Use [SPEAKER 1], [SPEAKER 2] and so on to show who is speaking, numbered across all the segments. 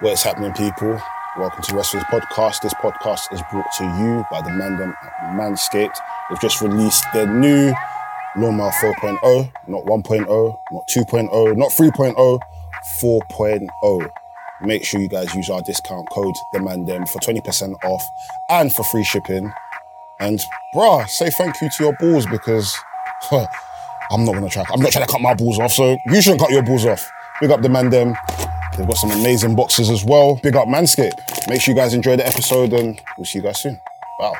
[SPEAKER 1] What's happening, people? Welcome to Wrestling's Podcast. This podcast is brought to you by the Mandem at Manscaped. They've just released their new Lawnmower 4.0, not 1.0, not 2.0, not oh, 3.0, 4.0. oh. Make sure you guys use our discount code, the Mandem, for 20% off and for free shipping. And bruh, say thank you to your balls because huh, I'm not gonna try. I'm not trying to cut my balls off, so you shouldn't cut your balls off. Big up the Mandem. They've got some amazing boxes as well. Big up Manscaped. Make sure you guys enjoy the episode and we'll see you guys soon. Wow.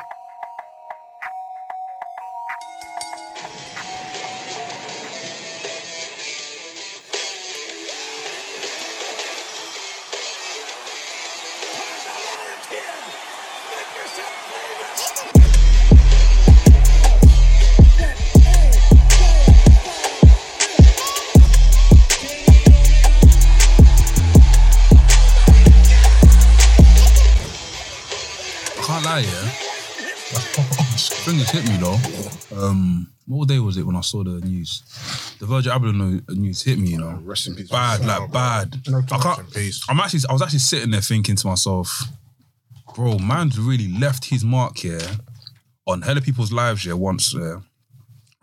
[SPEAKER 2] I can't lie, yeah. That's proper stringers hit me though. Um, what day was it when I saw the news? The Virgil Abloh no- news hit me, you know.
[SPEAKER 1] Rest in peace.
[SPEAKER 2] Bad, like bad.
[SPEAKER 3] No,
[SPEAKER 2] I
[SPEAKER 3] rest in
[SPEAKER 2] can't.
[SPEAKER 3] peace.
[SPEAKER 2] I'm actually. I was actually sitting there thinking to myself, bro, man's really left his mark here on hella people's lives here once, yeah,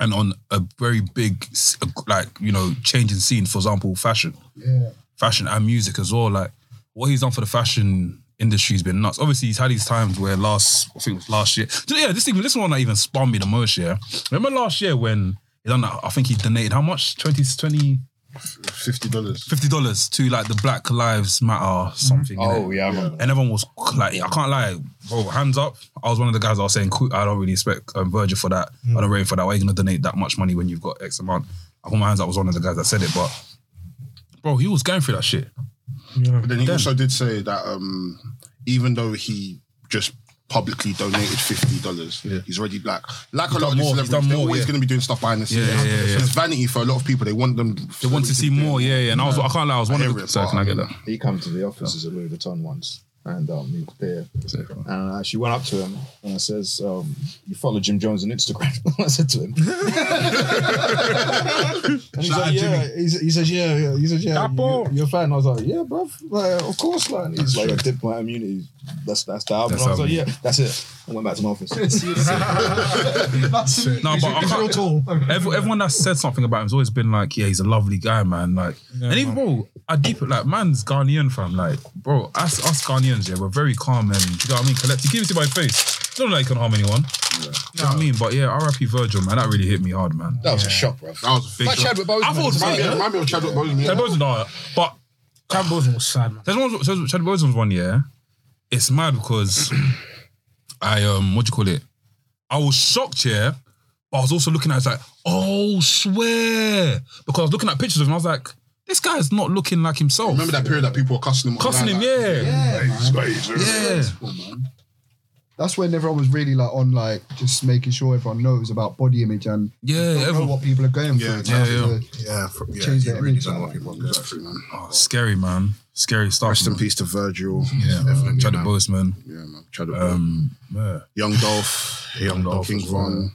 [SPEAKER 2] and on a very big, s- like you know, changing scene. For example, fashion
[SPEAKER 3] Yeah.
[SPEAKER 2] fashion and music as well. Like what he's done for the fashion industry has been nuts. Obviously, he's had these times where last I think it was last year. Do you know- Yeah, this thing, this one that even spun me the most. Yeah, remember last year when he done that? I think he donated how much? 20, 20
[SPEAKER 1] Fifty dollars.
[SPEAKER 2] fifty dollars to like the Black Lives Matter something. innit?
[SPEAKER 1] Oh yeah, man.
[SPEAKER 2] And everyone was like, I can't lie, bro, hands up. I was one of the guys that was saying, "Cool, I don't really expect um, Virgil for that. I
[SPEAKER 4] Hmm.
[SPEAKER 2] don't rate him for that. Why are you going to donate that much money when you've got X amount? I put my hands up, I was one of the guys that said it, but bro, he was going through that shit.
[SPEAKER 4] But then he
[SPEAKER 2] Then-
[SPEAKER 4] also did say that um, even though he just publicly donated fifty dollars,
[SPEAKER 2] Yeah.
[SPEAKER 4] he's already like like a
[SPEAKER 2] done
[SPEAKER 4] lot of these
[SPEAKER 2] more, he's done
[SPEAKER 4] celebrities, they're
[SPEAKER 2] more,
[SPEAKER 4] always
[SPEAKER 2] yeah.
[SPEAKER 4] going to be doing stuff behind the scenes.
[SPEAKER 2] yeah, yeah, yeah.
[SPEAKER 4] It's vanity for a lot of people. They want them.
[SPEAKER 2] They want to see more, yeah, yeah. And I was, I can't lie, I was one
[SPEAKER 4] I
[SPEAKER 2] of
[SPEAKER 4] hear
[SPEAKER 2] the.
[SPEAKER 4] it,
[SPEAKER 2] Sorry,
[SPEAKER 4] but-
[SPEAKER 2] can I get that?
[SPEAKER 5] he came to the office as a Louis Vuitton once, and um, he was there, and I actually went up to him and I says, um, "You follow Jim Jones on Instagram?" I said to him, and he's like, "Yeah." He, s- he says, "Yeah." yeah." He says, "Yeah." You, you're a fan? I was like, "Yeah, bruv. Like, of course, like." And he's like, "I dipped my immunity. That's that's the album."
[SPEAKER 2] That's
[SPEAKER 5] I was like,
[SPEAKER 2] album.
[SPEAKER 5] "Yeah, that's it." I went back to my office.
[SPEAKER 3] That's it.
[SPEAKER 2] No,
[SPEAKER 3] He's-
[SPEAKER 2] but I
[SPEAKER 3] he's
[SPEAKER 2] can't-
[SPEAKER 3] real tall.
[SPEAKER 2] Every, everyone that said something about him's always been like, yeah, he's a lovely guy, man. Like, and even bro, I deep it like, man's Ghanaian fam. Like, bro, us, us Ghanaians, yeah, we're very calm and you know what I mean. Collective, give it to my face. Not that he can harm anyone. You know what I mean? But yeah, R.I.P. Virgil, man, that really hit me hard, man.
[SPEAKER 4] That was a shock, bro. That was a big
[SPEAKER 2] Like
[SPEAKER 4] shock.
[SPEAKER 2] Chadwick Boseman. I thought it was
[SPEAKER 4] Remind me-
[SPEAKER 2] fire.
[SPEAKER 4] remind me of Chadwick Boseman.
[SPEAKER 2] Chad Boseman, no, but
[SPEAKER 3] Cam Bozeman was sad, man.
[SPEAKER 2] There's one. There's, Chad Boseman's one. Yeah, it's mad because I um, what do you call it? I was shocked. Yeah, but I was also looking at it, it's like, oh, swear, because I was looking at pictures of him. I was like, this guy's not looking like himself.
[SPEAKER 4] Remember that period that people were cussing him,
[SPEAKER 2] cussing him?
[SPEAKER 4] online, like,
[SPEAKER 2] Yeah, yeah.
[SPEAKER 4] he's got his-
[SPEAKER 6] that's when everyone was really like on like just making sure everyone knows about body image and
[SPEAKER 2] Yeah,
[SPEAKER 6] don't know
[SPEAKER 2] everyone-
[SPEAKER 6] what people are going
[SPEAKER 4] Yeah,
[SPEAKER 6] through.
[SPEAKER 2] yeah,
[SPEAKER 6] Like,
[SPEAKER 4] Yeah, for, yeah.
[SPEAKER 6] Change
[SPEAKER 4] he
[SPEAKER 6] the
[SPEAKER 4] really
[SPEAKER 6] image,
[SPEAKER 4] done what
[SPEAKER 6] man.
[SPEAKER 4] people were going through, man.
[SPEAKER 2] Oh, scary man, scary stuff.
[SPEAKER 4] Rest in
[SPEAKER 2] man.
[SPEAKER 4] peace to Virgil.
[SPEAKER 2] Yeah, man.
[SPEAKER 4] definitely.
[SPEAKER 2] Chad
[SPEAKER 4] man.
[SPEAKER 2] Boseman.
[SPEAKER 4] Yeah, man. Chadwick Boseman.
[SPEAKER 2] Um, yeah.
[SPEAKER 4] Young Dolph, Young
[SPEAKER 2] Dolph
[SPEAKER 4] Dolph, King
[SPEAKER 2] as well,
[SPEAKER 4] Von.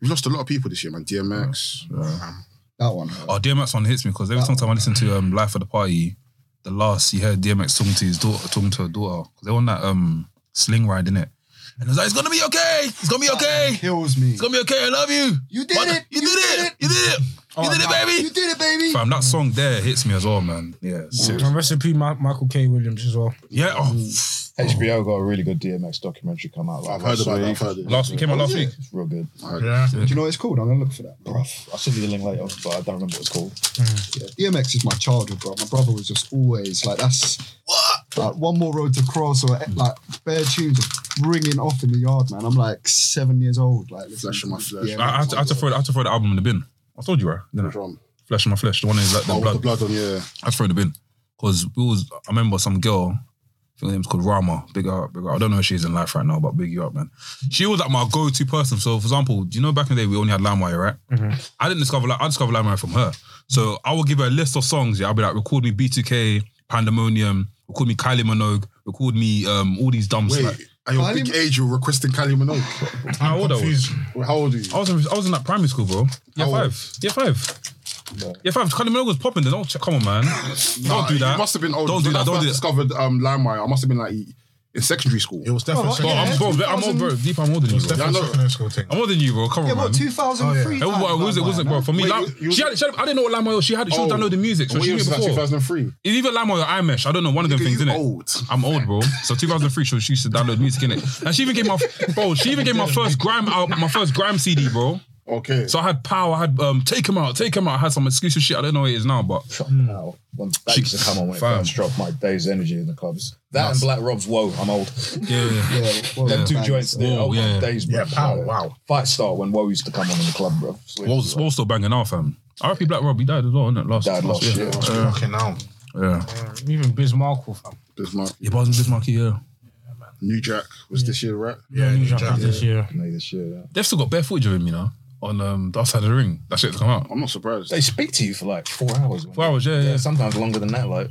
[SPEAKER 4] We've lost a lot of people this year, man. DMX. Um,
[SPEAKER 6] That one.
[SPEAKER 2] Oh, DMX one hits me because every time I listen to um, Life of the Party, the last you heard DMX talking to his daughter, talking to her daughter, 'Cause they were on that um, sling ride, innit? And it was like, it's gonna be okay, it's gonna be okay, it's
[SPEAKER 6] Kills me.
[SPEAKER 2] gonna be okay, I love you.
[SPEAKER 6] You did
[SPEAKER 2] But-
[SPEAKER 6] it! Oh,
[SPEAKER 2] You, did, it. you did it, you did it, baby.
[SPEAKER 6] You did it, baby.
[SPEAKER 2] Fam, that song there hits me as well, man. Yeah, seriously.
[SPEAKER 3] And rest in peace, Ma- Michael K. Williams as well.
[SPEAKER 2] yeah. Oh,
[SPEAKER 5] HBO got a really good DMX documentary come out.
[SPEAKER 4] I've heard about that. I've heard it.
[SPEAKER 2] last week came out
[SPEAKER 6] Oh,
[SPEAKER 2] last week.
[SPEAKER 5] It's real good.
[SPEAKER 3] Yeah.
[SPEAKER 6] Do you know what it's called? I'm gonna look for that.
[SPEAKER 5] Bruv, I'll send you the link later, but I don't remember what it's called.
[SPEAKER 6] Yeah, DMX is my childhood, bro. My brother was just always like, that's like one more road to cross, or
[SPEAKER 5] Hmm.
[SPEAKER 6] like bare tunes are ringing off in the yard, man. I'm like seven years old, like listening
[SPEAKER 4] Flesh of
[SPEAKER 6] to
[SPEAKER 4] my flesh.
[SPEAKER 6] DMX.
[SPEAKER 2] I, I, had to, I, had to throw, I had to throw the album in the bin. I told you, right? Didn't I?
[SPEAKER 4] Drum.
[SPEAKER 2] Flesh of my flesh. The one is like the
[SPEAKER 4] Oh,
[SPEAKER 2] blood.
[SPEAKER 4] the blood on yeah.
[SPEAKER 2] I throw the bin. Cause we was I remember some girl, I think her name's called Rama. Big her up, big her up. I don't know if she's in life right now, but big you up, man. She was like my go-to person. So for example, do you know back in the day we only had LimeWire, right? I didn't discover like I discovered LimeWire from her. So I would give her a list of songs. Yeah, I'd be like, record me B2K, Pandemonium, record me Kylie Minogue, record me um all these dumb
[SPEAKER 4] Wait,
[SPEAKER 2] stuff.
[SPEAKER 4] at your
[SPEAKER 6] Kylie-
[SPEAKER 4] big age, you're requesting Kylie Minogue.
[SPEAKER 2] How old Oh, I was?
[SPEAKER 4] Well, How old are you?
[SPEAKER 2] I was in I was in like primary school, bro. Yeah,
[SPEAKER 4] How old?
[SPEAKER 2] five. Yeah, five. Yeah, fam, Kylie Minogue was popping. Then don't ch- come on, man.
[SPEAKER 4] Nah,
[SPEAKER 2] don't do that.
[SPEAKER 4] It must have been old.
[SPEAKER 2] Don't do
[SPEAKER 4] when
[SPEAKER 2] that.
[SPEAKER 4] I
[SPEAKER 2] Don't
[SPEAKER 4] first
[SPEAKER 2] do that.
[SPEAKER 4] discovered um, LimeWire. I must have been like in secondary school.
[SPEAKER 7] It was definitely.
[SPEAKER 2] Bro, I'm, bro, I'm old, bro. Deep, I'm older than you, bro.
[SPEAKER 4] Yeah, I
[SPEAKER 7] definitely
[SPEAKER 4] know.
[SPEAKER 7] secondary school thing.
[SPEAKER 2] I'm older than you, bro. Come
[SPEAKER 5] Oh,
[SPEAKER 6] Yeah,
[SPEAKER 2] on, man.
[SPEAKER 6] what, 2003?
[SPEAKER 2] It was, it was, it was it, bro. For me,
[SPEAKER 4] Wait,
[SPEAKER 2] Lam-
[SPEAKER 4] you- you-
[SPEAKER 2] she had, she had, I didn't know what Lime Oil. She had. She was
[SPEAKER 4] Oh.
[SPEAKER 2] downloading music, so
[SPEAKER 4] What
[SPEAKER 2] she
[SPEAKER 4] year
[SPEAKER 2] knew
[SPEAKER 4] was that?
[SPEAKER 2] before.
[SPEAKER 4] 2003.
[SPEAKER 2] It's Either Lime Oil or iMesh. I don't know. One of them things,
[SPEAKER 4] You
[SPEAKER 2] innit?
[SPEAKER 4] old.
[SPEAKER 2] I'm old, bro. So 2003, so she used to download music, innit? And she even gave my bro. She even gave my first grime out, my first grime CD, bro.
[SPEAKER 4] Okay.
[SPEAKER 2] So I had power. I had um, take him out, take him out. I had some exclusive shit. I don't know what it is now, but
[SPEAKER 5] Now, when that used to come on when it
[SPEAKER 2] Fam.
[SPEAKER 5] first dropped, my day's energy in the clubs. That and Black Rob's. Whoa, I'm old.
[SPEAKER 2] yeah,
[SPEAKER 6] Yeah, well,
[SPEAKER 5] Them
[SPEAKER 6] yeah.
[SPEAKER 5] two joints. there,
[SPEAKER 2] Whoa,
[SPEAKER 5] oh, my
[SPEAKER 2] yeah.
[SPEAKER 5] days.
[SPEAKER 7] Yeah,
[SPEAKER 5] bro.
[SPEAKER 7] pow, wow.
[SPEAKER 5] Fight start when Woe used to come on in the club, bro. Swear.
[SPEAKER 2] Wall's Wall's still banging out, fam. RP Black Rob, he died as well, innit? Last,
[SPEAKER 5] Died last year.
[SPEAKER 7] Fucking hell.
[SPEAKER 2] Yeah,
[SPEAKER 3] Even Biz Markle, fam.
[SPEAKER 4] Bismarck.
[SPEAKER 2] yeah, but I was in Bismarck, yeah.
[SPEAKER 4] New Jack was this year, right?
[SPEAKER 7] Yeah,
[SPEAKER 3] New
[SPEAKER 7] New
[SPEAKER 3] Jack
[SPEAKER 7] Jack.
[SPEAKER 3] this year.
[SPEAKER 5] May this year. yeah.
[SPEAKER 2] They've still got bare footage of him, you know, on um, the outside of the ring. That shit's come out.
[SPEAKER 4] I'm not surprised.
[SPEAKER 5] They speak to you for like four hours. man.
[SPEAKER 2] Four hours, yeah, yeah.
[SPEAKER 5] sometimes longer than that. Like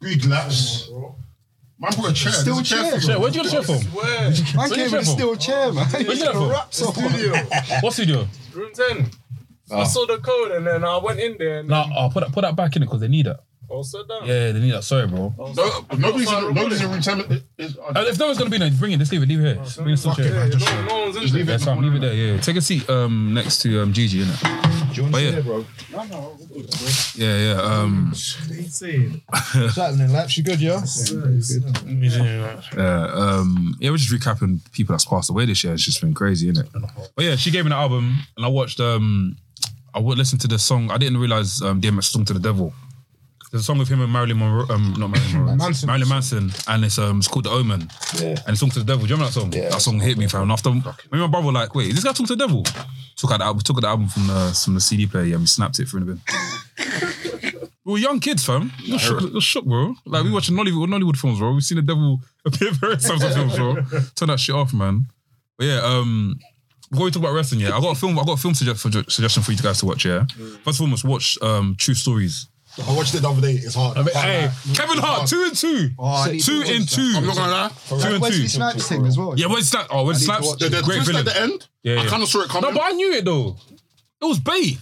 [SPEAKER 4] Big laps. Man brought a chair.
[SPEAKER 6] Still
[SPEAKER 4] There's a
[SPEAKER 6] chair,
[SPEAKER 4] for
[SPEAKER 2] Yeah,
[SPEAKER 4] you.
[SPEAKER 2] where'd you get the chair from?
[SPEAKER 6] Man
[SPEAKER 2] So
[SPEAKER 6] came
[SPEAKER 2] you're
[SPEAKER 6] with a steel chair, man.
[SPEAKER 2] Where'd you get that
[SPEAKER 6] Studio.
[SPEAKER 2] from? What studio?
[SPEAKER 8] Room 10. I saw the code and then I went in there and
[SPEAKER 2] Nah, I'll put that, put that back in it because they need that.
[SPEAKER 8] also done.
[SPEAKER 2] Yeah, they need that. Sorry, bro.
[SPEAKER 4] No, nobody's in, nobody's in room 10. Is,
[SPEAKER 2] Uh, if no one's gonna be in there, bring it. Just leave it. Leave it here. Bring the steel chair.
[SPEAKER 8] Yeah, no, no one's in there.
[SPEAKER 4] leave
[SPEAKER 2] Yeah,
[SPEAKER 4] it.
[SPEAKER 2] fam, leave it there. Yeah, yeah. take a seat um, next to um, Gigi, innit?
[SPEAKER 5] Do you want
[SPEAKER 2] But
[SPEAKER 5] to
[SPEAKER 2] yeah.
[SPEAKER 5] yeah. bro?
[SPEAKER 2] Yeah, yeah. Um,
[SPEAKER 5] Platinum in laps, you good, yeah?
[SPEAKER 2] yeah, um, yeah. We're just recapping people that's passed away this year. It's just been crazy, innit? But yeah, she gave me the album, and I watched. Um, I would listen to the song. I didn't realize um, DMX song to the devil. There's a song with him and Marilyn Monroe, um, not Marilyn Monroe,
[SPEAKER 3] Manson.
[SPEAKER 2] Marilyn Manson, and it's um, it's called The Omen.
[SPEAKER 5] Yeah.
[SPEAKER 2] and it's talking to the devil. Do you remember that song?
[SPEAKER 5] Yeah.
[SPEAKER 2] That song hit me, fam. And After me and my brother were like, wait, is this guy talking to the devil? Took out the album, took out the album from the from the CD player, yeah, and we snapped it through the bin. we were young kids, fam. We were shook, we were shook bro. Like we watching Nollywood, Nollywood films, bro. We've seen the devil appear various times on films, bro. Turn that shit off, man. But yeah, um, before we talk about wrestling, yeah, I got a film, I got a film suggest- for, suggestion for you guys to watch, yeah. First and foremost, watch um, True Stories.
[SPEAKER 7] I watched it the other day. It's hard.
[SPEAKER 2] Hey, Kevin Hart, two and two.
[SPEAKER 6] Oh, I need to
[SPEAKER 2] two
[SPEAKER 6] watch
[SPEAKER 2] and
[SPEAKER 6] that.
[SPEAKER 2] two.
[SPEAKER 4] I'm not gonna lie.
[SPEAKER 2] two
[SPEAKER 6] That
[SPEAKER 2] and
[SPEAKER 6] Wesley
[SPEAKER 2] two.
[SPEAKER 6] Snipes thing as well.
[SPEAKER 2] Yeah, when Slaps. Oh, when Slaps.
[SPEAKER 4] The, the
[SPEAKER 2] Great
[SPEAKER 4] twist
[SPEAKER 2] villain.
[SPEAKER 4] at the end.
[SPEAKER 2] Yeah,
[SPEAKER 4] I
[SPEAKER 2] yeah.
[SPEAKER 4] kind of saw it
[SPEAKER 2] No,
[SPEAKER 4] coming.
[SPEAKER 2] but I knew it though. It was bait.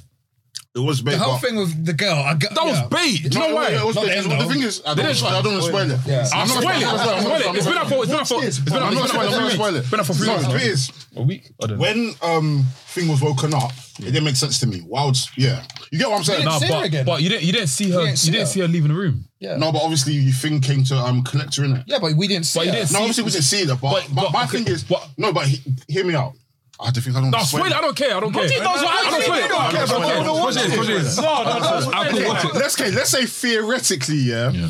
[SPEAKER 4] it was bait.
[SPEAKER 7] The whole
[SPEAKER 4] but-
[SPEAKER 7] thing with the girl, I got,
[SPEAKER 2] That
[SPEAKER 7] yeah.
[SPEAKER 2] was bait. Do you
[SPEAKER 4] No,
[SPEAKER 2] know
[SPEAKER 4] no,
[SPEAKER 2] why?
[SPEAKER 4] no, it was
[SPEAKER 7] Not
[SPEAKER 4] bait.
[SPEAKER 7] the end,
[SPEAKER 4] The
[SPEAKER 7] though.
[SPEAKER 4] thing is, I don't
[SPEAKER 2] They
[SPEAKER 4] want
[SPEAKER 2] didn't-
[SPEAKER 4] to spoil it. I don't want to spoil it.
[SPEAKER 2] I'm
[SPEAKER 4] I'm
[SPEAKER 2] spoil
[SPEAKER 4] not
[SPEAKER 2] it.
[SPEAKER 4] gonna spoil it.
[SPEAKER 2] Spoil it. It's been out for. It's been out for. It's been
[SPEAKER 4] I'm
[SPEAKER 2] out
[SPEAKER 4] not
[SPEAKER 2] for- it's been out for.
[SPEAKER 4] gonna spoil it.
[SPEAKER 2] It's been out for three
[SPEAKER 4] No,
[SPEAKER 2] weeks.
[SPEAKER 4] the thing is,
[SPEAKER 2] A week. I don't know.
[SPEAKER 4] when um thing was woken up, it didn't make sense to me. Wild, yeah. You get what I'm saying?
[SPEAKER 2] Nah,
[SPEAKER 7] see her
[SPEAKER 2] but,
[SPEAKER 7] again.
[SPEAKER 2] but you didn't. You didn't see her. You
[SPEAKER 7] didn't see
[SPEAKER 2] didn't
[SPEAKER 7] her.
[SPEAKER 2] see her leaving the room.
[SPEAKER 4] No, but obviously you thing came to um collector in it.
[SPEAKER 7] Yeah, but we didn't see
[SPEAKER 2] But you
[SPEAKER 7] her.
[SPEAKER 2] didn't see.
[SPEAKER 4] No, obviously we didn't see that. But,
[SPEAKER 2] But-
[SPEAKER 4] but,
[SPEAKER 2] but-
[SPEAKER 4] my
[SPEAKER 2] okay,
[SPEAKER 4] thing is,
[SPEAKER 2] but-
[SPEAKER 4] no, but he, hear me out. I don't think I don't.
[SPEAKER 2] No, spoil it. I don't care. I don't care.
[SPEAKER 7] think that's what I
[SPEAKER 2] I don't
[SPEAKER 7] think?
[SPEAKER 2] spoil
[SPEAKER 7] I
[SPEAKER 2] it.
[SPEAKER 7] don't
[SPEAKER 2] I
[SPEAKER 7] care,
[SPEAKER 2] don't
[SPEAKER 7] but I
[SPEAKER 2] care.
[SPEAKER 7] wanna
[SPEAKER 2] Spoil
[SPEAKER 7] watch
[SPEAKER 2] it. Spoil it. I can watch it.
[SPEAKER 4] Let's okay, let's say theoretically, yeah.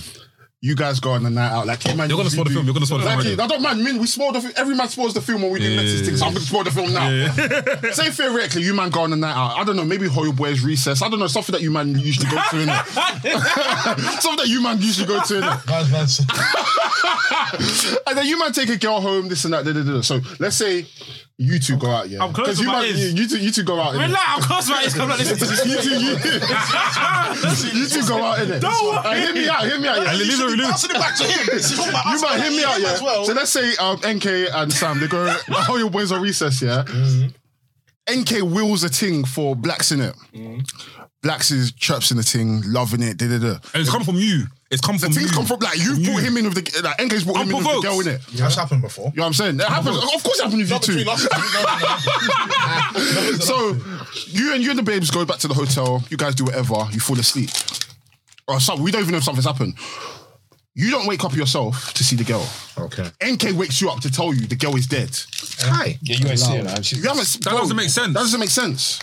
[SPEAKER 4] You guys go on the night out like, hey man,
[SPEAKER 2] You're gonna
[SPEAKER 4] you
[SPEAKER 2] spoil the
[SPEAKER 4] do-
[SPEAKER 2] film, you're gonna spoil the film
[SPEAKER 4] Exactly.
[SPEAKER 2] already.
[SPEAKER 4] I don't mind. Min, we spoil the. fi- Every man spoils the film when we do
[SPEAKER 2] Yeah,
[SPEAKER 4] Netflix
[SPEAKER 2] yeah,
[SPEAKER 4] things. I'm gonna spoil the film now. Say theoretically, you man go on the night out. I don't know. Maybe Hoyo Boys recess. I don't know something that you man usually go to. innit? something that you man usually go to. Innit?
[SPEAKER 7] Man's- man's-
[SPEAKER 4] And then you might take a girl home, this and that. Da, da, da. da. So let's say you two go out, yeah.
[SPEAKER 2] I'm close
[SPEAKER 4] 'Cause
[SPEAKER 2] to
[SPEAKER 4] you,
[SPEAKER 2] my
[SPEAKER 4] might-
[SPEAKER 2] ears.
[SPEAKER 4] you, two, you two go out. innit?
[SPEAKER 2] I'm close right. It's coming like this.
[SPEAKER 4] you two, you, you two go out in it.
[SPEAKER 2] Don't worry.
[SPEAKER 4] hear me out. Hear me out. Yeah.
[SPEAKER 2] And
[SPEAKER 4] You,
[SPEAKER 2] leave the room.
[SPEAKER 7] Passing it back to him. She's talking about us,
[SPEAKER 4] might hear me
[SPEAKER 7] like,
[SPEAKER 4] out,
[SPEAKER 7] him
[SPEAKER 4] yeah.
[SPEAKER 7] as well.
[SPEAKER 4] So let's say um, NK and Sam they go. How your boys on recess, yeah.
[SPEAKER 7] Mm-hmm.
[SPEAKER 4] NK wills a ting for blacks in it.
[SPEAKER 7] Mm-hmm.
[SPEAKER 4] Blacks is chirps in the ting, loving it. Da da da.
[SPEAKER 2] And it's come from you. It's come
[SPEAKER 4] The
[SPEAKER 2] from you.
[SPEAKER 4] things come from like you
[SPEAKER 2] Mm.
[SPEAKER 4] brought him in with the like NK's brought him in with the
[SPEAKER 2] Unprovoked.
[SPEAKER 4] girl in it.
[SPEAKER 7] That's happened before.
[SPEAKER 4] You know what I'm saying? It happens. Of course, it happened with you
[SPEAKER 7] Not
[SPEAKER 4] too.
[SPEAKER 7] between us.
[SPEAKER 4] So you and you and the babes go back to the hotel. You guys do whatever. You fall asleep, or something. We don't even know if something's happened. You don't wake up yourself to see the girl.
[SPEAKER 7] Okay.
[SPEAKER 4] NK wakes you up to tell you the girl is dead. Hi.
[SPEAKER 5] Yeah, you ain't seeing her.
[SPEAKER 4] You haven't.
[SPEAKER 2] That doesn't make sense.
[SPEAKER 4] That doesn't make sense.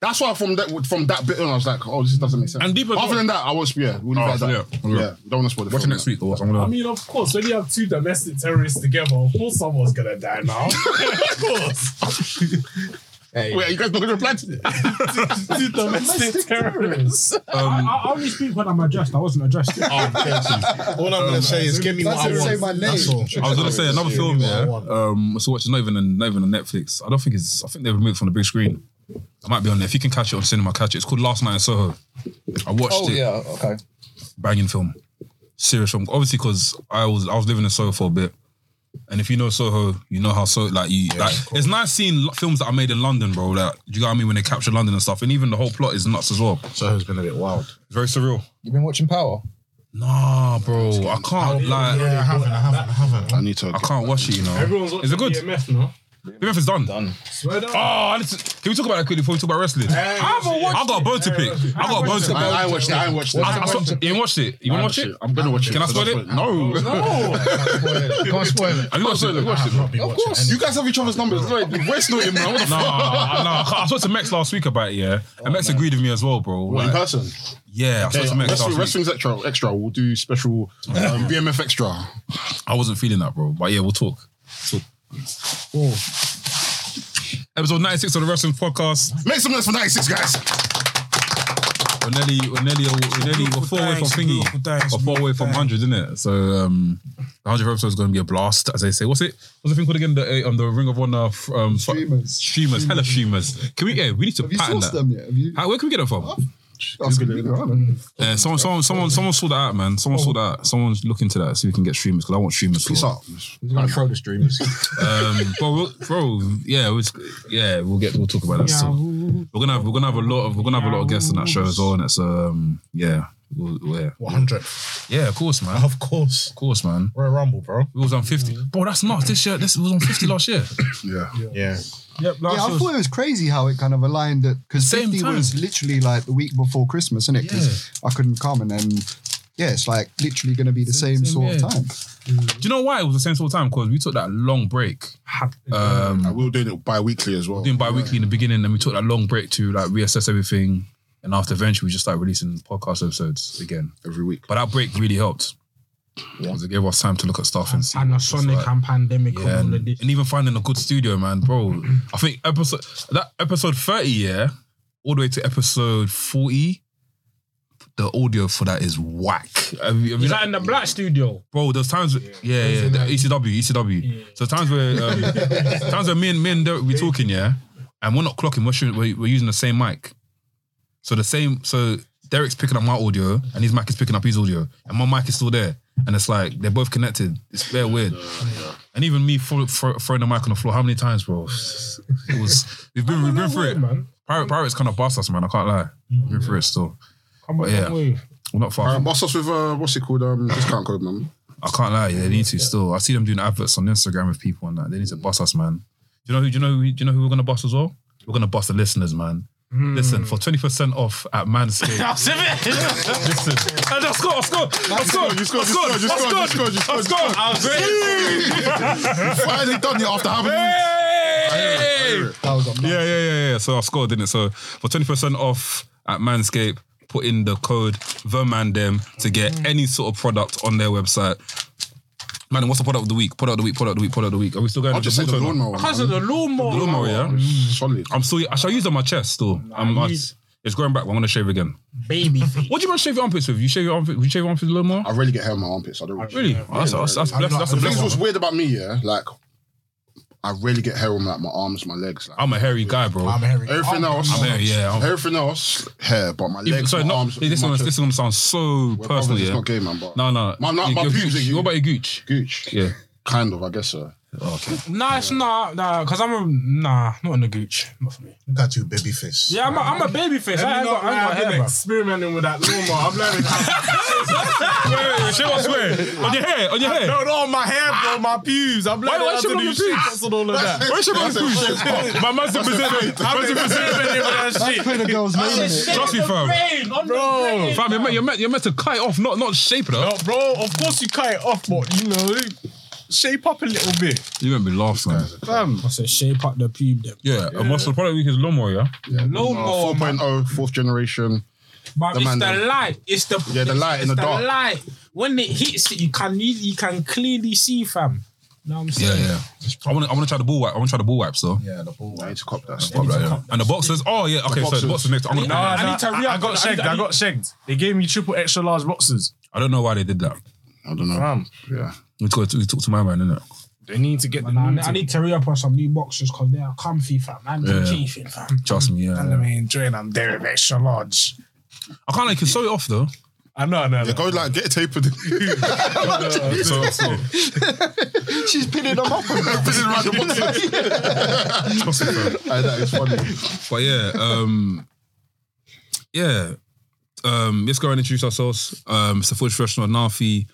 [SPEAKER 4] That's why from that from that bit on, I was like, oh, this doesn't make sense.
[SPEAKER 2] And deeper
[SPEAKER 4] Other
[SPEAKER 2] thought-
[SPEAKER 4] than that, I was yeah. We'll leave
[SPEAKER 2] Oh,
[SPEAKER 4] it at that.
[SPEAKER 2] yeah.
[SPEAKER 4] yeah. We don't want to spoil the
[SPEAKER 2] Watching
[SPEAKER 4] film,
[SPEAKER 2] next week or what? I'm
[SPEAKER 8] I
[SPEAKER 2] gonna.
[SPEAKER 8] mean, of course, when you have two domestic terrorists together, of course someone's gonna die now. of course.
[SPEAKER 4] yeah. Wait, are you guys not going to reply to this?
[SPEAKER 8] two domestic terrorists.
[SPEAKER 3] I, I only speak when I'm addressed. I wasn't addressed. yet.
[SPEAKER 7] All I'm gonna say is give me what
[SPEAKER 6] That's
[SPEAKER 7] I
[SPEAKER 6] it,
[SPEAKER 7] want.
[SPEAKER 6] say my name.
[SPEAKER 7] That's all.
[SPEAKER 2] I was gonna say another film,
[SPEAKER 7] what I
[SPEAKER 2] yeah.
[SPEAKER 7] want.
[SPEAKER 2] Um, so watching not even on, not even on Netflix. I don't think it's. I think they removed it from the big screen. I might be on there. If you can catch it on cinema, catch it. It's called Last Night in Soho. I watched
[SPEAKER 5] Oh
[SPEAKER 2] it.
[SPEAKER 5] yeah, okay.
[SPEAKER 2] Banging film, serious film. Obviously, because I was I was living in Soho for a bit, And if you know Soho, you know how so like you like. It's nice seeing lo- films that are made in London, bro. Like, do you know what I mean when they capture London and stuff? And even the whole plot is nuts as well. It's
[SPEAKER 7] So it's been a bit wild.
[SPEAKER 2] very surreal.
[SPEAKER 5] You've been watching Power?
[SPEAKER 2] Nah, bro, I can't like.
[SPEAKER 7] Yeah, I haven't, I haven't, I haven't.
[SPEAKER 4] I need to.
[SPEAKER 2] I can't watch it. You know,
[SPEAKER 8] Everyone's watching
[SPEAKER 2] Is it good?
[SPEAKER 8] BMF now.
[SPEAKER 2] BMF is done.
[SPEAKER 5] Done.
[SPEAKER 8] Swear down.
[SPEAKER 2] Oh, listen, can we talk about that quickly before we talk about wrestling?
[SPEAKER 8] Hey, I haven't watched
[SPEAKER 2] I got a bone to
[SPEAKER 8] it.
[SPEAKER 2] pick.
[SPEAKER 8] Hey,
[SPEAKER 2] I got a bone to pick.
[SPEAKER 4] I, I watched it. I watched it.
[SPEAKER 2] I- I saw- you ain't watched it. You want to watch it?
[SPEAKER 4] I'm gonna watch it.
[SPEAKER 2] Can I spoil it?
[SPEAKER 4] No.
[SPEAKER 7] Can't spoil it.
[SPEAKER 2] Have you watched it?
[SPEAKER 7] I have not been
[SPEAKER 4] Of
[SPEAKER 7] watching
[SPEAKER 4] course. You guys have each other's numbers. Like, voice note, man. What the
[SPEAKER 2] No, no,
[SPEAKER 4] fuck?
[SPEAKER 2] I can't- I spoke to Mex last week about it, yeah. And Mex agreed with me as well, bro.
[SPEAKER 4] What, in
[SPEAKER 2] Like,
[SPEAKER 4] person?
[SPEAKER 2] yeah, I spoke to
[SPEAKER 4] Wrestling,
[SPEAKER 2] Mex
[SPEAKER 4] wrestling,
[SPEAKER 2] last week.
[SPEAKER 4] wrestling's extra. Extra. We'll do special um, BMF extra.
[SPEAKER 2] I wasn't feeling that, bro. But yeah, we'll talk. Talk. Episode 96 of the Wrestling Podcast.
[SPEAKER 4] Make some noise for 96, guys.
[SPEAKER 2] We're nearly, we're nearly, we're nearly we're four away from
[SPEAKER 7] Beautiful
[SPEAKER 2] thingy.
[SPEAKER 7] thanks,
[SPEAKER 2] We're four away
[SPEAKER 7] beautiful
[SPEAKER 2] from 100, isn't it? So, um, the 100th episode is going to be a blast, as they say. What's it? What's the thing called again? The, uh, on the Ring of Honor f- um, fu-
[SPEAKER 6] Streamers.
[SPEAKER 2] Streamers. Hella streamers. Can we, yeah, we need to
[SPEAKER 6] Have you
[SPEAKER 2] pattern
[SPEAKER 6] sourced
[SPEAKER 2] that.
[SPEAKER 6] them yet? Have you?
[SPEAKER 2] How, where can we get them from?
[SPEAKER 6] That's good.
[SPEAKER 2] Yeah, someone, someone, someone, someone saw that out, man. Someone saw that. out. Someone's looking to that. See if we can get streamers because I want streamers.
[SPEAKER 4] Peace
[SPEAKER 2] for-
[SPEAKER 4] out.
[SPEAKER 5] I'm pro the streamers.
[SPEAKER 2] Um, but we'll, bro, yeah, we'll, yeah, we'll get. We'll talk about that. So we're gonna have, we're gonna have a lot of we're gonna have a lot of guests on that show as well, and it's um, yeah, we'll, we'll- yeah,
[SPEAKER 7] 100.
[SPEAKER 2] yeah, of course, man, of
[SPEAKER 7] Of course.
[SPEAKER 2] course, man.
[SPEAKER 7] Royal Rumble, bro.
[SPEAKER 2] We was on fifty, bro. That's nuts. This year, this was on fifty last year.
[SPEAKER 4] Yeah.
[SPEAKER 7] Yeah.
[SPEAKER 2] Yep,
[SPEAKER 6] Yeah, I thought it was crazy how it kind of aligned it because
[SPEAKER 2] Same
[SPEAKER 6] 50
[SPEAKER 2] time.
[SPEAKER 6] was literally like the week before Christmas, isn't it? Because I couldn't come and then, yeah, it's like literally going to be the
[SPEAKER 2] same,
[SPEAKER 6] same, sort
[SPEAKER 2] yeah.
[SPEAKER 6] of time.
[SPEAKER 2] Do you know why it was the same sort of time? Because we took that long break. Um,
[SPEAKER 4] I will Uh, do it bi weekly as well.
[SPEAKER 2] doing bi-weekly in the beginning, and we took that long break to like reassess everything. And after eventually, we just started releasing podcast episodes again.
[SPEAKER 4] Every week.
[SPEAKER 2] But that break really helped because it gave us time to look at stuff and see. what it's
[SPEAKER 3] Panasonic
[SPEAKER 2] like.
[SPEAKER 3] and pandemic
[SPEAKER 2] Yeah,
[SPEAKER 3] and
[SPEAKER 2] and,
[SPEAKER 3] all of this.
[SPEAKER 2] and even finding a good studio, man, bro. I think episode that episode thirty, yeah, all the way to episode forty. The audio for that is whack. I mean, I mean,
[SPEAKER 3] Is that in the black studio?
[SPEAKER 2] bro, there's times, yeah, yeah, the E ECW, ECW. So times where, um, times where me and me and Derek be talking, yeah, and we're not clocking, we're, shooting, we're, we're using the same mic. So the same, so Derek's picking up my audio, and his mic is picking up his audio, and my mic is still there, and it's like they're both connected. It's very weird. And even me throw, throw, throwing the mic on the floor, how many times, bro? It was we've been we've been through it.
[SPEAKER 3] man.
[SPEAKER 2] Pirate Pirates kind of bust us, man. I can't lie. We've been through it still.
[SPEAKER 3] Come on,
[SPEAKER 2] But yeah.
[SPEAKER 3] come on.
[SPEAKER 2] We're not far.
[SPEAKER 4] Uh,
[SPEAKER 2] from
[SPEAKER 4] boss us with uh, what's it called? Um, discount code, man.
[SPEAKER 2] I can't lie, yeah, they need to still. I see them doing adverts on Instagram with people and that. They need to bust us, man. Do you know who? Do you know who? Do you know who we're gonna bust as well? We're gonna bust the listeners, man. Listen for twenty percent off at Manscaped. Listen, and I scored, I scored, I scored,
[SPEAKER 4] You scored, you scored, you scored, you scored, you
[SPEAKER 2] I
[SPEAKER 4] scored.
[SPEAKER 2] scored. I was
[SPEAKER 4] Finally done it after having.
[SPEAKER 2] Hey!
[SPEAKER 6] That was on
[SPEAKER 2] Yeah, yeah, yeah, yeah. So I scored, didn't it? So for twenty percent off at Manscaped, put in the code TheMandem to get any sort of product on their website. Man, what's the product of the week? Product of the week, product of the week, product of the week. Are we still going
[SPEAKER 4] I'll
[SPEAKER 2] to
[SPEAKER 4] just say the lawnmower. man.
[SPEAKER 3] Because of the lawnmower.
[SPEAKER 2] Lawnmower, yeah.
[SPEAKER 4] Solid.
[SPEAKER 2] I'm still. I shall use it on my chest still. I'm. I,
[SPEAKER 3] you-
[SPEAKER 2] it's growing back. But I'm gonna shave again.
[SPEAKER 3] Baby feet.
[SPEAKER 2] What do you want to shave your armpits with? You shave your armpit. You shave your armpits a little more.
[SPEAKER 4] I rarely get hair in my armpits. I don't
[SPEAKER 2] Really? Oh, that's, that's, that's, that's, that's a
[SPEAKER 4] Things
[SPEAKER 2] blessing.
[SPEAKER 4] what's weird about me, yeah, like I rarely get hair on like my arms, my legs. Like,
[SPEAKER 2] I'm a hairy guy, bro.
[SPEAKER 7] I'm hairy.
[SPEAKER 4] everything else,
[SPEAKER 2] I'm hairy. Yeah. I'm,
[SPEAKER 4] everything else, hair, but my
[SPEAKER 2] even,
[SPEAKER 4] legs,
[SPEAKER 2] sorry,
[SPEAKER 4] my
[SPEAKER 2] not,
[SPEAKER 4] arms.
[SPEAKER 2] this
[SPEAKER 4] my
[SPEAKER 2] one.
[SPEAKER 4] chest.
[SPEAKER 2] This one sounds so personal.
[SPEAKER 4] We're brothers,
[SPEAKER 2] Yeah.
[SPEAKER 4] It's not gay, man. But
[SPEAKER 2] No, no.
[SPEAKER 4] My- my-
[SPEAKER 2] You-
[SPEAKER 4] my
[SPEAKER 2] your
[SPEAKER 4] pubes
[SPEAKER 2] gooch.
[SPEAKER 4] are-
[SPEAKER 2] What about your gooch?
[SPEAKER 4] Gooch,
[SPEAKER 2] Yeah.
[SPEAKER 4] kind of, I guess uh, so.
[SPEAKER 2] Okay.
[SPEAKER 3] Nah, it's not. Nah, because I'm a. Nah, not on the gooch. Not for me.
[SPEAKER 7] Look at you, baby face.
[SPEAKER 3] Yeah, I'm a, I'm a baby face. I ain't
[SPEAKER 8] I've
[SPEAKER 3] got, I ain't got hair,
[SPEAKER 8] been
[SPEAKER 3] bro.
[SPEAKER 8] experimenting with that lawnmower. I'm learning how.
[SPEAKER 2] Wait, wait, wait. Shave off swear. On your hair. On your hair.
[SPEAKER 8] no, no, my hair, bro,
[SPEAKER 3] Ah.
[SPEAKER 8] my pubes. I'm learning
[SPEAKER 2] why
[SPEAKER 8] how
[SPEAKER 2] should
[SPEAKER 8] to
[SPEAKER 2] we
[SPEAKER 8] do
[SPEAKER 2] have pubes?
[SPEAKER 8] shots and all of that.
[SPEAKER 2] Where's your man's gooch? My man's the president. Man's the president.
[SPEAKER 6] That's putting a girl's name in it.
[SPEAKER 2] Trust me, fam.
[SPEAKER 8] Bro,
[SPEAKER 2] Fam, you're meant, you're meant, you're meant to cut it off, not not shape it up.
[SPEAKER 8] Oh, bro, of course you cut it off, but you know, shape up a little bit.
[SPEAKER 2] You won't be laughing.
[SPEAKER 3] I said shape up the pube then.
[SPEAKER 2] Yeah, and what's the product week is lawnmower, yeah?
[SPEAKER 3] Lawnmower,
[SPEAKER 4] Four point
[SPEAKER 3] man.
[SPEAKER 4] oh, fourth generation.
[SPEAKER 3] But
[SPEAKER 4] the
[SPEAKER 3] it's
[SPEAKER 4] man
[SPEAKER 3] the
[SPEAKER 4] then.
[SPEAKER 3] light. It's the
[SPEAKER 4] Yeah, the light in the
[SPEAKER 3] it's
[SPEAKER 4] dark.
[SPEAKER 3] light. When it hits it, you can you can clearly see, fam. Know what I'm
[SPEAKER 2] Yeah,
[SPEAKER 3] saying?
[SPEAKER 2] yeah. I want to I want to try the ball wipe. I want to try the ball wipes though.
[SPEAKER 7] Yeah, the ball.
[SPEAKER 4] I need to cop that.
[SPEAKER 2] Wipe
[SPEAKER 4] Stuff.
[SPEAKER 2] that, yeah. And the boxes. Oh yeah. Okay, so the boxes next. I'm gonna,
[SPEAKER 8] No,
[SPEAKER 3] I
[SPEAKER 8] I,
[SPEAKER 3] need to re-up.
[SPEAKER 8] I, I
[SPEAKER 3] I
[SPEAKER 8] got shagged.
[SPEAKER 3] need- I
[SPEAKER 8] I,
[SPEAKER 3] need-
[SPEAKER 8] got shagged. They gave me triple extra large boxes.
[SPEAKER 2] I don't know why they did that.
[SPEAKER 4] I don't know.
[SPEAKER 8] Fam.
[SPEAKER 4] Yeah.
[SPEAKER 2] We talked we talked to my man, innit?
[SPEAKER 8] They need to get the
[SPEAKER 3] Nah, I
[SPEAKER 8] new.
[SPEAKER 3] need- I need to re up on some new boxes because they are comfy, fam. I'm
[SPEAKER 2] Yeah.
[SPEAKER 3] cheating, fam.
[SPEAKER 2] Trust me. Yeah.
[SPEAKER 8] I mean, enjoying. I'm there with extra large.
[SPEAKER 2] I can't like you sew it off though.
[SPEAKER 8] I know, I know. I know.
[SPEAKER 4] Yeah, go like get tapered.
[SPEAKER 2] So, so,
[SPEAKER 6] She's pinning them up.
[SPEAKER 4] Pissing around the boxes. Aye, that is funny.
[SPEAKER 2] but yeah, um, yeah. Um, let's go and introduce ourselves. Um, it's the Forge Professional Nafi,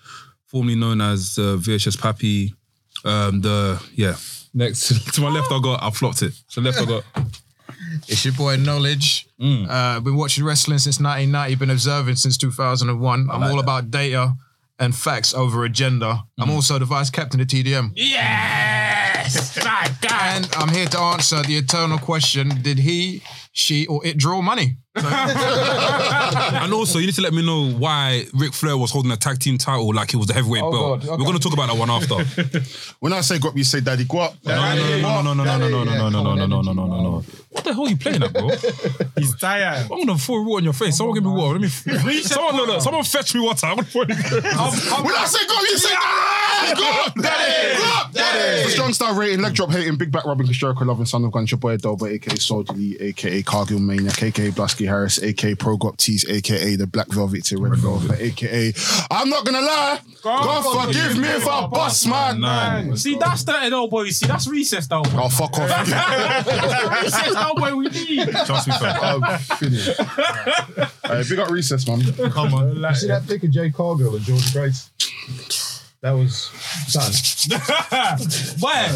[SPEAKER 2] formerly known as uh, VHS Pappy. Um, the yeah. Next to my left, I got I flopped it. So left, I got
[SPEAKER 9] It's your boy Knowledge. Uh, been watching wrestling since 1990. Been observing since 2001. I'm all about data and facts over agenda. I'm also the vice captain of TDM,
[SPEAKER 3] Yes! My God!
[SPEAKER 9] and I'm here to answer the eternal question: Did he, she, or it draw money?
[SPEAKER 2] And also, you need to let me know why Ric Flair was holding a tag team title like it was the heavyweight
[SPEAKER 8] Oh,
[SPEAKER 2] belt.
[SPEAKER 9] God,
[SPEAKER 2] We're going to talk about that one after.
[SPEAKER 4] When I say guap, you say daddy guap.
[SPEAKER 2] no, no, no, no, no, no, no, no, no, no, no, no, no, no, no, no. What the hell are you playing at, bro?
[SPEAKER 8] He's tired.
[SPEAKER 2] I'm gonna pour water in your face. Someone give me water. Let me. Someone, no, no, someone fetch me water. I'm gonna pour.
[SPEAKER 4] When I say guap, you say daddy guap. Daddy guap. Daddy. Strong star rating, leg drop hating, big back rubbing, Jericho loving, son of gun, your boy Adoba, aka Soldier Lee, aka Cargill Maniac, aka Blasky Harris, aka Pro Guap Tees, aka the Black Velvet to Red Velvet, aka I'm not gonna lie.
[SPEAKER 3] God
[SPEAKER 4] God forgive me if I bust my nine.
[SPEAKER 3] See, that's the old boy. See, that's recessed old boy.
[SPEAKER 4] Oh fuck off.
[SPEAKER 3] That's the recessed old boy we need.
[SPEAKER 2] Trust me, fam.
[SPEAKER 4] I'm finished. Alright, big up recess, man.
[SPEAKER 7] Come on.
[SPEAKER 5] You see that pic of Jay Cargo and George Grace? That was son.
[SPEAKER 3] Where?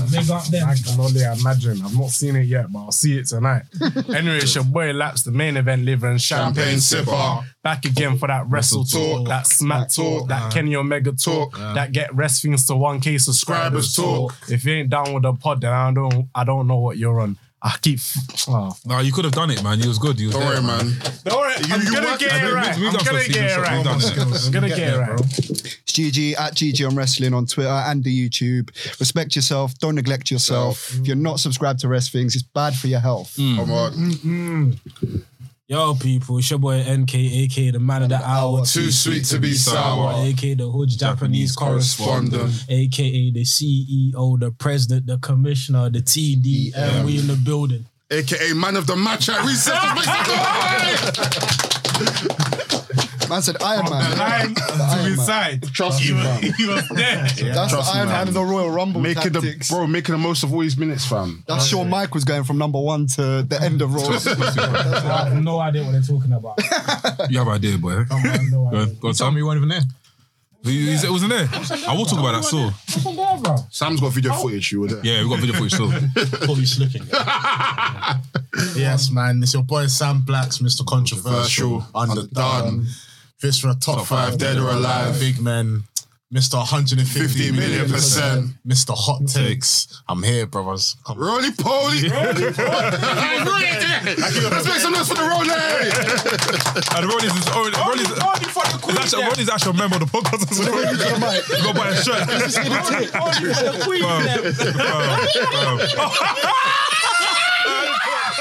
[SPEAKER 3] Big up them.
[SPEAKER 8] I can only imagine. I've not seen it yet, but I'll see it tonight. anyway, it's your boy Laps, the main event liver and champagne,
[SPEAKER 4] Champagne sipper.
[SPEAKER 8] Back again for that wrestle
[SPEAKER 4] Talk.
[SPEAKER 8] talk, that smack talk,
[SPEAKER 4] Talk.
[SPEAKER 8] that Kenny Omega talk, that get rest things to one k subscribers
[SPEAKER 4] Subscribers talk.
[SPEAKER 8] talk. If you ain't down with the pod, then I don't, I don't know what you're on. I keep. Oh.
[SPEAKER 2] Nah, you could have done it, man. You was good. You was
[SPEAKER 4] Don't
[SPEAKER 2] there,
[SPEAKER 4] worry, man.
[SPEAKER 8] Don't worry,
[SPEAKER 4] You-
[SPEAKER 8] I'm
[SPEAKER 4] you
[SPEAKER 8] gonna
[SPEAKER 4] work-
[SPEAKER 8] get
[SPEAKER 2] I
[SPEAKER 8] it
[SPEAKER 2] mean,
[SPEAKER 8] right.
[SPEAKER 2] we've
[SPEAKER 8] I'm
[SPEAKER 2] done
[SPEAKER 8] gonna get
[SPEAKER 2] some
[SPEAKER 8] it
[SPEAKER 2] seasons,
[SPEAKER 8] right.
[SPEAKER 2] we've done
[SPEAKER 8] I'm gonna get it right.
[SPEAKER 6] It's GG at GG on Wrestling on Twitter and the YouTube. Respect yourself. Don't neglect yourself. If you're not subscribed to Rest Things, it's bad for your health.
[SPEAKER 7] Mm.
[SPEAKER 4] Come on.
[SPEAKER 10] Yo, people, it's your boy NK, aka the man of the hour,
[SPEAKER 4] Too sweet to be sour.
[SPEAKER 10] aka the hood's Japanese correspondent, aka E, the CEO, the president, the commissioner, the TD, and we in the building.
[SPEAKER 4] AKA man of the match at recess. Let's make some noise.
[SPEAKER 6] Man said Iron Man.
[SPEAKER 8] Time to
[SPEAKER 6] Iron Man.
[SPEAKER 8] decide.
[SPEAKER 4] Trust me, man.
[SPEAKER 8] He was there.
[SPEAKER 6] That's
[SPEAKER 4] Trust
[SPEAKER 6] the Iron
[SPEAKER 4] me,
[SPEAKER 6] Man
[SPEAKER 4] man.
[SPEAKER 6] of the Royal Rumble
[SPEAKER 4] Making the
[SPEAKER 6] tactics.
[SPEAKER 4] bro, making the most of all these minutes, fam.
[SPEAKER 6] That's Shawn Michaels going from number one to the end of Raw.
[SPEAKER 10] I have no idea what they're talking about.
[SPEAKER 2] there. You have an idea, boy. Go
[SPEAKER 10] I have no idea.
[SPEAKER 2] on, go on, Sam.
[SPEAKER 9] me you weren't even there.
[SPEAKER 2] Who- is It wasn't there. I will talk about that still.
[SPEAKER 10] What's on there, bro?
[SPEAKER 4] Sam's got video footage, you were there.
[SPEAKER 2] Yeah, we got video footage still.
[SPEAKER 7] Police looking. yes, man. It's your boy Sam Blacks, Mr. Controversial,
[SPEAKER 4] Controversial,
[SPEAKER 7] Underdone, Viscera, top, five, dead or alive, Big Men, Mr. 150
[SPEAKER 4] 50 million percent.
[SPEAKER 7] Mr. Hot Takes. I'm here, brothers. Come on.
[SPEAKER 4] Roly poly. Let's make some noise for the roly.
[SPEAKER 2] And Ronnie's is already.
[SPEAKER 8] Oh,
[SPEAKER 2] Ronnie's,
[SPEAKER 3] Only for the queen.
[SPEAKER 2] is actually,
[SPEAKER 3] them.
[SPEAKER 2] Ronnie's actually a member of the podcast. as well. you got to buy a shirt.
[SPEAKER 3] Only for the queen. them.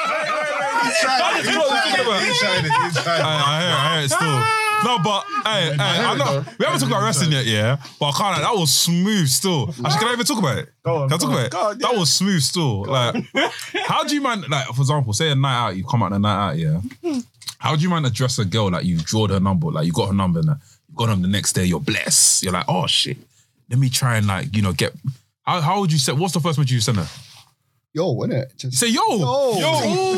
[SPEAKER 2] That is what we're talking about. I, I hear it, I hear it still. No, but hey, hey, I know we haven't talked about wrestling yet, yeah. But I can't. That was smooth still. Actually, can I even talk about it?
[SPEAKER 8] Go on,
[SPEAKER 2] Can I talk
[SPEAKER 8] go
[SPEAKER 2] about it? That was smooth still. Like, how do you man? Like, for example, say a night out, you come out on a night out, yeah. How do you man address a girl like you've drawn her number, like you got her number, and that you got them the next day, you're blessed. You're like, oh shit, let me try and like you know get. How, how would you say? What's the first message you send her?
[SPEAKER 6] Yo, wasn't it? Just-
[SPEAKER 2] You say yo, yo,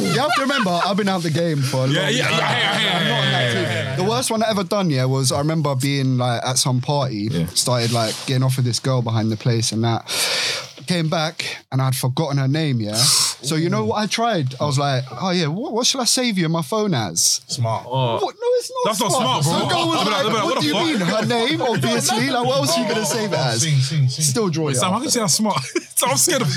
[SPEAKER 6] you have to remember, I've been out the game for a long
[SPEAKER 2] yeah, yeah, yeah,
[SPEAKER 6] time.
[SPEAKER 2] yeah, yeah, yeah, yeah, yeah, yeah.
[SPEAKER 6] The worst one I ever done, yeah, was I remember being like at some party, started like getting off with this girl behind the place and that. Came back and I'd forgotten her name, yeah. So you know what I tried? I was like, oh yeah, what, what should I save you in my phone as?
[SPEAKER 7] Smart.
[SPEAKER 6] What? No, it's not.
[SPEAKER 2] That's not smart, bro.
[SPEAKER 6] Some girl was
[SPEAKER 2] I'll be like,
[SPEAKER 6] like,
[SPEAKER 2] I'll be like,
[SPEAKER 6] what,
[SPEAKER 2] what
[SPEAKER 6] do you
[SPEAKER 2] the
[SPEAKER 6] mean? Her name, obviously. Like, what else are you gonna save it as?
[SPEAKER 7] Sing, sing, sing.
[SPEAKER 6] Still draw it.
[SPEAKER 2] Sam, how
[SPEAKER 6] up.
[SPEAKER 2] can you say I'm smart? So I'm scared of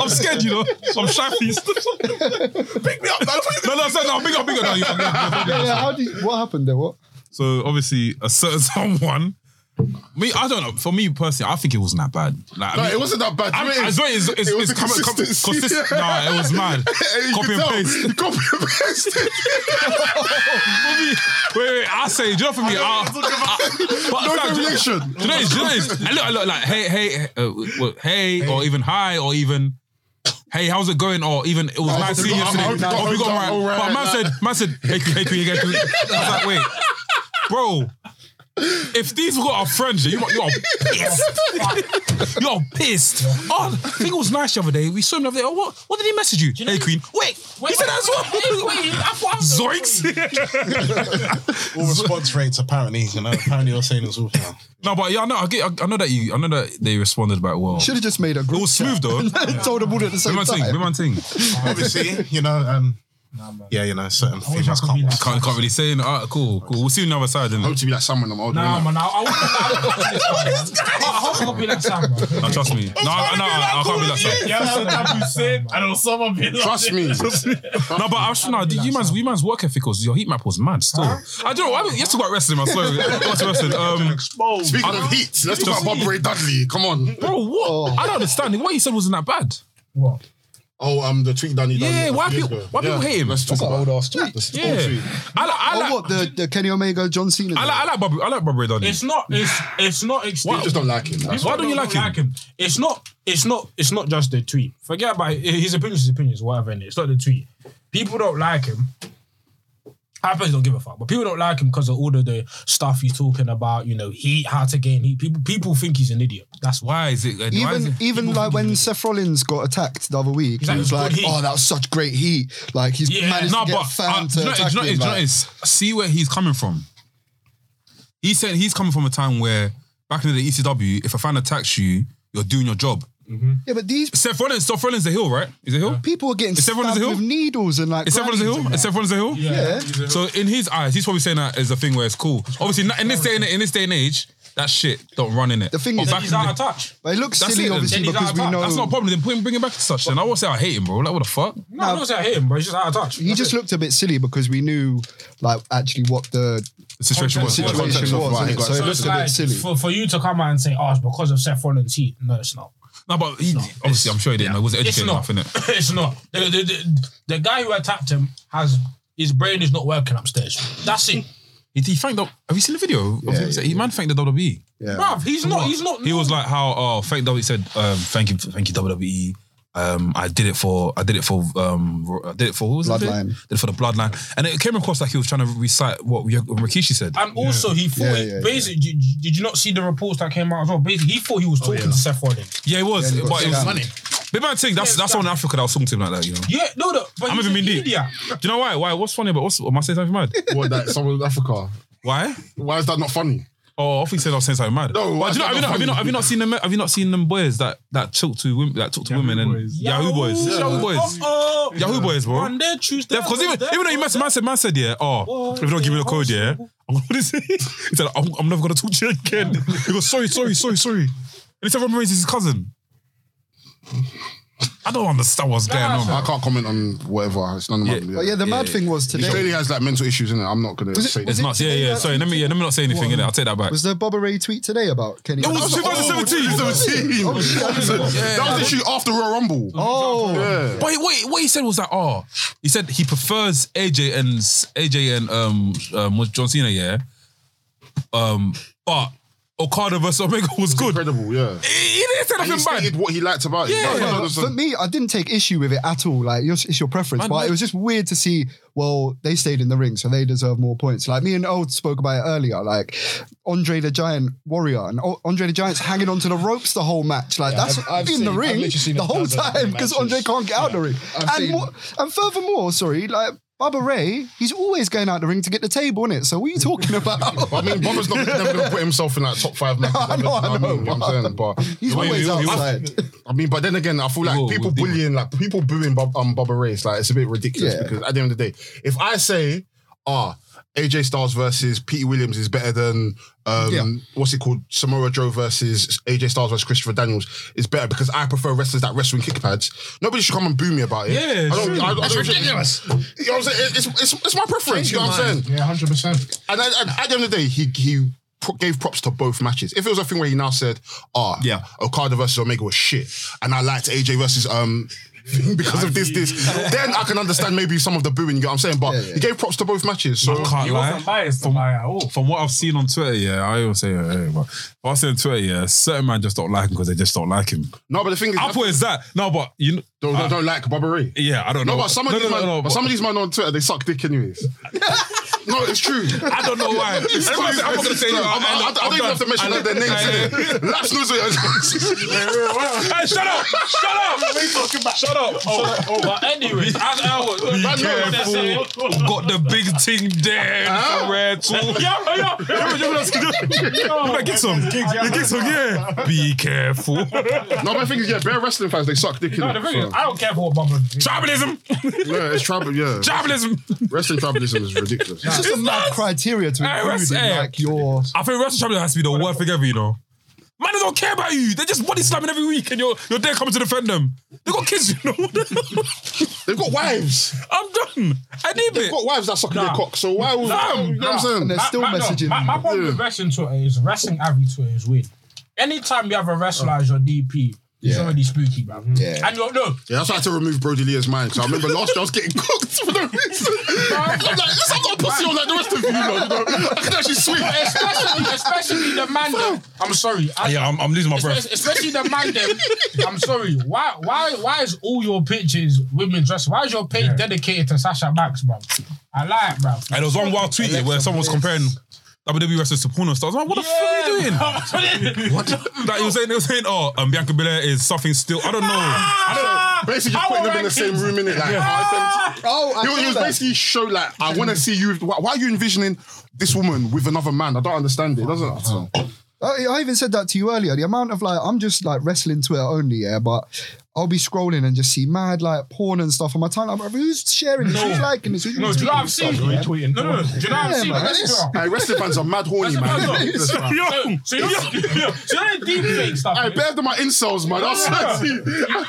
[SPEAKER 2] I'm scared, you know. So I'm shy for you. Pick me up, man. No, no, I'm saying, no, bigger, bigger. No, you
[SPEAKER 6] Yeah, yeah, how do you, what happened there? What?
[SPEAKER 2] So obviously, a certain someone. Me, I don't know. For me personally, I think it wasn't that bad. Like,
[SPEAKER 4] No,
[SPEAKER 2] I mean,
[SPEAKER 4] it wasn't that bad.
[SPEAKER 2] I, I,
[SPEAKER 4] It was-
[SPEAKER 2] swear it's, it's,
[SPEAKER 4] it was
[SPEAKER 2] it's
[SPEAKER 4] the
[SPEAKER 2] come, come,
[SPEAKER 4] consistency.
[SPEAKER 2] consist- nah, it was mad.
[SPEAKER 4] Hey, you
[SPEAKER 2] Copy
[SPEAKER 4] can
[SPEAKER 2] and
[SPEAKER 4] tell.
[SPEAKER 2] paste.
[SPEAKER 4] You Copy and paste.
[SPEAKER 2] wait, wait, I say, do you know for me? Ah, I, I, but
[SPEAKER 4] No
[SPEAKER 2] Sam, do you-
[SPEAKER 4] relation.
[SPEAKER 2] Do you know what it is? Do you know what it is? I look, I look like, hey, hey, uh, well, hey, or even hi, or even. Hey, how's it going? Or even it was nice seeing you
[SPEAKER 4] got- I
[SPEAKER 2] yesterday.
[SPEAKER 4] hope
[SPEAKER 2] Hope you
[SPEAKER 4] you got
[SPEAKER 2] got
[SPEAKER 4] all
[SPEAKER 2] all right.
[SPEAKER 4] right.
[SPEAKER 2] But man said, man said, hey, P, hey, P, hey, P. I was like, wait, bro. If these were our friends, you might- you are pissed. you are pissed. Oh, I think it was nice the other day. We saw him the other day. Oh, what? What did he message you? hey, Queen. Wait, he said that as well. Zoinks.
[SPEAKER 7] All response rates apparently, you know, apparently you're saying it's all now.
[SPEAKER 2] no, but yeah, I know. I, get, I, I know that you. I know that they responded back well.
[SPEAKER 7] Should've
[SPEAKER 6] just made a
[SPEAKER 2] group. It was smooth though.
[SPEAKER 6] Told them all at the same
[SPEAKER 2] Remember
[SPEAKER 6] time.
[SPEAKER 2] Ting, remember Ting.
[SPEAKER 7] Obviously, you know, um, yeah, you know, certain females can't watch.
[SPEAKER 2] Can't, can't really say. All right, cool, cool. We'll see you on the other side. Hope
[SPEAKER 4] to be like someone I'm older.
[SPEAKER 3] Nah, man, I, I, I, I, I hope I be like Sam. man.
[SPEAKER 2] No, trust me. No, I- no, I can't be like that.
[SPEAKER 8] Yeah, that's what Abu said. I know some of it.
[SPEAKER 2] Trust me. no, but I'm sure no, you man's we man's work ethic was your heat map was mad still. I don't know. I mean, you talk about wrestling, I swear. What's wrestling? Um,
[SPEAKER 4] Speaking of heat, let's talk about Bob Ray Dudley. Come on.
[SPEAKER 2] Bro, what?
[SPEAKER 6] Oh.
[SPEAKER 2] I don't understand. What you said wasn't that bad.
[SPEAKER 4] What? Oh, um, the tweet Danny done.
[SPEAKER 2] Yeah,
[SPEAKER 4] a
[SPEAKER 2] why
[SPEAKER 4] few years
[SPEAKER 2] people-
[SPEAKER 4] ago.
[SPEAKER 2] why people hate him?
[SPEAKER 4] Let's talk
[SPEAKER 2] That's an
[SPEAKER 4] about
[SPEAKER 2] old
[SPEAKER 4] ass
[SPEAKER 2] Yeah. I like, I like,
[SPEAKER 6] Oh, what the, the Kenny Omega John Cena.
[SPEAKER 2] I like, I like Bobby. I like Bobby Ray Dudley.
[SPEAKER 3] It's not. It's it's not. Ex-
[SPEAKER 2] Why- You just don't like him, that's
[SPEAKER 3] Why
[SPEAKER 2] why.
[SPEAKER 3] don't you
[SPEAKER 2] Don't
[SPEAKER 3] like him? It's not. It's not. It's not just the tweet. Forget about it. his opinions. His opinions. Whatever. Innit? It's not the tweet. People don't like him. I personally don't give a fuck, but people don't like him because of all of the stuff he's talking about. You know, heat, how to gain heat. People, people think he's an idiot. That's
[SPEAKER 2] why is it?
[SPEAKER 3] why is
[SPEAKER 6] Even
[SPEAKER 3] it-
[SPEAKER 6] even like when Seth Rollins got attacked the other week,
[SPEAKER 3] He's like,
[SPEAKER 6] he was
[SPEAKER 3] "Good
[SPEAKER 6] like,
[SPEAKER 3] heat."
[SPEAKER 6] "Oh, that was such great heat!" Like he's managed
[SPEAKER 2] no,
[SPEAKER 6] to get
[SPEAKER 2] but
[SPEAKER 6] a fan
[SPEAKER 2] uh,
[SPEAKER 6] to
[SPEAKER 2] do you know,
[SPEAKER 6] attack
[SPEAKER 2] do you know,
[SPEAKER 6] him.
[SPEAKER 2] do you know,
[SPEAKER 6] like-
[SPEAKER 2] it's- see where he's coming from. He said he's coming from a time where back in the ECW, if a fan attacks you, you're doing your job.
[SPEAKER 6] yeah, but these
[SPEAKER 2] Seth Rollins, Seth Rollins, the hill, right? Is it hill?
[SPEAKER 6] people are getting
[SPEAKER 2] Is Seth Rollins
[SPEAKER 6] stabbed
[SPEAKER 2] a heel?
[SPEAKER 6] with needles and like.
[SPEAKER 2] Is Seth Rollins a
[SPEAKER 6] grannies and
[SPEAKER 2] hill?
[SPEAKER 6] that.
[SPEAKER 2] Is Seth Rollins a hill?
[SPEAKER 6] Yeah.
[SPEAKER 2] So in his eyes, he's probably saying that as a thing where it's cool. Obviously, not in this day and in this day and age, that shit don't run in it.
[SPEAKER 6] The thing is, he's out of
[SPEAKER 3] touch.
[SPEAKER 6] But it looks silly, obviously, because we know-
[SPEAKER 2] that's not a problem. Then put him, bring him back to such. Then I won't say I hate him, bro. Like what the fuck?
[SPEAKER 3] No, I don't say I hate him, bro. He's just out of touch.
[SPEAKER 6] He just looked a bit silly because we knew, like, actually what the,
[SPEAKER 2] the situation was.
[SPEAKER 6] situation was, innit? so it
[SPEAKER 3] it's
[SPEAKER 6] looked a
[SPEAKER 3] like,
[SPEAKER 6] bit silly.
[SPEAKER 3] For, for you to come out and say, "Oh, it's because of Seth Rollins' heat," no, it's not.
[SPEAKER 2] No, but he, obviously, I'm sure he didn't. know. He wasn't
[SPEAKER 3] It's
[SPEAKER 2] educated
[SPEAKER 3] not.
[SPEAKER 2] enough in it.
[SPEAKER 3] it's not. The, the, the, the guy who attacked him has his brain is not working upstairs. That's it.
[SPEAKER 2] He, he thanked up. Have you seen the video? of him? he man thanked the WWE.
[SPEAKER 6] Yeah.
[SPEAKER 3] Bruv, he's not- he's not-
[SPEAKER 2] He was like how oh thank WWE said um, thank you thank you WWE. Um, I did it for I did it for um I did it for who was it?
[SPEAKER 6] Bloodline.
[SPEAKER 2] Did it for the bloodline, and it came across like he was trying to recite what Ry- Rikishi said.
[SPEAKER 3] And also, he thought.
[SPEAKER 2] Yeah,
[SPEAKER 3] he-
[SPEAKER 2] yeah, yeah.
[SPEAKER 3] basically, Did, did you not see the reports that came out as well? Basically, he thought he was talking to Seth Rollins.
[SPEAKER 2] yeah, it was,
[SPEAKER 3] Yeah, he got
[SPEAKER 2] but it was
[SPEAKER 3] scammed.
[SPEAKER 2] money. Big man, thing that's that's someone in Africa that was talking to him like that, you know.
[SPEAKER 3] Yeah, no, no. But
[SPEAKER 2] I'm
[SPEAKER 3] he's
[SPEAKER 2] even
[SPEAKER 3] an
[SPEAKER 2] being deep. Do
[SPEAKER 3] idiot.
[SPEAKER 2] you know why? Why? What's funny? But what's am I saying something mad?
[SPEAKER 4] What that someone in Africa?
[SPEAKER 2] Why?
[SPEAKER 4] Why is that not funny?
[SPEAKER 2] Oh, I think said I was saying something mad.
[SPEAKER 4] No, why
[SPEAKER 2] but
[SPEAKER 4] is
[SPEAKER 2] do you know,
[SPEAKER 4] that
[SPEAKER 2] have, you
[SPEAKER 4] not
[SPEAKER 2] not, have you not have
[SPEAKER 4] funny?
[SPEAKER 2] you not seen them? Have you not seen them boys that that talk to women that talk to women and Yahoo boys, Yahoo boys,
[SPEAKER 3] Oh,
[SPEAKER 2] Yahoo boys, bro.
[SPEAKER 3] Monday, Tuesday.
[SPEAKER 2] because even
[SPEAKER 3] Wednesday,
[SPEAKER 2] even though you messed, man said, man said, yeah, oh, if you don't give me the code, yeah, I'm gonna say, he said, I'm, I'm never gonna talk to you again. He goes, sorry, sorry, sorry, sorry. And he said, Roman Reigns is his cousin. I don't understand what's going on.
[SPEAKER 4] I can't comment on whatever. It's none of my.
[SPEAKER 2] Yeah. But yeah, the mad thing was
[SPEAKER 4] He
[SPEAKER 2] today-
[SPEAKER 4] clearly has like mental issues in it. I'm not gonna say
[SPEAKER 2] It's nuts. Yeah, yeah. Sorry, let me yeah, let me not say anything in it. I'll take that back.
[SPEAKER 6] Was there Bobber Ray tweet today about Kenny?
[SPEAKER 2] That was 2017.
[SPEAKER 6] Oh, shit, I didn't know.
[SPEAKER 4] That was issue after Royal Rumble.
[SPEAKER 6] Oh,
[SPEAKER 4] yeah.
[SPEAKER 2] But he- what he, what he said was that oh, he said he prefers AJ and AJ and um, um was John Cena yeah, um but Okada versus Omega was, good.
[SPEAKER 4] Incredible, yeah.
[SPEAKER 2] He, he didn't say
[SPEAKER 4] And he
[SPEAKER 2] nothing bad.
[SPEAKER 4] stated what he liked about it.
[SPEAKER 2] Yeah.
[SPEAKER 4] That- that
[SPEAKER 6] But
[SPEAKER 4] was-
[SPEAKER 6] for me, I didn't take issue with it at all. Like, it's, it's your preference,
[SPEAKER 2] Man,
[SPEAKER 6] but
[SPEAKER 2] man.
[SPEAKER 6] it was just weird to see. Well, they stayed in the ring, so they deserve more points. Like me and Old spoke about it earlier. Like Andre the Giant Warrior and O- Andre the Giant's hanging onto the ropes the whole match. Like
[SPEAKER 5] Yeah,
[SPEAKER 6] that's
[SPEAKER 5] I've- I've
[SPEAKER 6] in the
[SPEAKER 5] seen- I've
[SPEAKER 6] ring
[SPEAKER 5] literally seen
[SPEAKER 6] the
[SPEAKER 5] it
[SPEAKER 6] whole
[SPEAKER 5] dozens of
[SPEAKER 6] time because Andre
[SPEAKER 5] matches.
[SPEAKER 6] can't get out the ring.
[SPEAKER 5] I've
[SPEAKER 6] and
[SPEAKER 5] seen-
[SPEAKER 6] mo- and furthermore, sorry, like. Bubba Ray, he's always going out the ring to get the table, innit? So what are you talking about?
[SPEAKER 4] I mean, Bobby's not never going to put himself in like top five matches.
[SPEAKER 6] I know, I know,
[SPEAKER 4] what I'm saying, but
[SPEAKER 6] He's always outside.
[SPEAKER 4] I mean, but then again, I feel like people bullying, like people booing Bob, um, Bubba Ray, it's like it's a bit ridiculous
[SPEAKER 6] Yeah.
[SPEAKER 4] because at the end of the day, if I say, ah, AJ Styles versus Pete Williams is better than um,
[SPEAKER 6] Yeah.
[SPEAKER 4] what's it called, Samoa Joe versus AJ Styles versus Christopher Daniels is better because I prefer wrestlers that wrestle in kick pads. Nobody should come and boo me about it.
[SPEAKER 2] Yeah,
[SPEAKER 4] I
[SPEAKER 2] true. That's
[SPEAKER 4] ridiculous. You know what I'm saying? It's, it's, it's my preference. You know what I'm saying?
[SPEAKER 7] Yeah, hundred percent.
[SPEAKER 4] And at, at- at the end of the day, he he pro- gave props to both matches. If it was a thing where he now said, "Ah, yeah, Okada versus Omega was shit," and I liked AJ versus um. because of this, this, then I can understand maybe some of the booing. You know what I'm saying? But he gave props to both matches. So
[SPEAKER 2] I can't lie. from, from what I've seen on Twitter, yeah, I always say, yeah, yeah, but if I say on Twitter, yeah, certain man just don't like him because they just don't like him.
[SPEAKER 4] No, but the thing is,
[SPEAKER 2] I put is that no, but you know,
[SPEAKER 4] don't,
[SPEAKER 2] I-
[SPEAKER 4] don't, don't like Bobbery.
[SPEAKER 2] Yeah, I don't
[SPEAKER 4] No,
[SPEAKER 2] know.
[SPEAKER 4] but some of
[SPEAKER 2] No,
[SPEAKER 4] these
[SPEAKER 2] no, no,
[SPEAKER 4] men,
[SPEAKER 2] no,
[SPEAKER 4] but some of these men on Twitter, they suck dick anyways. No, it's true.
[SPEAKER 2] I don't know why.
[SPEAKER 4] It's
[SPEAKER 2] Everyone said, I'm
[SPEAKER 4] true.
[SPEAKER 2] not gonna say
[SPEAKER 4] No,
[SPEAKER 2] that.
[SPEAKER 4] I'm-
[SPEAKER 2] I
[SPEAKER 4] I- I
[SPEAKER 2] look-
[SPEAKER 4] don't
[SPEAKER 2] I'm
[SPEAKER 4] even
[SPEAKER 2] done.
[SPEAKER 4] have to mention
[SPEAKER 2] I look-
[SPEAKER 4] their names.
[SPEAKER 2] I look-
[SPEAKER 4] Laps knows what
[SPEAKER 2] Hey, shut up! Shut up! What are you talking about? Shut up! Oh, oh, but anyway, as I was,
[SPEAKER 3] Be
[SPEAKER 2] man, know what they're
[SPEAKER 3] careful.
[SPEAKER 2] saying. Got the big thing there.
[SPEAKER 3] Huh?
[SPEAKER 2] Huh? Rare tool.
[SPEAKER 3] Yeah, yeah, yeah.
[SPEAKER 2] You might get some. You get some. Yeah. Be careful.
[SPEAKER 4] No, my thing is, yeah, bare wrestling fans, they suck dick in
[SPEAKER 3] No, the thing is, I don't care for what Bumble.
[SPEAKER 2] Tribalism.
[SPEAKER 4] Yeah, it's tribal, yeah.
[SPEAKER 2] Tribalism.
[SPEAKER 4] Wrestling tribalism is ridiculous.
[SPEAKER 6] It's just a mad criteria to
[SPEAKER 2] Hey,
[SPEAKER 6] include
[SPEAKER 2] rest-
[SPEAKER 6] in,
[SPEAKER 2] hey.
[SPEAKER 6] like your.
[SPEAKER 2] I think wrestling tribalism has to be the worst thing ever. You know. Man, they don't care about you. They're just body slamming every week, and you're you're there coming to defend them. They got kids, you know.
[SPEAKER 4] They've got wives.
[SPEAKER 2] I'm done. I need
[SPEAKER 4] They've
[SPEAKER 2] it.
[SPEAKER 4] got wives that suck their
[SPEAKER 3] Nah.
[SPEAKER 4] cock, so why would.
[SPEAKER 2] Nah.
[SPEAKER 4] you know what I'm saying?
[SPEAKER 6] And they're still
[SPEAKER 3] My- my- no,
[SPEAKER 6] messaging.
[SPEAKER 3] My, my problem
[SPEAKER 4] Yeah.
[SPEAKER 3] with wrestling Twitter is wrestling every Twitter is weird. Anytime you have a wrestler
[SPEAKER 2] Oh.
[SPEAKER 3] as your DP, it's already spooky, bro.
[SPEAKER 6] Yeah.
[SPEAKER 3] And you're, no,
[SPEAKER 4] Yeah, that's why I had to remove Brody Lee's mind, because I remember last year I was getting cooked for no reason. I'm like, this, I'm not a pussy on like the rest of you, man, you know? I can actually swing.
[SPEAKER 3] especially, especially the man. That, I'm sorry. I,
[SPEAKER 2] Ah, Yeah, I'm, I'm losing my breath.
[SPEAKER 3] Espe- Especially the man them. I'm sorry. Why why why is all your pictures women's dress? Why is your page dedicated to Sasha Banks, bro? I like, bro.
[SPEAKER 2] And there was one wild tweet here where someone was comparing WWE wrestlers to porno stars. I was like, what the fuck are you doing?
[SPEAKER 3] what?
[SPEAKER 2] Like he was saying, he was saying, oh, um, Bianca Belair is something still. I don't know. I don't.
[SPEAKER 4] Basically, just putting them in the same room, innit? Like, oh, it's them-
[SPEAKER 6] Oh, I
[SPEAKER 4] he, was- he
[SPEAKER 6] saw
[SPEAKER 4] was
[SPEAKER 6] that.
[SPEAKER 4] basically show like, I want to see you. Why, why are you envisioning this woman with another man? I don't understand it. Doesn't
[SPEAKER 2] Uh-huh.
[SPEAKER 6] Uh, I, I even said that to you earlier. The amount of like, I'm just like wrestling Twitter only, yeah, but I'll be scrolling and just see mad like porn and stuff on my timeline. I'm like, who's sharing this? Who's liking this? Who's
[SPEAKER 3] No, do you know what I've
[SPEAKER 6] retweeting
[SPEAKER 3] seen?
[SPEAKER 6] this stuff, yeah?
[SPEAKER 3] No, no, no. Do you know what I've
[SPEAKER 6] Yeah,
[SPEAKER 3] seen?
[SPEAKER 6] man,
[SPEAKER 3] Let's
[SPEAKER 6] it's-
[SPEAKER 3] go.
[SPEAKER 4] Hey, wrestling fans are mad horny, man.
[SPEAKER 3] Let's
[SPEAKER 2] Yo.
[SPEAKER 3] go. So you know, so you know the deep fake stuff.
[SPEAKER 4] I
[SPEAKER 3] yeah?
[SPEAKER 4] bear them my insults, man. That's
[SPEAKER 3] You,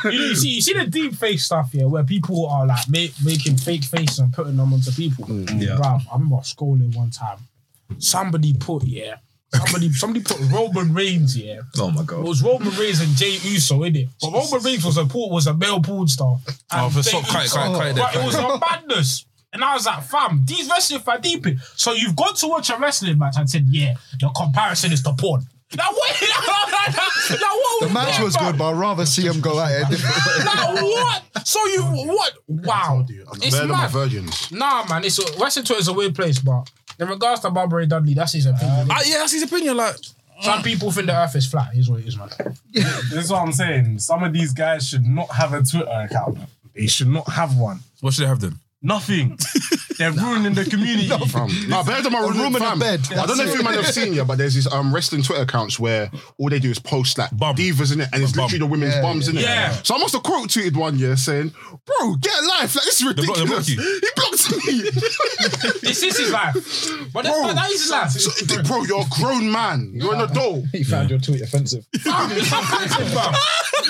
[SPEAKER 3] you see, you see the deep fake stuff here, where people are like make, making fake faces and putting them onto people.
[SPEAKER 6] Mm,
[SPEAKER 2] yeah.
[SPEAKER 3] Bruv, I remember scrolling one time. Somebody put yeah, somebody somebody put Roman Reigns here.
[SPEAKER 2] Oh my
[SPEAKER 3] It
[SPEAKER 2] god.
[SPEAKER 3] was Roman Reigns and Jay Uso, innit? But Roman Reigns was a pool, was a male porn star.
[SPEAKER 2] Oh,
[SPEAKER 3] And
[SPEAKER 2] for
[SPEAKER 3] Jey
[SPEAKER 2] stop, cut it,
[SPEAKER 3] Uso-
[SPEAKER 2] cut it, cut it there,
[SPEAKER 3] But
[SPEAKER 2] cut
[SPEAKER 3] it
[SPEAKER 2] it.
[SPEAKER 3] was a madness. And I was like, fam, these wrestling fans deep it. So you've gone to watch a wrestling match and said, yeah, the comparison is to porn. Now what? Now what
[SPEAKER 6] The
[SPEAKER 3] was
[SPEAKER 6] match
[SPEAKER 3] that,
[SPEAKER 6] was
[SPEAKER 3] fam?
[SPEAKER 6] good, but I'd rather see him go at it.
[SPEAKER 3] Now what? So you what? Wow. It's
[SPEAKER 4] Bear them my
[SPEAKER 3] mad.
[SPEAKER 4] virgins.
[SPEAKER 3] Nah, man. It's a, wrestling Twitter is a weird place, but in regards to Barbara Dudley, that's his opinion.
[SPEAKER 2] Ah, yeah, that's his opinion. Like,
[SPEAKER 3] Some people think the Earth is flat. Is what it is, man.
[SPEAKER 8] This is what I'm saying. Some of these guys should not have a Twitter account. They should not have one.
[SPEAKER 2] what should they have done?
[SPEAKER 8] Nothing. They're ruining the community.
[SPEAKER 4] Nah, bear them my
[SPEAKER 6] room in a
[SPEAKER 4] fam.
[SPEAKER 6] bed.
[SPEAKER 4] I don't know
[SPEAKER 6] That's
[SPEAKER 4] if you
[SPEAKER 6] it.
[SPEAKER 4] might have seen yeah, but there's these um, wrestling Twitter accounts where all they do is post like
[SPEAKER 2] Bum.
[SPEAKER 4] divas in it, and it's
[SPEAKER 2] Bum.
[SPEAKER 4] literally the women's
[SPEAKER 6] Yeah,
[SPEAKER 4] bums in it.
[SPEAKER 3] yeah.
[SPEAKER 4] So I must have quote tweeted one year saying, "Bro, get a life! Like this is
[SPEAKER 2] block-
[SPEAKER 4] ridiculous."
[SPEAKER 2] they block you.
[SPEAKER 4] he blocked me.
[SPEAKER 3] This is his life. But that's,
[SPEAKER 4] Bro.
[SPEAKER 3] that, that is his life.
[SPEAKER 4] So, d- bro, you're a grown man. You're an adult.
[SPEAKER 5] He found your tweet offensive.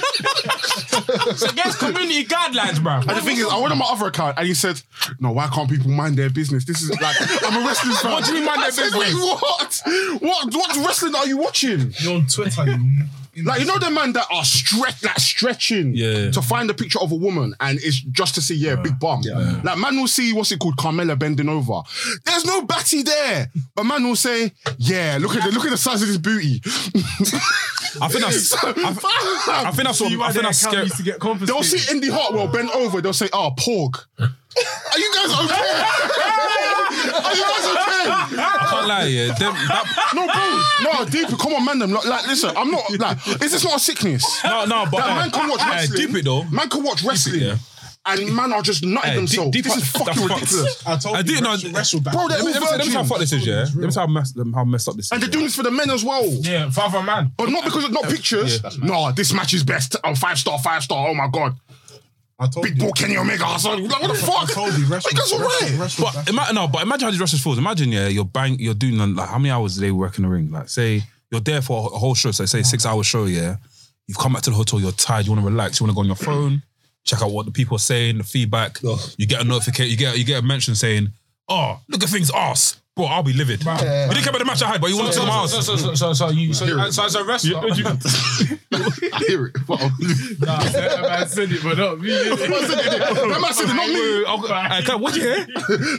[SPEAKER 3] It's against community guidelines, bro.
[SPEAKER 4] And the thing is, I went on my other account and he said, No, why can't people mind their business? This is like, I'm a wrestling fan. What do you mean, mind their business? Wait, what? what? What wrestling are you watching?
[SPEAKER 8] You're on Twitter. You
[SPEAKER 4] Like, you know, the man that are stretch, like stretching
[SPEAKER 2] Yeah.
[SPEAKER 4] to find a picture of a woman and it's just to see, yeah, big bum. Like, man will see, what's it called, Carmela bending over. There's no batty there. But man will say, Yeah, look at the, look at the size of this booty.
[SPEAKER 2] I think that's. I, I think that's what.
[SPEAKER 8] see why
[SPEAKER 2] I think
[SPEAKER 8] their
[SPEAKER 2] that's
[SPEAKER 8] account
[SPEAKER 2] scary.
[SPEAKER 8] needs to get
[SPEAKER 4] They'll
[SPEAKER 8] confiscated.
[SPEAKER 4] see Indy Hartwell bent over. They'll say, "Oh, porg." Are you guys okay? Are you guys okay?
[SPEAKER 2] I can't lie. Yeah, them, that,
[SPEAKER 4] No, bro. No, deep. Come on, man. Them. Like, like, listen. I'm not. Like, is this not a sickness?
[SPEAKER 2] no, no, but
[SPEAKER 4] That
[SPEAKER 2] uh,
[SPEAKER 4] man can watch
[SPEAKER 2] uh,
[SPEAKER 4] wrestling.
[SPEAKER 2] deep it though.
[SPEAKER 4] Man can watch wrestling.
[SPEAKER 2] yeah.
[SPEAKER 4] And man are just nutting
[SPEAKER 2] Hey,
[SPEAKER 4] themselves.
[SPEAKER 2] deep- deep
[SPEAKER 4] this is
[SPEAKER 2] fuck-
[SPEAKER 4] fucking
[SPEAKER 2] that's fucked.
[SPEAKER 4] ridiculous.
[SPEAKER 7] I told
[SPEAKER 2] I
[SPEAKER 7] you,
[SPEAKER 2] didn't know.
[SPEAKER 7] wrestle, wrestle back.
[SPEAKER 4] Bro, they're
[SPEAKER 2] Let me, let me,
[SPEAKER 4] all
[SPEAKER 2] let me
[SPEAKER 4] virgins.
[SPEAKER 2] tell you how fucked this is. Yeah, let me tell how messed, them- how messed up this is.
[SPEAKER 4] And they're doing this for the men as well.
[SPEAKER 3] Yeah, father man.
[SPEAKER 4] But not because of not pictures. No, this match is best. Oh, five star, five star. Oh my god.
[SPEAKER 7] I told
[SPEAKER 4] Big
[SPEAKER 7] you.
[SPEAKER 4] ball Kenny Omega. I was like, what the fuck?
[SPEAKER 7] I told you,
[SPEAKER 4] Are you guys
[SPEAKER 7] wrestle,
[SPEAKER 4] alright?
[SPEAKER 7] wrestle, wrestle back.
[SPEAKER 2] But imagine no, but imagine how these wrestlers feels. Imagine yeah, you're bang, you're doing like how many hours a day working the ring? Like say you're there for a whole show, so say six hour show, yeah. You've come back to the hotel, you're tired, you want to relax, you want to go on your phone, check out what the people are saying, the feedback. You get a notification, you get you get a mention saying, "Oh, look at things ass, bro. I'll be livid. You didn't care about the match I had, but you want to
[SPEAKER 3] So,
[SPEAKER 2] tell my
[SPEAKER 3] so,
[SPEAKER 2] house.
[SPEAKER 3] so, so, so, so you, so, so as a wrestler,
[SPEAKER 4] I hear it. But
[SPEAKER 8] I said it, but not me.
[SPEAKER 4] I said it. That man said it, not me.
[SPEAKER 2] I can't watch it.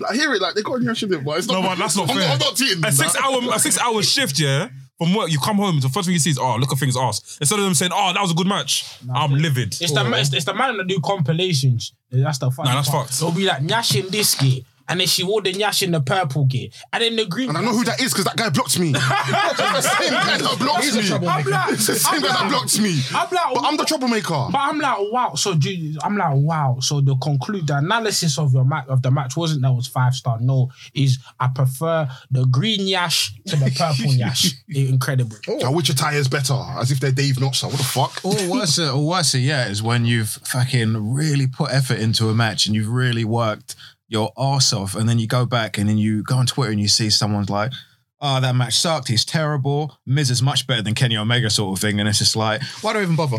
[SPEAKER 4] I hear it. Like they got in your shit, but it's not.
[SPEAKER 2] No, but that's not
[SPEAKER 4] I'm
[SPEAKER 2] fair.
[SPEAKER 4] Not, I'm not cheating.
[SPEAKER 2] A six hour a six hour shift, yeah. From work, you come home. The first thing you see is, "Oh, look at things ass." Instead of them saying, "Oh, that was a good match," I'm livid.
[SPEAKER 3] it's the, it's, it's the man that do compilations. That's the fun.
[SPEAKER 2] Nah, that's
[SPEAKER 3] part.
[SPEAKER 2] fucked.
[SPEAKER 3] They'll be like, Nash and this kid. and then she wore the Nyash in the purple gear, and then the green.
[SPEAKER 4] And I know who that is because that guy blocked me. It's the same guy that blocked
[SPEAKER 3] He's a
[SPEAKER 4] me.
[SPEAKER 3] troublemaker. I'm like-
[SPEAKER 4] It's the same
[SPEAKER 3] I'm
[SPEAKER 4] guy that
[SPEAKER 3] like-
[SPEAKER 4] blocked me.
[SPEAKER 3] I'm like,
[SPEAKER 4] but I'm the troublemaker.
[SPEAKER 3] But I'm like, wow. So do you- I'm like, wow. So the conclude the analysis of your match of the match wasn't that was five star. No, is I prefer the green yash to the purple yash. Incredible.
[SPEAKER 4] I wish your tires better, as if they're Dave Notsa. What the fuck?
[SPEAKER 9] Or worse, or worse yet is when you've fucking really put effort into a match and you've really worked your arse off, and then you go back and then you go on Twitter and you see someone's like, "Oh, that match sucked. He's terrible. Miz is much better than Kenny Omega," sort of thing, and it's just like, why do I even bother?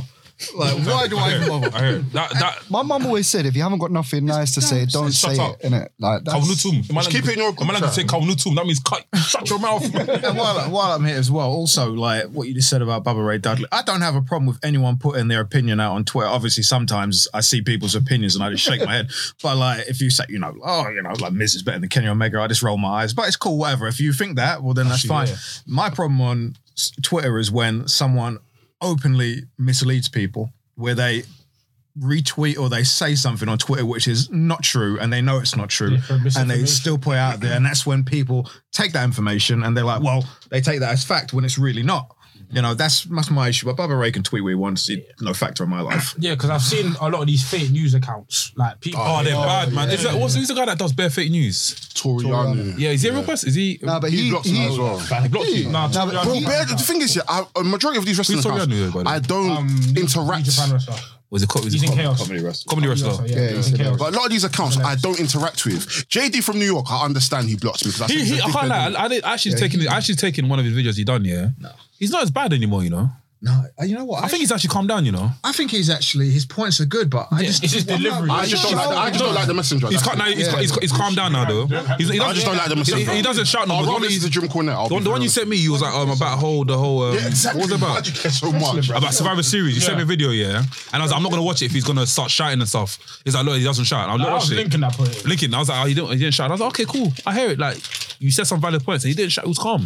[SPEAKER 9] Like, why do I even bother?
[SPEAKER 2] That, that,
[SPEAKER 6] My mum always said, if you haven't got nothing nice to say, don't
[SPEAKER 2] shut
[SPEAKER 6] say
[SPEAKER 2] up.
[SPEAKER 6] it, innit? Like, that's,
[SPEAKER 2] Kavnutum.
[SPEAKER 4] Just keep it in your
[SPEAKER 2] I'm allowed to say Kavnutum. That means cut. Shut your mouth. man.
[SPEAKER 9] And while, while I'm here as well, also like what you just said about Bubba Ray Dudley, I don't have a problem with anyone putting their opinion out on Twitter. Obviously, sometimes I see people's opinions and I just shake my head. But like, if you say, you know, oh, you know, like Miz is better than Kenny Omega, I just roll my eyes. But it's cool, whatever. If you think that, well, then that's fine. My problem on s- Twitter is when someone openly misleads people, where they retweet or they say something on Twitter which is not true and they know it's not true and they still put it out there and that's when people take that information and they're like well they take that as fact when it's really not you know that's that's my issue but Bubba Ray can tweet what he wants it, no factor in my life
[SPEAKER 3] Yeah, because I've seen a lot of these fake news accounts. Like people,
[SPEAKER 2] Oh, they're
[SPEAKER 3] Yeah.
[SPEAKER 2] bad, man. Is that, what's, who's the guy that does bare fake news?
[SPEAKER 4] Toriano.
[SPEAKER 2] Yeah, is he a real person? Is he?
[SPEAKER 6] nah, but he,
[SPEAKER 4] He blocked me
[SPEAKER 6] he-
[SPEAKER 4] as well.
[SPEAKER 2] he blocked you.
[SPEAKER 3] Nah,
[SPEAKER 6] Nah, but
[SPEAKER 3] Toriano-
[SPEAKER 4] Bro, bear- the thing is, yeah, I, a majority of these wrestlers,
[SPEAKER 2] Who's Toriano here, by the way?
[SPEAKER 4] I don't
[SPEAKER 3] New
[SPEAKER 4] interact.
[SPEAKER 3] Japan wrestler.
[SPEAKER 2] Was it? co- Was
[SPEAKER 3] He's
[SPEAKER 2] it
[SPEAKER 3] in
[SPEAKER 2] co-
[SPEAKER 3] chaos.
[SPEAKER 5] Comedy wrestler.
[SPEAKER 2] comedy wrestler?
[SPEAKER 3] Yeah, he's in chaos.
[SPEAKER 4] But a lot of these accounts, I don't interact with. JD from New York, I understand he blocked me because I said
[SPEAKER 2] He,
[SPEAKER 4] he's
[SPEAKER 2] he,
[SPEAKER 4] a
[SPEAKER 2] I can't
[SPEAKER 4] dickhead.
[SPEAKER 2] lie. I, I did, I actually taking I actually taking one of his videos he done. Yeah, he's not as bad anymore. You know,
[SPEAKER 9] no you know what
[SPEAKER 2] I think he's actually calmed down. You know,
[SPEAKER 9] I think he's actually his points are good but I just
[SPEAKER 3] It's his delivery.
[SPEAKER 4] I just don't like. The, I just don't like the messenger.
[SPEAKER 2] he's
[SPEAKER 4] That's
[SPEAKER 2] cut.
[SPEAKER 4] it.
[SPEAKER 2] Now, he's, cut- he's, cut- he's calmed down now though. He's, he
[SPEAKER 4] I just
[SPEAKER 2] doesn't-
[SPEAKER 4] don't like the
[SPEAKER 2] He,
[SPEAKER 4] messenger.
[SPEAKER 2] he doesn't shout no.
[SPEAKER 4] I'd
[SPEAKER 2] more. The
[SPEAKER 4] rather
[SPEAKER 2] one,
[SPEAKER 4] listen to
[SPEAKER 2] you-
[SPEAKER 4] Jim Cornette. I'll
[SPEAKER 2] the one-
[SPEAKER 4] be
[SPEAKER 2] the one you
[SPEAKER 4] real.
[SPEAKER 2] sent me, you was like um, about the whole the whole. Um,
[SPEAKER 4] Yeah, exactly.
[SPEAKER 2] What was it
[SPEAKER 4] Why do
[SPEAKER 2] about?
[SPEAKER 4] you care so much?
[SPEAKER 2] About Survivor Series, you sent me a video, yeah, and I was like, I'm not gonna watch it if he's gonna start shouting and stuff. He's like, look, he doesn't shout. I'm not
[SPEAKER 3] I was
[SPEAKER 2] watching it.
[SPEAKER 3] linking that point.
[SPEAKER 2] Lincoln, I was like, oh, he didn't, he didn't shout. I was like, okay, cool. I hear it. Like, you said some valid points. And he didn't shout. It was calm.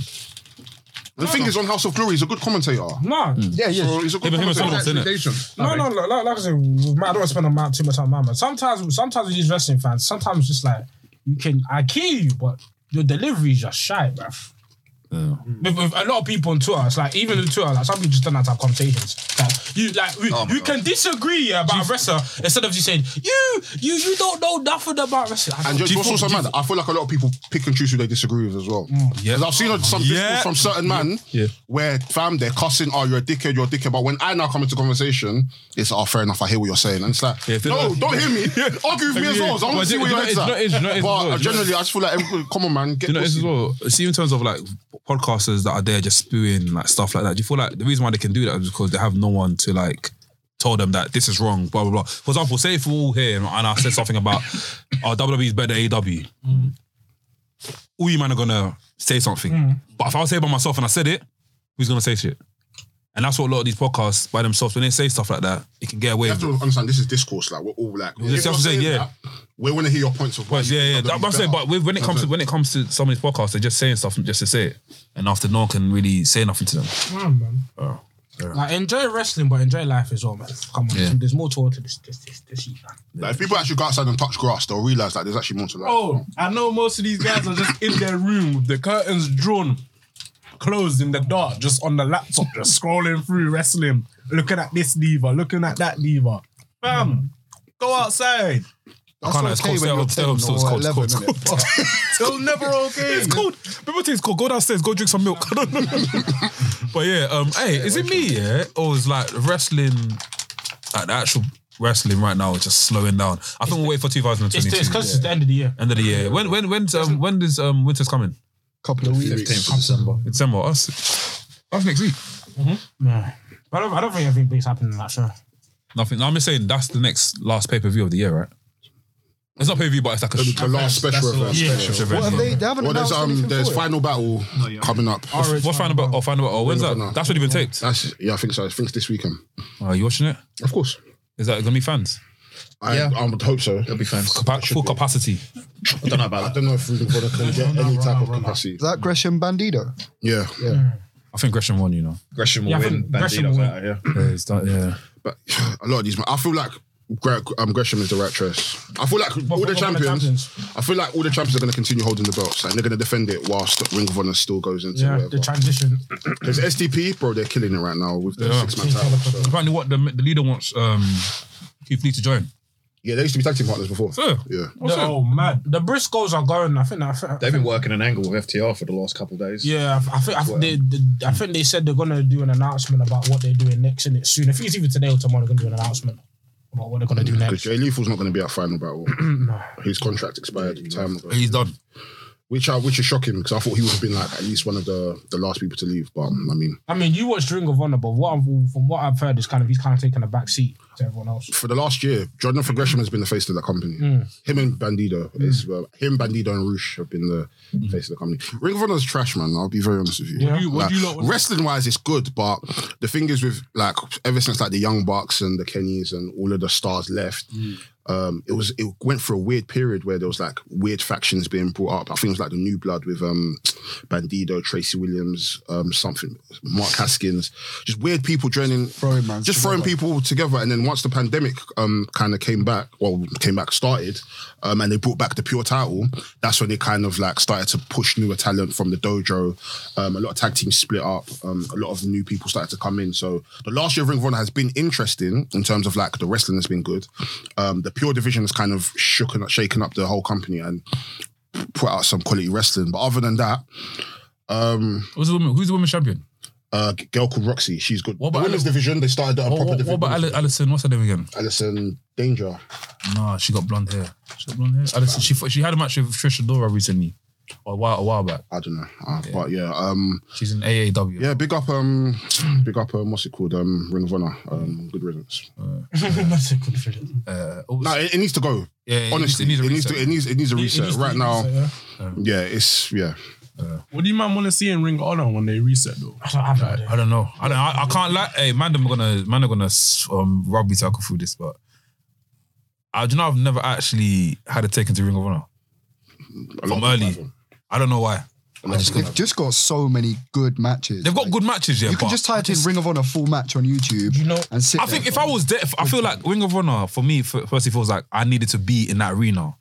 [SPEAKER 4] The thing is, on House of Glory, he's a good commentator.
[SPEAKER 3] Nah,
[SPEAKER 4] Yeah, yeah. So he's a good
[SPEAKER 2] Him and- him and
[SPEAKER 4] commentator.
[SPEAKER 2] Sullivan's in it.
[SPEAKER 3] No, no, no, like, like I said, with my, I don't spend a amount, too much time on my man. Sometimes, sometimes with these wrestling fans, sometimes it's just like you can, I kill you, but your delivery is just shy, bruv. With, with a lot of people on Twitter, it's like even on Twitter, like some people just don't like to have conversations. Like you, like we, you can disagree yeah, about a wrestler instead of just saying you, you, you don't know nothing about wrestling. I
[SPEAKER 4] And
[SPEAKER 3] don't-
[SPEAKER 4] just what's also mad, I feel like a lot of people pick and choose who they disagree with as well. Because I've seen some discourse
[SPEAKER 2] Mm. Yeah.
[SPEAKER 4] from certain man
[SPEAKER 2] Yeah.
[SPEAKER 4] where fam they're cussing, oh you're a dickhead, you're a dickhead. But when I now come into conversation, it's oh fair enough, I hear what you're saying. And it's like,
[SPEAKER 2] Yeah, if they
[SPEAKER 4] no,
[SPEAKER 2] don't-
[SPEAKER 4] don't hear me. Argue with me as well. so I want
[SPEAKER 2] But
[SPEAKER 4] to see
[SPEAKER 2] do- do you
[SPEAKER 4] where your
[SPEAKER 2] know it's-
[SPEAKER 4] head's
[SPEAKER 2] do you know it's- do you know
[SPEAKER 4] at.
[SPEAKER 2] it's-
[SPEAKER 4] But
[SPEAKER 2] do you know
[SPEAKER 4] generally I just feel like every- come on man, get
[SPEAKER 2] You know, it's
[SPEAKER 4] pussy.
[SPEAKER 2] as well. See, in terms of like podcasters that are there just spewing like stuff like that, do you feel like the reason why they can do that is because they have no one to like tell them that this is wrong, blah blah blah. For example, say if we're all here and I said something about oh WWE is better than AW, all you man are gonna say something. But if I was here by myself and I said it, who's gonna say shit? And that's what a lot of these podcasts by themselves when they say stuff like that, it can get away.
[SPEAKER 4] You
[SPEAKER 2] with
[SPEAKER 4] have
[SPEAKER 2] it.
[SPEAKER 4] to understand this is discourse, like we're all like
[SPEAKER 2] This is what I'm saying, yeah.
[SPEAKER 4] we want to hear your points of
[SPEAKER 2] But
[SPEAKER 4] view.
[SPEAKER 2] yeah, yeah.
[SPEAKER 4] That'd
[SPEAKER 2] That's
[SPEAKER 4] be
[SPEAKER 2] what I'm saying.
[SPEAKER 4] better.
[SPEAKER 2] But with, when it comes to when it comes to some of these podcasts, they're just saying stuff just to say it, and after no one can really say nothing to them.
[SPEAKER 3] Nah, man. Like enjoy wrestling, but enjoy life as well, man. Come on,
[SPEAKER 2] Yeah.
[SPEAKER 3] there's more to it. This, this, this, this, heat, man.
[SPEAKER 4] Like, if people actually go outside and touch grass, they'll realise that there's actually more to life.
[SPEAKER 8] Oh, I know most of these guys are just in their room with the curtains drawn, closed in the dark, just on the laptop, just scrolling through wrestling, looking at this lever, looking at that lever. Fam, go outside.
[SPEAKER 2] I can't lie, it's
[SPEAKER 6] okay
[SPEAKER 2] cold. Stay
[SPEAKER 6] when you're
[SPEAKER 2] home, stay
[SPEAKER 6] 10
[SPEAKER 2] home. Still, it's
[SPEAKER 6] or
[SPEAKER 2] cold. It's cold.
[SPEAKER 6] 11,
[SPEAKER 2] It's cold.
[SPEAKER 6] innit?
[SPEAKER 8] It'll never okay.
[SPEAKER 2] It's cold. People think it's cold. Go downstairs. Go drink some milk. I don't know. but yeah, um, hey, is it me? Yeah, or is like wrestling, like the actual wrestling right now is just slowing down. I think we'll wait for
[SPEAKER 3] It's
[SPEAKER 2] 2022.
[SPEAKER 3] because it's, 'cause it's the end of the year.
[SPEAKER 2] End of the year. When when when's um, when does um winter's coming?
[SPEAKER 6] couple of weeks.
[SPEAKER 9] December
[SPEAKER 2] December. Us. Us next week.
[SPEAKER 3] Yeah. But I don't, I don't think everything big's happening in that show.
[SPEAKER 2] Nothing. No, I'm just saying that's the next last pay per view of the year, right? It's not pay per view, but it's like a
[SPEAKER 4] the last special
[SPEAKER 7] the
[SPEAKER 4] event.
[SPEAKER 7] last
[SPEAKER 3] Yeah.
[SPEAKER 2] special event.
[SPEAKER 6] What have
[SPEAKER 2] yeah.
[SPEAKER 6] they, they haven't
[SPEAKER 4] Well, there's
[SPEAKER 6] announced
[SPEAKER 4] um,
[SPEAKER 6] anything
[SPEAKER 4] there's
[SPEAKER 6] for it?
[SPEAKER 4] final battle coming up.
[SPEAKER 2] What's final about? Oh, final about. Oh, when's
[SPEAKER 4] Final
[SPEAKER 2] that?
[SPEAKER 4] Battle.
[SPEAKER 2] That's already been taped.
[SPEAKER 4] That's yeah, I think so. I think it's this weekend.
[SPEAKER 2] Are Oh, you watching it?
[SPEAKER 4] Of course.
[SPEAKER 2] Is that gonna be fans?
[SPEAKER 4] I,
[SPEAKER 9] Yeah.
[SPEAKER 4] I would hope so.
[SPEAKER 9] it'll be fans
[SPEAKER 2] Capa- full capacity.
[SPEAKER 9] I don't know
[SPEAKER 4] I
[SPEAKER 9] about that
[SPEAKER 4] don't know if we're gonna can get any type of capacity.
[SPEAKER 6] Is that Gresham Bandito?
[SPEAKER 4] Yeah,
[SPEAKER 2] I think Gresham won. You know.
[SPEAKER 9] Gresham will
[SPEAKER 3] Yeah, I
[SPEAKER 9] win
[SPEAKER 3] think Gresham
[SPEAKER 4] Hmm.
[SPEAKER 9] Bandito's
[SPEAKER 3] will
[SPEAKER 9] out, yeah
[SPEAKER 2] Yeah, it's done, yeah.
[SPEAKER 4] but a lot of these, I feel like Gre- um, Gresham is the right choice. I feel like all the
[SPEAKER 3] for- for the
[SPEAKER 4] champions,
[SPEAKER 3] champions.
[SPEAKER 4] I feel like all the champions are going to continue holding the belts and they're going to defend it whilst Ring of Honor still goes into
[SPEAKER 3] Yeah,
[SPEAKER 4] whatever.
[SPEAKER 3] the transition.
[SPEAKER 4] Because SDP, bro, they're killing it right now with their six man title. so-
[SPEAKER 2] Apparently, what the, the leader wants um, Keith Lee to join.
[SPEAKER 4] Yeah, they used to be tag team partners before.
[SPEAKER 2] Yeah.
[SPEAKER 4] Yeah.
[SPEAKER 2] What's
[SPEAKER 3] The-
[SPEAKER 2] up?
[SPEAKER 3] oh man, the Briscoes are going. I think. I think
[SPEAKER 9] They've been working an angle with FTR for the last couple of days.
[SPEAKER 3] yeah, I think, I, think they, they- I think they said they're gonna do an announcement about what they're doing next in it soon. I think it's either today or tomorrow. They're gonna do an announcement about what they're gonna do
[SPEAKER 4] Because
[SPEAKER 3] next.
[SPEAKER 4] Jay Lethal's not going to be at final battle. His contract expired time ago.
[SPEAKER 2] He's done.
[SPEAKER 4] Which, I, which is shocking because I thought he would have been like at least one of the, the last people to leave. But um, I mean,
[SPEAKER 3] I mean, you watched Ring of Honor, but what I've, from what I've heard is kind of he's kind of taking a back seat to everyone else.
[SPEAKER 4] for the last year, Jonathan Gresham has been the face of the company. Him and Bandido, is, uh, him, Bandido, and Roosh have been the face of the company. Ring of Honor's trash, man. I'll be very honest with you.
[SPEAKER 8] do you- what do you
[SPEAKER 4] Like,
[SPEAKER 8] lot-
[SPEAKER 4] wrestling wise, it's good, but the thing is with like ever since like the Young Bucks and the Kennys and all of the stars left.
[SPEAKER 8] Mm.
[SPEAKER 4] Um, it was it went for a weird period where there was like weird factions being brought up. I think it was like the New Blood with um Bandido, Tracy Williams, um something, Mark Haskins, just weird people joining,
[SPEAKER 6] Throwing man
[SPEAKER 4] just throwing people together. And then once the pandemic um kind of came back, well came back started, um and they brought back the pure title. That's when they kind of like started to push newer talent from the dojo. Um, a lot of tag teams split up. Um, a lot of new people started to come in. So the last year of Ring of Honor has been interesting in terms of like the wrestling has been good. Um, the pure division has kind of shooken, shaken up the whole company and put out some quality wrestling. But other than that,
[SPEAKER 2] Who's the woman? Who's the women's champion?
[SPEAKER 4] uh, g- girl called Roxy, she's good.
[SPEAKER 2] What
[SPEAKER 4] the
[SPEAKER 2] about
[SPEAKER 4] women's
[SPEAKER 2] Ale-
[SPEAKER 4] division, they started
[SPEAKER 2] What,
[SPEAKER 4] a proper
[SPEAKER 2] what, what
[SPEAKER 4] division.
[SPEAKER 2] about Ali- Alison? What's her name again?
[SPEAKER 4] Alison Danger.
[SPEAKER 2] Nah, she got blonde hair. She got blonde hair. Alison, she she had a match with Trisha Dora recently, or a while a while back.
[SPEAKER 4] I don't know, uh, but yeah, um,
[SPEAKER 2] She's in AAW.
[SPEAKER 4] yeah. Big up, um, big up. Um, what's it called? Um, Ring of Honor. Um, good riddance.
[SPEAKER 3] That's a good feeling.
[SPEAKER 2] Uh, oh,
[SPEAKER 4] No, it, it needs to go.
[SPEAKER 2] yeah, it needs-
[SPEAKER 4] Honestly,
[SPEAKER 2] it needs a
[SPEAKER 4] to.
[SPEAKER 2] reset.
[SPEAKER 4] It needs. It needs a reset
[SPEAKER 8] needs to
[SPEAKER 4] right
[SPEAKER 8] be
[SPEAKER 4] now.
[SPEAKER 8] reset, yeah.
[SPEAKER 4] yeah, it's yeah.
[SPEAKER 8] What do you man want to see in Ring of Honor when they reset though?
[SPEAKER 3] I don't have no idea.
[SPEAKER 2] I don't know. I, don't, I, I can't lie. Hey, man, I'm gonna man, I'm gonna um, rub me tackle through this, but I do you know. I've never actually had a take into Ring of Honor
[SPEAKER 4] A
[SPEAKER 2] from
[SPEAKER 4] lot of
[SPEAKER 2] early.
[SPEAKER 4] people have
[SPEAKER 2] I don't know why. I just
[SPEAKER 6] They've
[SPEAKER 2] couldn't.
[SPEAKER 6] just got so many good matches.
[SPEAKER 2] They've got good matches, yeah.
[SPEAKER 6] You can
[SPEAKER 2] but
[SPEAKER 6] just type in Ring of Honor full match on YouTube
[SPEAKER 3] You know-
[SPEAKER 6] and sit
[SPEAKER 2] I
[SPEAKER 6] there
[SPEAKER 2] think if
[SPEAKER 6] for-
[SPEAKER 2] I was there, I feel like Ring of Honor for me, f- first it feels like I needed to be in that arena.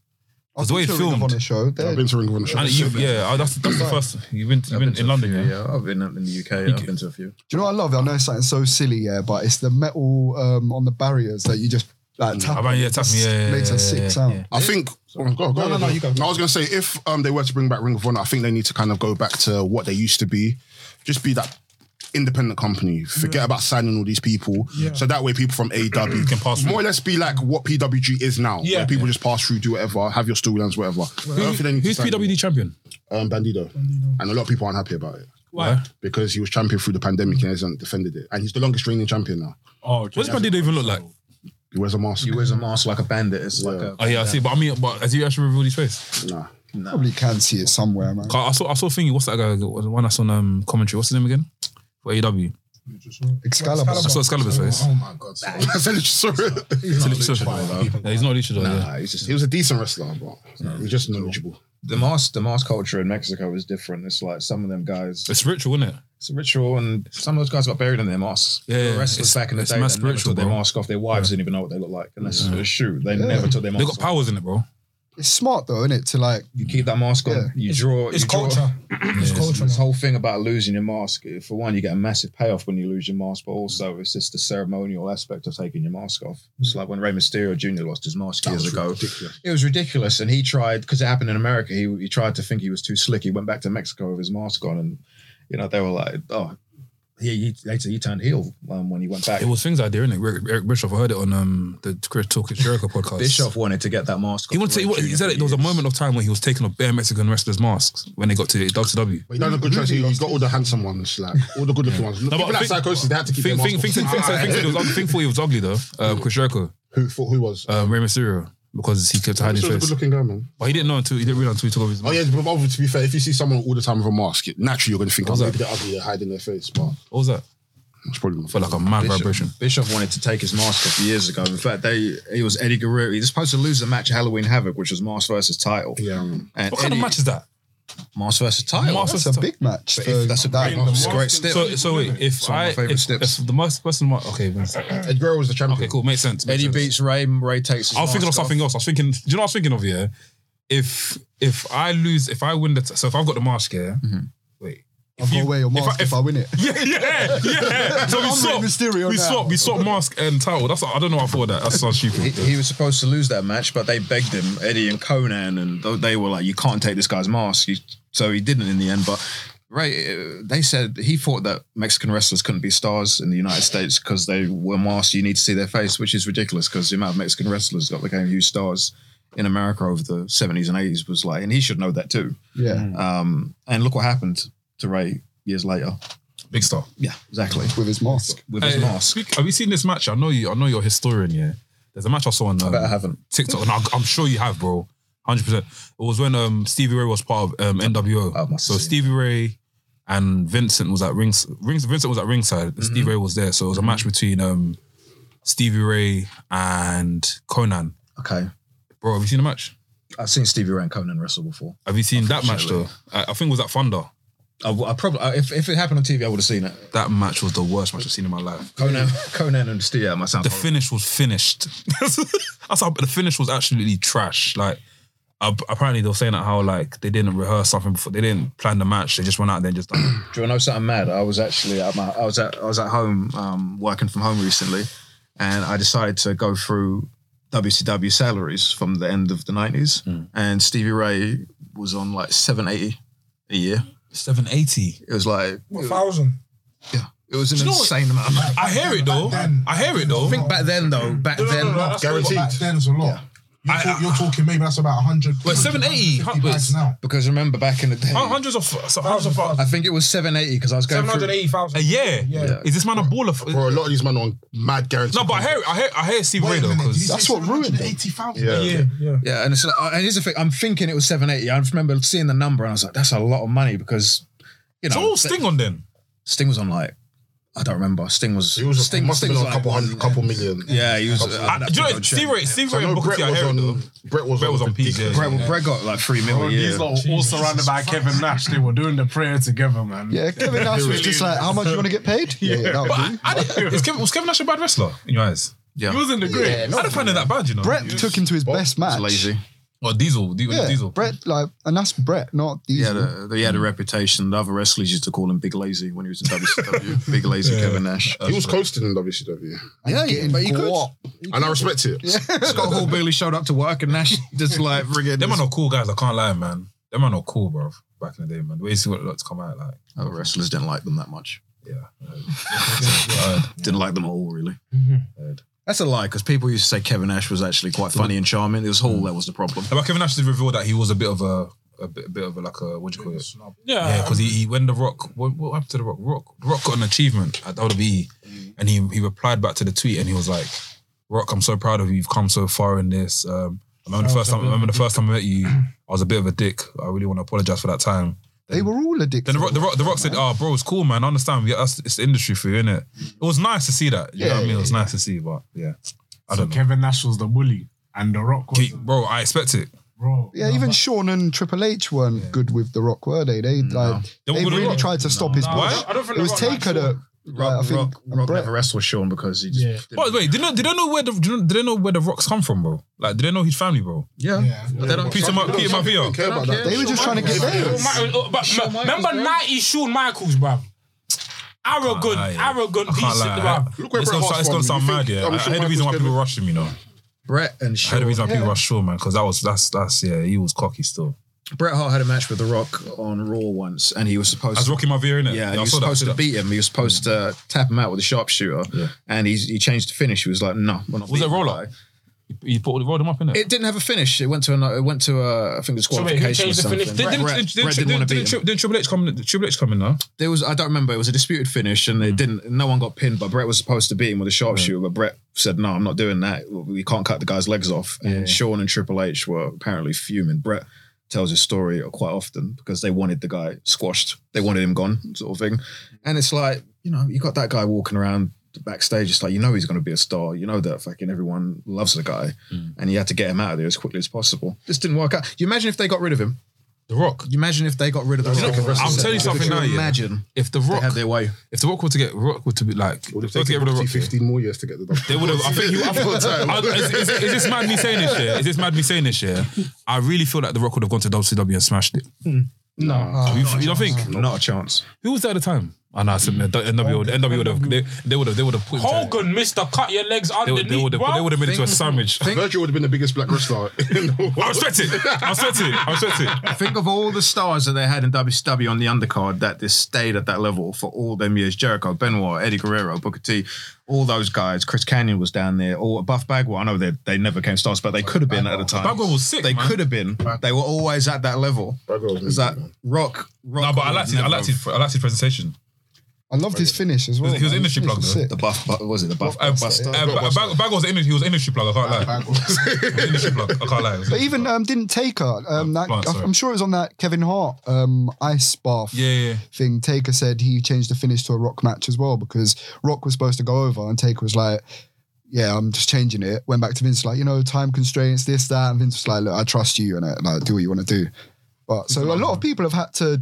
[SPEAKER 6] I've
[SPEAKER 2] the way
[SPEAKER 6] been
[SPEAKER 2] it
[SPEAKER 6] to a Ring of
[SPEAKER 2] filmed-
[SPEAKER 6] Honor show. They're-
[SPEAKER 4] I've been to Ring of Honor.
[SPEAKER 2] And
[SPEAKER 4] shows.
[SPEAKER 2] you, yeah, that's that's the first. You've been you've been in London, yeah.
[SPEAKER 9] Yeah, I've been in the UK. I've been to a few.
[SPEAKER 6] Do you know what I love? I know it's something so silly, yeah, but it's the metal um, on the barriers that you just like tap.
[SPEAKER 2] Mm, I mean, yeah, tap me, yeah, yeah,
[SPEAKER 6] makes
[SPEAKER 2] yeah,
[SPEAKER 6] a sick
[SPEAKER 2] yeah,
[SPEAKER 6] sound.
[SPEAKER 2] yeah.
[SPEAKER 4] I think. oh, go, go, go, go. No, I was gonna say if um, they were to bring back Ring of Honor, I think they need to kind of go back to what they used to be, just be that independent company. Forget about signing all these people, so that way people from AEW
[SPEAKER 2] Can pass through.
[SPEAKER 4] more or less be like what PWG is now.
[SPEAKER 3] Yeah.
[SPEAKER 4] where people just pass through, do whatever, have your storylines, whatever. I don't think they need to
[SPEAKER 2] Who's
[SPEAKER 4] sign
[SPEAKER 2] PWD champion?
[SPEAKER 4] anyone. Um, Bandido. and a lot of people aren't happy about it
[SPEAKER 3] Why?
[SPEAKER 4] because he was champion through the pandemic and hasn't defended it, and he's the longest reigning champion now.
[SPEAKER 8] Oh, okay.
[SPEAKER 2] What does Bandido even look like?
[SPEAKER 4] He wears a mask.
[SPEAKER 9] He wears a mask like a bandit. It's like a
[SPEAKER 2] Oh yeah, I see. But I mean, but has he actually revealed his face?
[SPEAKER 4] nah.
[SPEAKER 6] Probably can see it somewhere, man.
[SPEAKER 2] 'Cause I saw I saw thingy. What's that guy? The one that's on um commentary. What's his name again? For AEW.
[SPEAKER 6] Excalibur.
[SPEAKER 2] I saw Excalibur's face.
[SPEAKER 7] Oh my god. sorry.
[SPEAKER 4] I said it, sorry.
[SPEAKER 2] He's a luchador. Yeah, he's not a luchador. yeah.
[SPEAKER 9] Nah, he's just
[SPEAKER 4] Uh, he was a decent wrestler, but he was just knowledgeable.
[SPEAKER 9] the mask. The mask culture in Mexico is different. It's like some of them guys.
[SPEAKER 2] It's ritual, isn't it?
[SPEAKER 9] It's a ritual, and some of those guys got buried in their masks.
[SPEAKER 2] Yeah,
[SPEAKER 9] the
[SPEAKER 2] yeah,
[SPEAKER 9] wrestlers
[SPEAKER 2] it's-
[SPEAKER 9] back in the
[SPEAKER 2] it's
[SPEAKER 9] day, they
[SPEAKER 2] mass
[SPEAKER 9] never
[SPEAKER 2] spiritual,
[SPEAKER 9] took their
[SPEAKER 2] bro.
[SPEAKER 9] mask off. Their wives didn't even know what they look like unless it's a shoot. They never took their
[SPEAKER 2] They
[SPEAKER 9] mask.
[SPEAKER 2] got
[SPEAKER 9] off.
[SPEAKER 2] powers in it, bro.
[SPEAKER 6] It's smart though, isn't it? To like,
[SPEAKER 9] You keep that mask on.
[SPEAKER 6] Yeah.
[SPEAKER 9] You draw.
[SPEAKER 3] It's
[SPEAKER 9] you draw-
[SPEAKER 3] culture. It's culture.
[SPEAKER 9] This
[SPEAKER 3] man.
[SPEAKER 9] whole thing about losing your mask, for one, you get a massive payoff when you lose your mask, but also it's just the ceremonial aspect of taking your mask off.
[SPEAKER 2] Mm.
[SPEAKER 9] It's like when Rey Mysterio Jr. lost his mask years ago. It was ridiculous. And he tried, because it happened in America, he, he tried to think he was too slick. He went back to Mexico with his mask on, and, you know, they were like, oh, he, he, later he turned heel um, when he went back.
[SPEAKER 2] It was things like there, innit? Eric, Eric Bischoff, I heard it on um the Chris Talk is Jericho podcast.
[SPEAKER 9] Bischoff wanted to get that mask
[SPEAKER 2] He
[SPEAKER 9] off
[SPEAKER 2] wanted to,
[SPEAKER 9] Rey
[SPEAKER 2] he, wanted-
[SPEAKER 9] Jr.
[SPEAKER 2] he said
[SPEAKER 9] for
[SPEAKER 2] it, there was a
[SPEAKER 9] years.
[SPEAKER 2] moment of time when he was taking off bare Mexican wrestlers' masks when they got to WCW.
[SPEAKER 4] But you done a good choice. You got all the handsome ones, like all the good looking ones. People
[SPEAKER 2] but
[SPEAKER 4] like
[SPEAKER 2] think-
[SPEAKER 4] psychosis, they had to keep
[SPEAKER 2] Think,
[SPEAKER 4] their
[SPEAKER 2] think, think,
[SPEAKER 4] mask
[SPEAKER 2] think,
[SPEAKER 4] off.
[SPEAKER 2] think, think, think, think, think for he was ugly though, uh, Chris Jericho,
[SPEAKER 4] who thought who was?
[SPEAKER 2] uh, Rey Mysterio, because he kept hiding
[SPEAKER 4] This
[SPEAKER 2] his
[SPEAKER 4] was a good
[SPEAKER 2] face.
[SPEAKER 4] looking guy, man.
[SPEAKER 2] But he didn't know until he didn't realize until he took off his
[SPEAKER 4] Oh
[SPEAKER 2] mask.
[SPEAKER 4] yeah, but obviously, to be fair, if you see someone all the time with a mask, it- naturally you're going to think, oh,
[SPEAKER 2] that?
[SPEAKER 4] maybe they're ugly, they're hiding their face, but
[SPEAKER 2] What was that?
[SPEAKER 4] it's probably not.
[SPEAKER 2] Felt like a mad vibration.
[SPEAKER 9] Bischoff wanted to take his mask off years ago. In fact, they he was Eddie Guerrero. He was supposed to lose the match at Halloween Havoc, which was mask versus title.
[SPEAKER 4] Yeah, um,
[SPEAKER 9] And
[SPEAKER 2] What kind of
[SPEAKER 9] Eddie-
[SPEAKER 2] match is that?
[SPEAKER 9] Mars versus title.
[SPEAKER 2] Mars
[SPEAKER 6] That's
[SPEAKER 2] versus
[SPEAKER 6] a big match.
[SPEAKER 9] But
[SPEAKER 6] for
[SPEAKER 9] if that's a
[SPEAKER 6] that-
[SPEAKER 9] great, that's a great step.
[SPEAKER 2] So, so wait, if
[SPEAKER 9] of my
[SPEAKER 2] I,
[SPEAKER 9] favourite
[SPEAKER 2] if,
[SPEAKER 9] steps.
[SPEAKER 2] if the most person, might, okay, Vince. okay,
[SPEAKER 5] Ed Guerrero was the champion.
[SPEAKER 2] cool, makes sense. Makes
[SPEAKER 9] Eddie
[SPEAKER 2] sense.
[SPEAKER 9] beats Ray, Ray takes his
[SPEAKER 2] I was thinking of
[SPEAKER 9] mask off.
[SPEAKER 2] something else. I was thinking, do you know what I was thinking of? Yeah, if if I lose, if I win the, t- so if I've got the mask, yeah, wait,
[SPEAKER 6] I'll go away your mask if I,
[SPEAKER 2] if-
[SPEAKER 6] win it.
[SPEAKER 2] yeah, yeah, yeah. So we
[SPEAKER 6] I'm
[SPEAKER 2] swap,
[SPEAKER 6] Rey Mysterio
[SPEAKER 2] we
[SPEAKER 6] now.
[SPEAKER 2] swap, we swap mask and title. That's I don't know. Why I thought that. That's so
[SPEAKER 9] He,
[SPEAKER 2] stupid.
[SPEAKER 9] he was supposed to lose that match, but they begged him, Eddie and Conan, and th- they were like, "You can't take this guy's mask." He, so he didn't in the end. But Ray, uh, they said he thought that Mexican wrestlers couldn't be stars in the United States because they were masked. You need to see their face, which is ridiculous because the amount of Mexican wrestlers that became huge stars in America over the seventies and eighties was like, and he should know that too.
[SPEAKER 2] Mm.
[SPEAKER 6] Yeah,
[SPEAKER 9] Um, and look what happened to Ray years later.
[SPEAKER 2] Big star.
[SPEAKER 9] Yeah, exactly.
[SPEAKER 6] with his mask.
[SPEAKER 9] With his
[SPEAKER 2] Hey,
[SPEAKER 9] mask.
[SPEAKER 2] speak- Have you seen this match? I know you. I know you're a historian. Yeah, there's a match I saw on um,
[SPEAKER 9] But I haven't.
[SPEAKER 2] TikTok, and I, I'm sure you have, bro. Hundred percent. It was when um, Stevie Ray was part of um, NWO.
[SPEAKER 9] Oh, I must
[SPEAKER 2] so
[SPEAKER 9] have seen
[SPEAKER 2] Stevie Ray and Vincent was at rings. Rings. Vincent was at ringside.
[SPEAKER 9] Mm-hmm.
[SPEAKER 2] and Stevie Ray was there. So it was a match between um, Stevie Ray and Conan.
[SPEAKER 9] Okay,
[SPEAKER 2] Bro, have you seen the match?
[SPEAKER 9] I've seen Stevie Ray and Conan wrestle before.
[SPEAKER 2] Have you seen that match though? I, I think it was at Thunder.
[SPEAKER 9] I, I probably I- if, if it happened on TV, I would have seen it.
[SPEAKER 2] That match was the worst match I've seen in my life.
[SPEAKER 9] Conan, Conan and Steve. Yeah, my sound.
[SPEAKER 2] The finish was finished. That's how the finish was absolutely trash. Like ap- apparently they were saying that how like they didn't rehearse something before they didn't plan the match. They just went out there and just done. it.
[SPEAKER 9] Do you know something mad? I was actually at my, I was at I was at home um, working from home recently, and I decided to go through WCW salaries from the end of the nineties, and Stevie Ray was on like seven eighty a year.
[SPEAKER 2] 780.
[SPEAKER 9] It was like
[SPEAKER 3] A thousand.
[SPEAKER 9] it was an
[SPEAKER 2] know what?
[SPEAKER 9] insane amount of money.
[SPEAKER 2] I hear it though. I hear it though.
[SPEAKER 9] I think back then though, back then.
[SPEAKER 5] Guaranteed.
[SPEAKER 7] Back then's a lot. You're,
[SPEAKER 2] I-
[SPEAKER 7] talk- you're talking maybe that's about 100.
[SPEAKER 2] But 780, but-
[SPEAKER 7] now.
[SPEAKER 9] Because remember back in the day, Oh,
[SPEAKER 2] Hun- Hundreds of so hundreds of
[SPEAKER 9] I think it was seven eighty because I was going through.
[SPEAKER 3] 780,000.
[SPEAKER 2] a year.
[SPEAKER 7] Yeah.
[SPEAKER 2] Is this man a baller? For,
[SPEAKER 4] Bro, a lot of these men are on mad guarantees.
[SPEAKER 2] no, but I hear it. I hear I hear Steve Ray though. Because
[SPEAKER 6] That's what ruined it.
[SPEAKER 7] 80,000.
[SPEAKER 4] Yeah.
[SPEAKER 3] Yeah, yeah.
[SPEAKER 9] Yeah, and it's like, and here's the thing. I'm thinking it was 780. I just remember seeing the number and I was like, that's a lot of money because you know
[SPEAKER 2] so what was
[SPEAKER 9] Sting,
[SPEAKER 2] Sting on then?
[SPEAKER 9] was on like I don't remember. Sting was
[SPEAKER 4] He was
[SPEAKER 9] Sting,
[SPEAKER 4] Sting, must have
[SPEAKER 9] Sting
[SPEAKER 4] been
[SPEAKER 9] was
[SPEAKER 4] on a couple
[SPEAKER 9] one-
[SPEAKER 4] hundred, couple million.
[SPEAKER 9] Yeah, he was.
[SPEAKER 2] I,
[SPEAKER 9] Uh,
[SPEAKER 2] do you know, what? Steve Ray, Steve
[SPEAKER 4] I
[SPEAKER 2] Ray
[SPEAKER 4] know
[SPEAKER 2] and Booker
[SPEAKER 4] Brett
[SPEAKER 2] T, I
[SPEAKER 4] was
[SPEAKER 2] hear it though.
[SPEAKER 4] on. Brett was
[SPEAKER 2] Brett was on
[SPEAKER 4] on.
[SPEAKER 2] PJ.
[SPEAKER 4] ridiculous-
[SPEAKER 9] Brett, Brett got like three mil a
[SPEAKER 8] These
[SPEAKER 9] year.
[SPEAKER 8] lot were all surrounded by Kevin Nash. They were doing the prayer together, man.
[SPEAKER 6] Yeah, Kevin Nash was just like, "How much you want to get paid?" Yeah, yeah that'll
[SPEAKER 2] But
[SPEAKER 6] do.
[SPEAKER 2] I, I didn't- is Kevin, was Kevin Nash a bad wrestler in your eyes?
[SPEAKER 9] Yeah,
[SPEAKER 8] He was in the grid.
[SPEAKER 2] I didn't find it that bad, you know.
[SPEAKER 6] Brett took him to his best match.
[SPEAKER 9] lazy.
[SPEAKER 2] or Diesel, Diesel,
[SPEAKER 6] Yeah,
[SPEAKER 2] Diesel.
[SPEAKER 6] Brett like, and that's Brett, not
[SPEAKER 9] He had
[SPEAKER 6] Diesel.
[SPEAKER 9] a he had a reputation. The other wrestlers used to call him Big Lazy when he was in WCW. Big Lazy Kevin Nash.
[SPEAKER 4] He was coasting in WCW,
[SPEAKER 9] yeah,
[SPEAKER 6] Getting guap.
[SPEAKER 4] and I respect it.
[SPEAKER 9] Scott Hall Bailey showed up to work and Nash just like friggin'
[SPEAKER 2] Them man are cool guys. I can't lie, man. Them man are cool, bro. Back in the day, man. The way you see what it to come out like.
[SPEAKER 9] Other Uh, wrestlers didn't like them that much.
[SPEAKER 2] Uh,
[SPEAKER 9] Didn't like them at all, really. Mm-hmm. That's a lie because people used to say Kevin Nash was actually quite funny and charming. It was Hall that was the problem.
[SPEAKER 2] but Kevin Nash did reveal that he was a bit of a, a bit, a bit of a like a what do you call it?
[SPEAKER 3] Yeah,
[SPEAKER 2] Yeah, because he, he when the Rock what, what happened to the Rock? Rock the Rock got an achievement at WWE,
[SPEAKER 6] Mm.
[SPEAKER 2] and he he replied back to the tweet and he was like, "Rock, I'm so proud of you. You've come so far in this. Um, I remember the first time. I remember the first time I met you. I was a bit of a dick. I really want to apologize for that time."
[SPEAKER 6] They were all addicted.
[SPEAKER 2] Then the Rock, the Rock, the Rock said, "Oh, bro, it's cool, man. I understand. Yeah, that's, it's the industry for you, isn't it? It was nice to see that. You know what I mean? It was nice to see, but yeah, I
[SPEAKER 8] So
[SPEAKER 2] don't know.
[SPEAKER 8] Kevin Nash was the bully and The Rock was
[SPEAKER 2] Keep- bro, I expect it.
[SPEAKER 8] bro.
[SPEAKER 6] Yeah, even Sean and Triple H weren't good with The Rock, were they? They like
[SPEAKER 2] They
[SPEAKER 6] they,
[SPEAKER 2] were good with
[SPEAKER 6] really
[SPEAKER 2] Rock.
[SPEAKER 6] tried to stop his
[SPEAKER 3] No,
[SPEAKER 6] push.
[SPEAKER 2] Why?
[SPEAKER 3] I don't think
[SPEAKER 6] It was
[SPEAKER 3] they're right,
[SPEAKER 6] Taker
[SPEAKER 3] like,
[SPEAKER 6] that, like, I think,
[SPEAKER 9] Rock, Rock
[SPEAKER 6] Brett.
[SPEAKER 9] never wrestled with Sean because he just.
[SPEAKER 3] Yeah.
[SPEAKER 9] didn't-
[SPEAKER 2] But wait, did they, did they know where the do they- did they know where the rocks come from, bro? Like, did they know his family, bro?
[SPEAKER 9] yeah. But they don't-
[SPEAKER 2] Peter, Ma- Peter Mafia.
[SPEAKER 4] Care about that.
[SPEAKER 6] They were just trying to get theirs.
[SPEAKER 3] Michael- oh, but m- remember ninety Shawn Michaels, bro. Arrogant,
[SPEAKER 2] lie, yeah.
[SPEAKER 3] arrogant,
[SPEAKER 2] I can't
[SPEAKER 3] decent,
[SPEAKER 2] lie.
[SPEAKER 3] bruv.
[SPEAKER 4] Look where
[SPEAKER 2] It's
[SPEAKER 4] Bret
[SPEAKER 2] gonna
[SPEAKER 4] Hart's
[SPEAKER 2] sound- it's gonna
[SPEAKER 4] from.
[SPEAKER 2] sound
[SPEAKER 4] You
[SPEAKER 2] mad,
[SPEAKER 4] think-
[SPEAKER 2] yeah.
[SPEAKER 4] I'm
[SPEAKER 2] I
[SPEAKER 4] sure
[SPEAKER 2] heard the reason why
[SPEAKER 4] Michael's
[SPEAKER 2] people rush him, you know.
[SPEAKER 9] Brett
[SPEAKER 2] I
[SPEAKER 9] and
[SPEAKER 2] heard the
[SPEAKER 9] Sean.
[SPEAKER 2] reason why people rush Shawn, man, because that was that's that's yeah, he was cocky still.
[SPEAKER 9] Bret Hart had a match with The Rock on Raw once, and he was supposed.
[SPEAKER 2] As
[SPEAKER 9] to-
[SPEAKER 2] Rocky Maivia, innit?
[SPEAKER 9] Yeah, and he
[SPEAKER 2] I
[SPEAKER 9] was
[SPEAKER 2] saw that,
[SPEAKER 9] supposed
[SPEAKER 2] I saw that.
[SPEAKER 9] to beat him. He was supposed to tap him out with a sharpshooter, and he he changed the finish. He was like, "No, we're not."
[SPEAKER 2] Was it
[SPEAKER 9] beating
[SPEAKER 2] roll
[SPEAKER 9] the
[SPEAKER 2] up?
[SPEAKER 9] guy."
[SPEAKER 2] He put, rolled him up, innit?
[SPEAKER 9] It didn't have a finish. It went to a it went to a I think it was
[SPEAKER 3] wait, who
[SPEAKER 9] qualification or
[SPEAKER 3] changed the
[SPEAKER 9] something.
[SPEAKER 3] finish?
[SPEAKER 2] Did-
[SPEAKER 9] Brett,
[SPEAKER 2] didn't-
[SPEAKER 9] Brett
[SPEAKER 2] didn't- didn't-
[SPEAKER 9] didn't want to beat
[SPEAKER 2] didn't
[SPEAKER 9] him.
[SPEAKER 2] Tri- Didn't Triple H come? Did Triple H come in now?
[SPEAKER 9] there was I don't remember. It was a disputed finish, and
[SPEAKER 3] Hmm.
[SPEAKER 9] it didn't. No one got pinned, but Brett was supposed to beat him with a sharpshooter. But Brett said, "No, I'm not doing that. We can't cut the guy's legs off." And Sean and Triple H were apparently fuming. Brett tells his story quite often because they wanted the guy squashed. They wanted him gone, sort of thing. And it's like you know, you got that guy walking around the backstage. It's like you know he's going to be a star. You know that fucking everyone
[SPEAKER 2] Mm.
[SPEAKER 9] loves the guy, and you had to get him out of there as quickly as possible. This didn't work out. You imagine if they got rid of him.
[SPEAKER 2] The Rock.
[SPEAKER 9] You imagine if they got rid of the
[SPEAKER 2] You know,
[SPEAKER 9] Rock.
[SPEAKER 2] I'm telling you something
[SPEAKER 9] Could
[SPEAKER 2] now. yeah.
[SPEAKER 9] Imagine.
[SPEAKER 2] if the Rock
[SPEAKER 9] had their way.
[SPEAKER 2] If the Rock were to get Rock were to be like,
[SPEAKER 4] Would have
[SPEAKER 2] were to get
[SPEAKER 4] taken
[SPEAKER 2] rid of
[SPEAKER 4] 40,
[SPEAKER 2] Rock,
[SPEAKER 4] 15 more years to get the dub.
[SPEAKER 2] they would have. I think. You, I think
[SPEAKER 4] Time.
[SPEAKER 2] I, is, is, is this mad me saying this year? Is this mad me saying this year? I really feel like the Rock would have gone to WCW and smashed it.
[SPEAKER 6] No.
[SPEAKER 2] you, you don't think?
[SPEAKER 9] Not a chance.
[SPEAKER 2] Who was there at the time? I know. NW would- NW would have. They they would have. They would have put. him to-
[SPEAKER 3] Hogan, Mister, cut your legs
[SPEAKER 2] They would.
[SPEAKER 3] underneath.
[SPEAKER 2] They would have.
[SPEAKER 3] bruv.
[SPEAKER 2] They would have made it to a sandwich.
[SPEAKER 4] Virgil would have been the biggest black wrestler in the world.
[SPEAKER 2] I respect it. I respect it. I respect it.
[SPEAKER 9] Think of all the stars that they had in WCW on the undercard that just stayed at that level for all them years. Jericho, Benoit, Eddie Guerrero, Booker T, all those guys. Chris Canyon was down there. All Buff Bagwell. I know they they never came stars, but they could have been at the time.
[SPEAKER 2] Bagwell was sick,
[SPEAKER 9] They
[SPEAKER 2] man.
[SPEAKER 9] could have been. They were always at that level.
[SPEAKER 4] Bagwell was
[SPEAKER 9] Is that
[SPEAKER 4] amazing,
[SPEAKER 9] Rock? Rock
[SPEAKER 2] No, but I
[SPEAKER 9] would
[SPEAKER 2] liked it. I
[SPEAKER 9] never
[SPEAKER 2] liked
[SPEAKER 9] have-
[SPEAKER 2] it. I liked his presentation.
[SPEAKER 6] I loved his finish as well.
[SPEAKER 2] He was
[SPEAKER 6] man.
[SPEAKER 2] an
[SPEAKER 6] His
[SPEAKER 2] industry
[SPEAKER 6] finish
[SPEAKER 2] plug,
[SPEAKER 6] was
[SPEAKER 2] though.
[SPEAKER 6] sick.
[SPEAKER 9] The Buff Bu- was it the Buff?
[SPEAKER 2] Uh,
[SPEAKER 9] Buster?
[SPEAKER 2] uh, Bag- Bagwell was an industry. He was an industry plug. I can't lie. Industry plug. I can't lie. It was an industry
[SPEAKER 6] But even
[SPEAKER 2] plug.
[SPEAKER 6] um, didn't Taker. Um, that,
[SPEAKER 2] Blunt, sorry.
[SPEAKER 6] I'm sure it was on that Kevin Hart um, ice bath
[SPEAKER 2] Yeah, yeah, yeah.
[SPEAKER 6] thing. Taker said he changed the finish to a Rock match as well because Rock was supposed to go over and Taker was like, "Yeah, I'm just changing it." Went back to Vince like, you know, time constraints, this that, and Vince was like, "Look, I trust you and uh, like do what you want to do." But so a lot of people have had to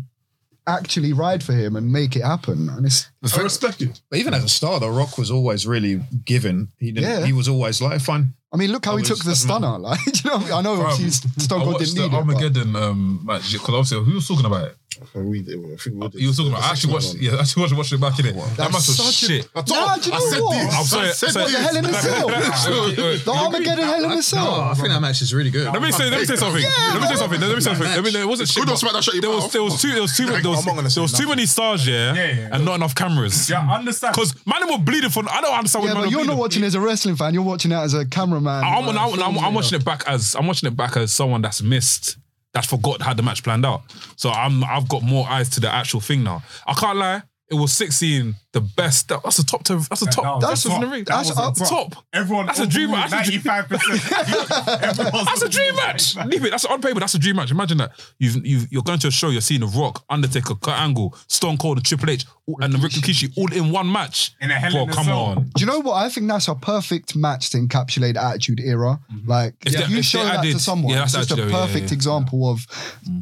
[SPEAKER 6] actually ride for him and make it happen, and it's
[SPEAKER 4] I respect it.
[SPEAKER 9] But even as a star, though, Rock was always really given. He didn't.
[SPEAKER 6] Yeah.
[SPEAKER 9] He was always like, fine.
[SPEAKER 6] I mean, look how he
[SPEAKER 9] was-
[SPEAKER 6] took the stunner. Like, do you know, I know
[SPEAKER 2] Bro,
[SPEAKER 6] obviously Stone
[SPEAKER 2] I
[SPEAKER 6] Cold
[SPEAKER 2] watched
[SPEAKER 6] didn't
[SPEAKER 2] the
[SPEAKER 6] need it. but-
[SPEAKER 2] Armageddon um, match because obviously who was talking about it?
[SPEAKER 4] And we did- I think we did.
[SPEAKER 2] You were talking about.
[SPEAKER 4] The
[SPEAKER 2] I actually
[SPEAKER 4] six-man
[SPEAKER 2] watched. Yeah, I actually watched, watched it back in it. That
[SPEAKER 6] That's
[SPEAKER 2] match was
[SPEAKER 6] such a-
[SPEAKER 2] shit.
[SPEAKER 4] one. I
[SPEAKER 6] Nah,
[SPEAKER 4] told-
[SPEAKER 6] do you
[SPEAKER 4] I
[SPEAKER 6] know
[SPEAKER 4] said
[SPEAKER 6] what?
[SPEAKER 4] this.
[SPEAKER 2] I'm sorry.
[SPEAKER 4] I said
[SPEAKER 2] sorry.
[SPEAKER 4] this.
[SPEAKER 6] the hell in a cell?
[SPEAKER 2] Wait, wait,
[SPEAKER 6] The
[SPEAKER 2] wait.
[SPEAKER 6] Armageddon Hell in a Cell.
[SPEAKER 9] think that match is really good.
[SPEAKER 2] Let me say. Let me say something. Let me say something. Let me say something. I mean, it wasn't shit.
[SPEAKER 4] Good on
[SPEAKER 2] but
[SPEAKER 4] SmackDown, shut your
[SPEAKER 2] There
[SPEAKER 4] mouth.
[SPEAKER 2] was there was too there was too there was,
[SPEAKER 7] I'm not gonna say
[SPEAKER 2] there was too
[SPEAKER 7] nothing.
[SPEAKER 2] many stars, yeah,
[SPEAKER 7] Yeah, yeah, yeah.
[SPEAKER 2] and not enough cameras.
[SPEAKER 7] Yeah, I understand.
[SPEAKER 2] Because man were bleeding for. I don't understand
[SPEAKER 6] Yeah,
[SPEAKER 2] what
[SPEAKER 6] but
[SPEAKER 2] man were
[SPEAKER 6] you're not
[SPEAKER 2] bleeding.
[SPEAKER 6] watching it as a wrestling fan. You're watching that as a cameraman.
[SPEAKER 2] I'm,
[SPEAKER 6] uh,
[SPEAKER 2] I'm, I'm, I'm,
[SPEAKER 6] filmmaker.
[SPEAKER 2] I'm watching it back as I'm watching it back as someone that's missed, that's forgot how the match planned out. So I'm I've got more eyes to the actual thing now. I can't lie, it was six seeing the best. that- that's a top. To, that's a top.
[SPEAKER 7] that
[SPEAKER 6] That's
[SPEAKER 7] was
[SPEAKER 6] in
[SPEAKER 7] a
[SPEAKER 6] the
[SPEAKER 7] top.
[SPEAKER 6] ring.
[SPEAKER 7] That
[SPEAKER 6] That's
[SPEAKER 7] was a
[SPEAKER 6] up
[SPEAKER 2] top.
[SPEAKER 7] Everyone
[SPEAKER 2] That's a dream match. That's a dream-
[SPEAKER 7] Ninety-five percent.
[SPEAKER 2] That's a dream match. Leave it. That's on paper. That's a dream match. Imagine that. You've, you've you're going to a show. You're seeing The Rock, Undertaker, Kurt Angle, Stone Cold, and Triple H, all- and Ricky Kishi all in one match.
[SPEAKER 7] In a Hell
[SPEAKER 2] Bro,
[SPEAKER 7] in a
[SPEAKER 2] come
[SPEAKER 7] Cell.
[SPEAKER 2] on.
[SPEAKER 6] Do you know what? I think that's a perfect match to encapsulate the Attitude Era. Like,
[SPEAKER 2] If
[SPEAKER 6] if
[SPEAKER 2] they-
[SPEAKER 6] you
[SPEAKER 2] if
[SPEAKER 6] show
[SPEAKER 2] they
[SPEAKER 6] that to
[SPEAKER 2] added-
[SPEAKER 6] someone,
[SPEAKER 2] yeah,
[SPEAKER 6] it's
[SPEAKER 2] that's
[SPEAKER 6] just a
[SPEAKER 2] Attitude Era, yeah,
[SPEAKER 6] perfect
[SPEAKER 2] yeah.
[SPEAKER 6] example of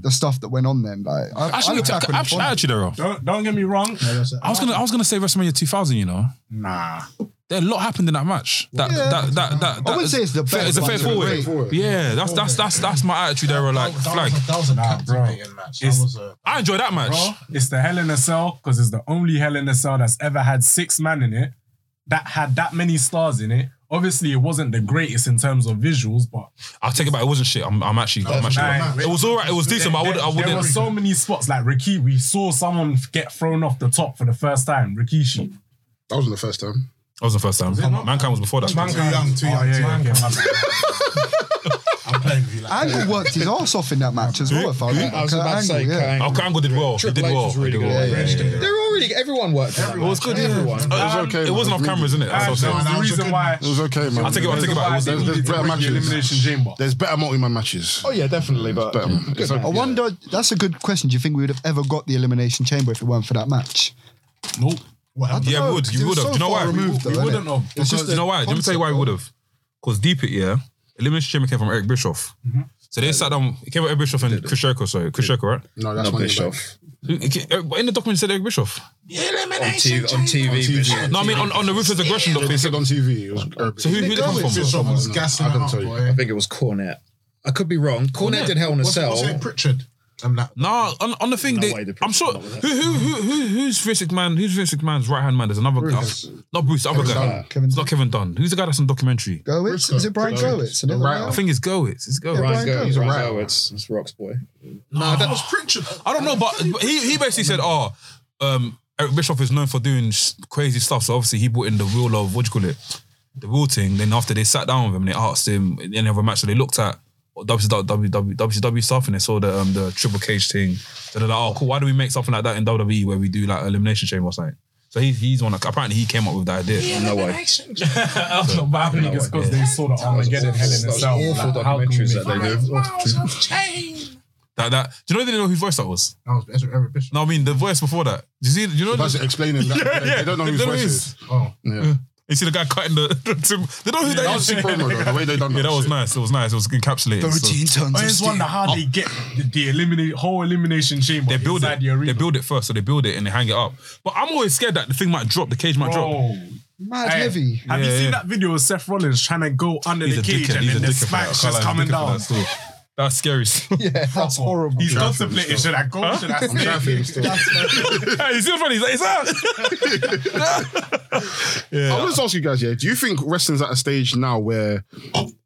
[SPEAKER 6] the stuff that went on then. Like, I, I
[SPEAKER 2] Actually,
[SPEAKER 6] look back on it
[SPEAKER 2] actually,
[SPEAKER 6] fondly.
[SPEAKER 2] actually, they're wrong.
[SPEAKER 7] Don't, don't get me wrong.
[SPEAKER 2] I was gonna I was gonna say WrestleMania 2000. You know,
[SPEAKER 7] Nah.
[SPEAKER 2] there a lot happened in that match. That
[SPEAKER 6] Yeah.
[SPEAKER 2] that that that. that
[SPEAKER 6] I wouldn't
[SPEAKER 2] is-
[SPEAKER 6] say it's the
[SPEAKER 2] fair-
[SPEAKER 6] best.
[SPEAKER 2] It's a
[SPEAKER 6] but
[SPEAKER 2] fair
[SPEAKER 6] a
[SPEAKER 2] forward.
[SPEAKER 6] great-
[SPEAKER 4] forward.
[SPEAKER 2] Yeah, that's that's that's that's my attitude era like
[SPEAKER 10] that,
[SPEAKER 2] flag.
[SPEAKER 10] Was a, that was a
[SPEAKER 7] Nah, Ah, bro.
[SPEAKER 10] captivating match. That
[SPEAKER 7] It's-
[SPEAKER 10] was a
[SPEAKER 2] I enjoy that match.
[SPEAKER 7] Bro, it's the Hell in a Cell because it's the only Hell in a Cell that's ever had six man in it that had that many stars in it. Obviously, it wasn't the greatest in terms of visuals, but
[SPEAKER 2] I'll take it back. It wasn't shit. I'm, I'm actually. I'm actually
[SPEAKER 7] Nah,
[SPEAKER 2] it was alright. It was decent. But I would. I
[SPEAKER 7] there were
[SPEAKER 2] wouldn't.
[SPEAKER 7] so many spots like Rikishi. We saw someone get thrown off the top for the first time. Rikishi.
[SPEAKER 4] That wasn't the first time.
[SPEAKER 2] That was the first time. Mankind was before that.
[SPEAKER 7] Too young, too young, too young.
[SPEAKER 10] I'm playing with you like that.
[SPEAKER 6] Angle worked his ass off in that match as well, if I remember.
[SPEAKER 9] I was
[SPEAKER 6] Kurt
[SPEAKER 9] about to say,
[SPEAKER 6] Angle, yeah.
[SPEAKER 2] Oh, Kurt Angle did well. He did
[SPEAKER 9] Triple H
[SPEAKER 2] well.
[SPEAKER 9] was really
[SPEAKER 2] He did
[SPEAKER 9] good.
[SPEAKER 2] well.
[SPEAKER 9] Yeah,
[SPEAKER 2] Yeah, yeah, yeah.
[SPEAKER 9] They're already everyone worked.
[SPEAKER 2] It was good.
[SPEAKER 9] Everyone.
[SPEAKER 2] It was
[SPEAKER 4] okay,
[SPEAKER 2] It
[SPEAKER 4] man.
[SPEAKER 2] wasn't off cameras, innit? That's what I'm saying.
[SPEAKER 7] And the reason why
[SPEAKER 4] It was okay, man.
[SPEAKER 2] I'll take it back, I'll take it back. It was-
[SPEAKER 4] There's, there's better
[SPEAKER 7] the
[SPEAKER 4] matches.
[SPEAKER 7] elimination chamber.
[SPEAKER 4] There's better multi-man matches.
[SPEAKER 9] Oh yeah, definitely. But
[SPEAKER 4] Better. It's
[SPEAKER 6] I
[SPEAKER 4] okay.
[SPEAKER 6] wonder. That's a good question. Do you think we would have ever got the elimination chamber if it weren't for that match?
[SPEAKER 7] Nope.
[SPEAKER 2] Yeah, we would. You would have. Do you know why?
[SPEAKER 6] Removed,
[SPEAKER 7] We
[SPEAKER 6] though,
[SPEAKER 7] wouldn't
[SPEAKER 6] innit?
[SPEAKER 7] have.
[SPEAKER 6] It's
[SPEAKER 2] Because
[SPEAKER 6] just
[SPEAKER 2] you know
[SPEAKER 6] a
[SPEAKER 2] why? Let me tell you why we would have. Because deep it, yeah. Elimination Chamber came from Eric Bischoff. So they sat down. It came from Eric Bischoff and Chris Jericho. Sorry, Chris Jericho, right?
[SPEAKER 4] No, that's
[SPEAKER 9] not
[SPEAKER 4] one
[SPEAKER 9] Bischoff
[SPEAKER 2] Who- But in the document, it said Eric Bischoff.
[SPEAKER 9] on, TV, on TV.
[SPEAKER 2] No, I mean on, on the ruthless aggression
[SPEAKER 4] They
[SPEAKER 2] document.
[SPEAKER 4] said on TV. It was
[SPEAKER 2] So who who did it come from?
[SPEAKER 4] Bischoff was gassing up,
[SPEAKER 9] I think it was Cornet. I could be wrong. Cornet did Hell in a Cell.
[SPEAKER 7] Pritchard? And that.
[SPEAKER 2] Nah, on, on the thing,
[SPEAKER 9] No
[SPEAKER 2] they,
[SPEAKER 9] way they put
[SPEAKER 2] I'm sure.
[SPEAKER 9] that
[SPEAKER 2] Who,
[SPEAKER 9] with that.
[SPEAKER 2] who, who, who, who's Vince McMahon? Who's Vince McMahon's right hand man? There's another guy. Not Bruce, the other guy.
[SPEAKER 6] Kevin
[SPEAKER 2] it's not Kevin Dunn. Who's the guy that's on documentary?
[SPEAKER 6] Gerwitz? Is it Brian Gerwitz? Another
[SPEAKER 2] I
[SPEAKER 6] guy?
[SPEAKER 2] think it's Goetz. It's Goetz.
[SPEAKER 9] Ryan
[SPEAKER 6] Brian
[SPEAKER 9] Go- he's a
[SPEAKER 6] Go-
[SPEAKER 9] rat. "Oh, It's, it's Rock's boy.
[SPEAKER 2] I don't know, but but he, he basically said, oh, um, Eric Bischoff is known for doing s- crazy stuff. So obviously he brought in the real of, what do you call it? The real thing. Then after they sat down with him, they asked him in the other match. So they looked at WCW, WCW stuff and they saw the um, the triple cage thing. So they're like, oh, cool. Why do we make something like that in WWE where we do like elimination chamber or something? So he's, he's one, apparently he came up with the idea.
[SPEAKER 9] No way.
[SPEAKER 7] But I think it's because they saw the Armageddon Hell in a
[SPEAKER 9] Those
[SPEAKER 7] Cell.
[SPEAKER 9] awful
[SPEAKER 7] Like, how can we
[SPEAKER 9] documentaries
[SPEAKER 7] make-
[SPEAKER 9] that they do.
[SPEAKER 2] That, that, do you know they didn't know whose voice that was?
[SPEAKER 7] That was Ezra Eric Bishop.
[SPEAKER 2] No, I mean the voice before that. Do you see? Do you know?
[SPEAKER 4] That's
[SPEAKER 2] the-
[SPEAKER 4] explaining that. They don't know
[SPEAKER 2] They
[SPEAKER 4] whose
[SPEAKER 2] don't
[SPEAKER 4] voice
[SPEAKER 2] who
[SPEAKER 4] it
[SPEAKER 2] is.
[SPEAKER 4] is. Yeah.
[SPEAKER 2] You see the guy cutting the. the tim- they don't do that.
[SPEAKER 4] That was super promo, though, the way they done
[SPEAKER 2] yeah,
[SPEAKER 4] that
[SPEAKER 2] that was
[SPEAKER 4] Oh, shit.
[SPEAKER 2] nice. It was nice. It was encapsulated. so-
[SPEAKER 7] I just wonder how they get the, the eliminate whole elimination
[SPEAKER 2] They
[SPEAKER 7] chamber.
[SPEAKER 2] build
[SPEAKER 7] inside
[SPEAKER 2] it.
[SPEAKER 7] The arena.
[SPEAKER 2] They build it first, so they build it and they hang it up. But I'm always scared that the thing might drop. The cage might drop.
[SPEAKER 7] Bro.
[SPEAKER 6] Mad
[SPEAKER 7] Hey,
[SPEAKER 6] heavy.
[SPEAKER 7] Have you
[SPEAKER 2] Yeah, yeah.
[SPEAKER 7] seen that video of Seth Rollins trying to go under
[SPEAKER 2] He's
[SPEAKER 7] the
[SPEAKER 2] a
[SPEAKER 7] cage
[SPEAKER 2] dickhead.
[SPEAKER 7] and
[SPEAKER 2] He's a
[SPEAKER 7] then the
[SPEAKER 2] dickhead. for that.
[SPEAKER 7] smash
[SPEAKER 2] I can't
[SPEAKER 7] just
[SPEAKER 2] lie, I'm a
[SPEAKER 7] coming
[SPEAKER 2] dickhead for
[SPEAKER 7] down?
[SPEAKER 2] that still. That's scary.
[SPEAKER 6] Yeah, that's horrible.
[SPEAKER 7] He's contemplating should I go? Should I
[SPEAKER 4] I'm trying to
[SPEAKER 7] stay?
[SPEAKER 4] feel him still.
[SPEAKER 2] Hey, you see the funny? He's like, it's out.
[SPEAKER 4] I want to ask you guys, yeah, do you think wrestling's at a stage now where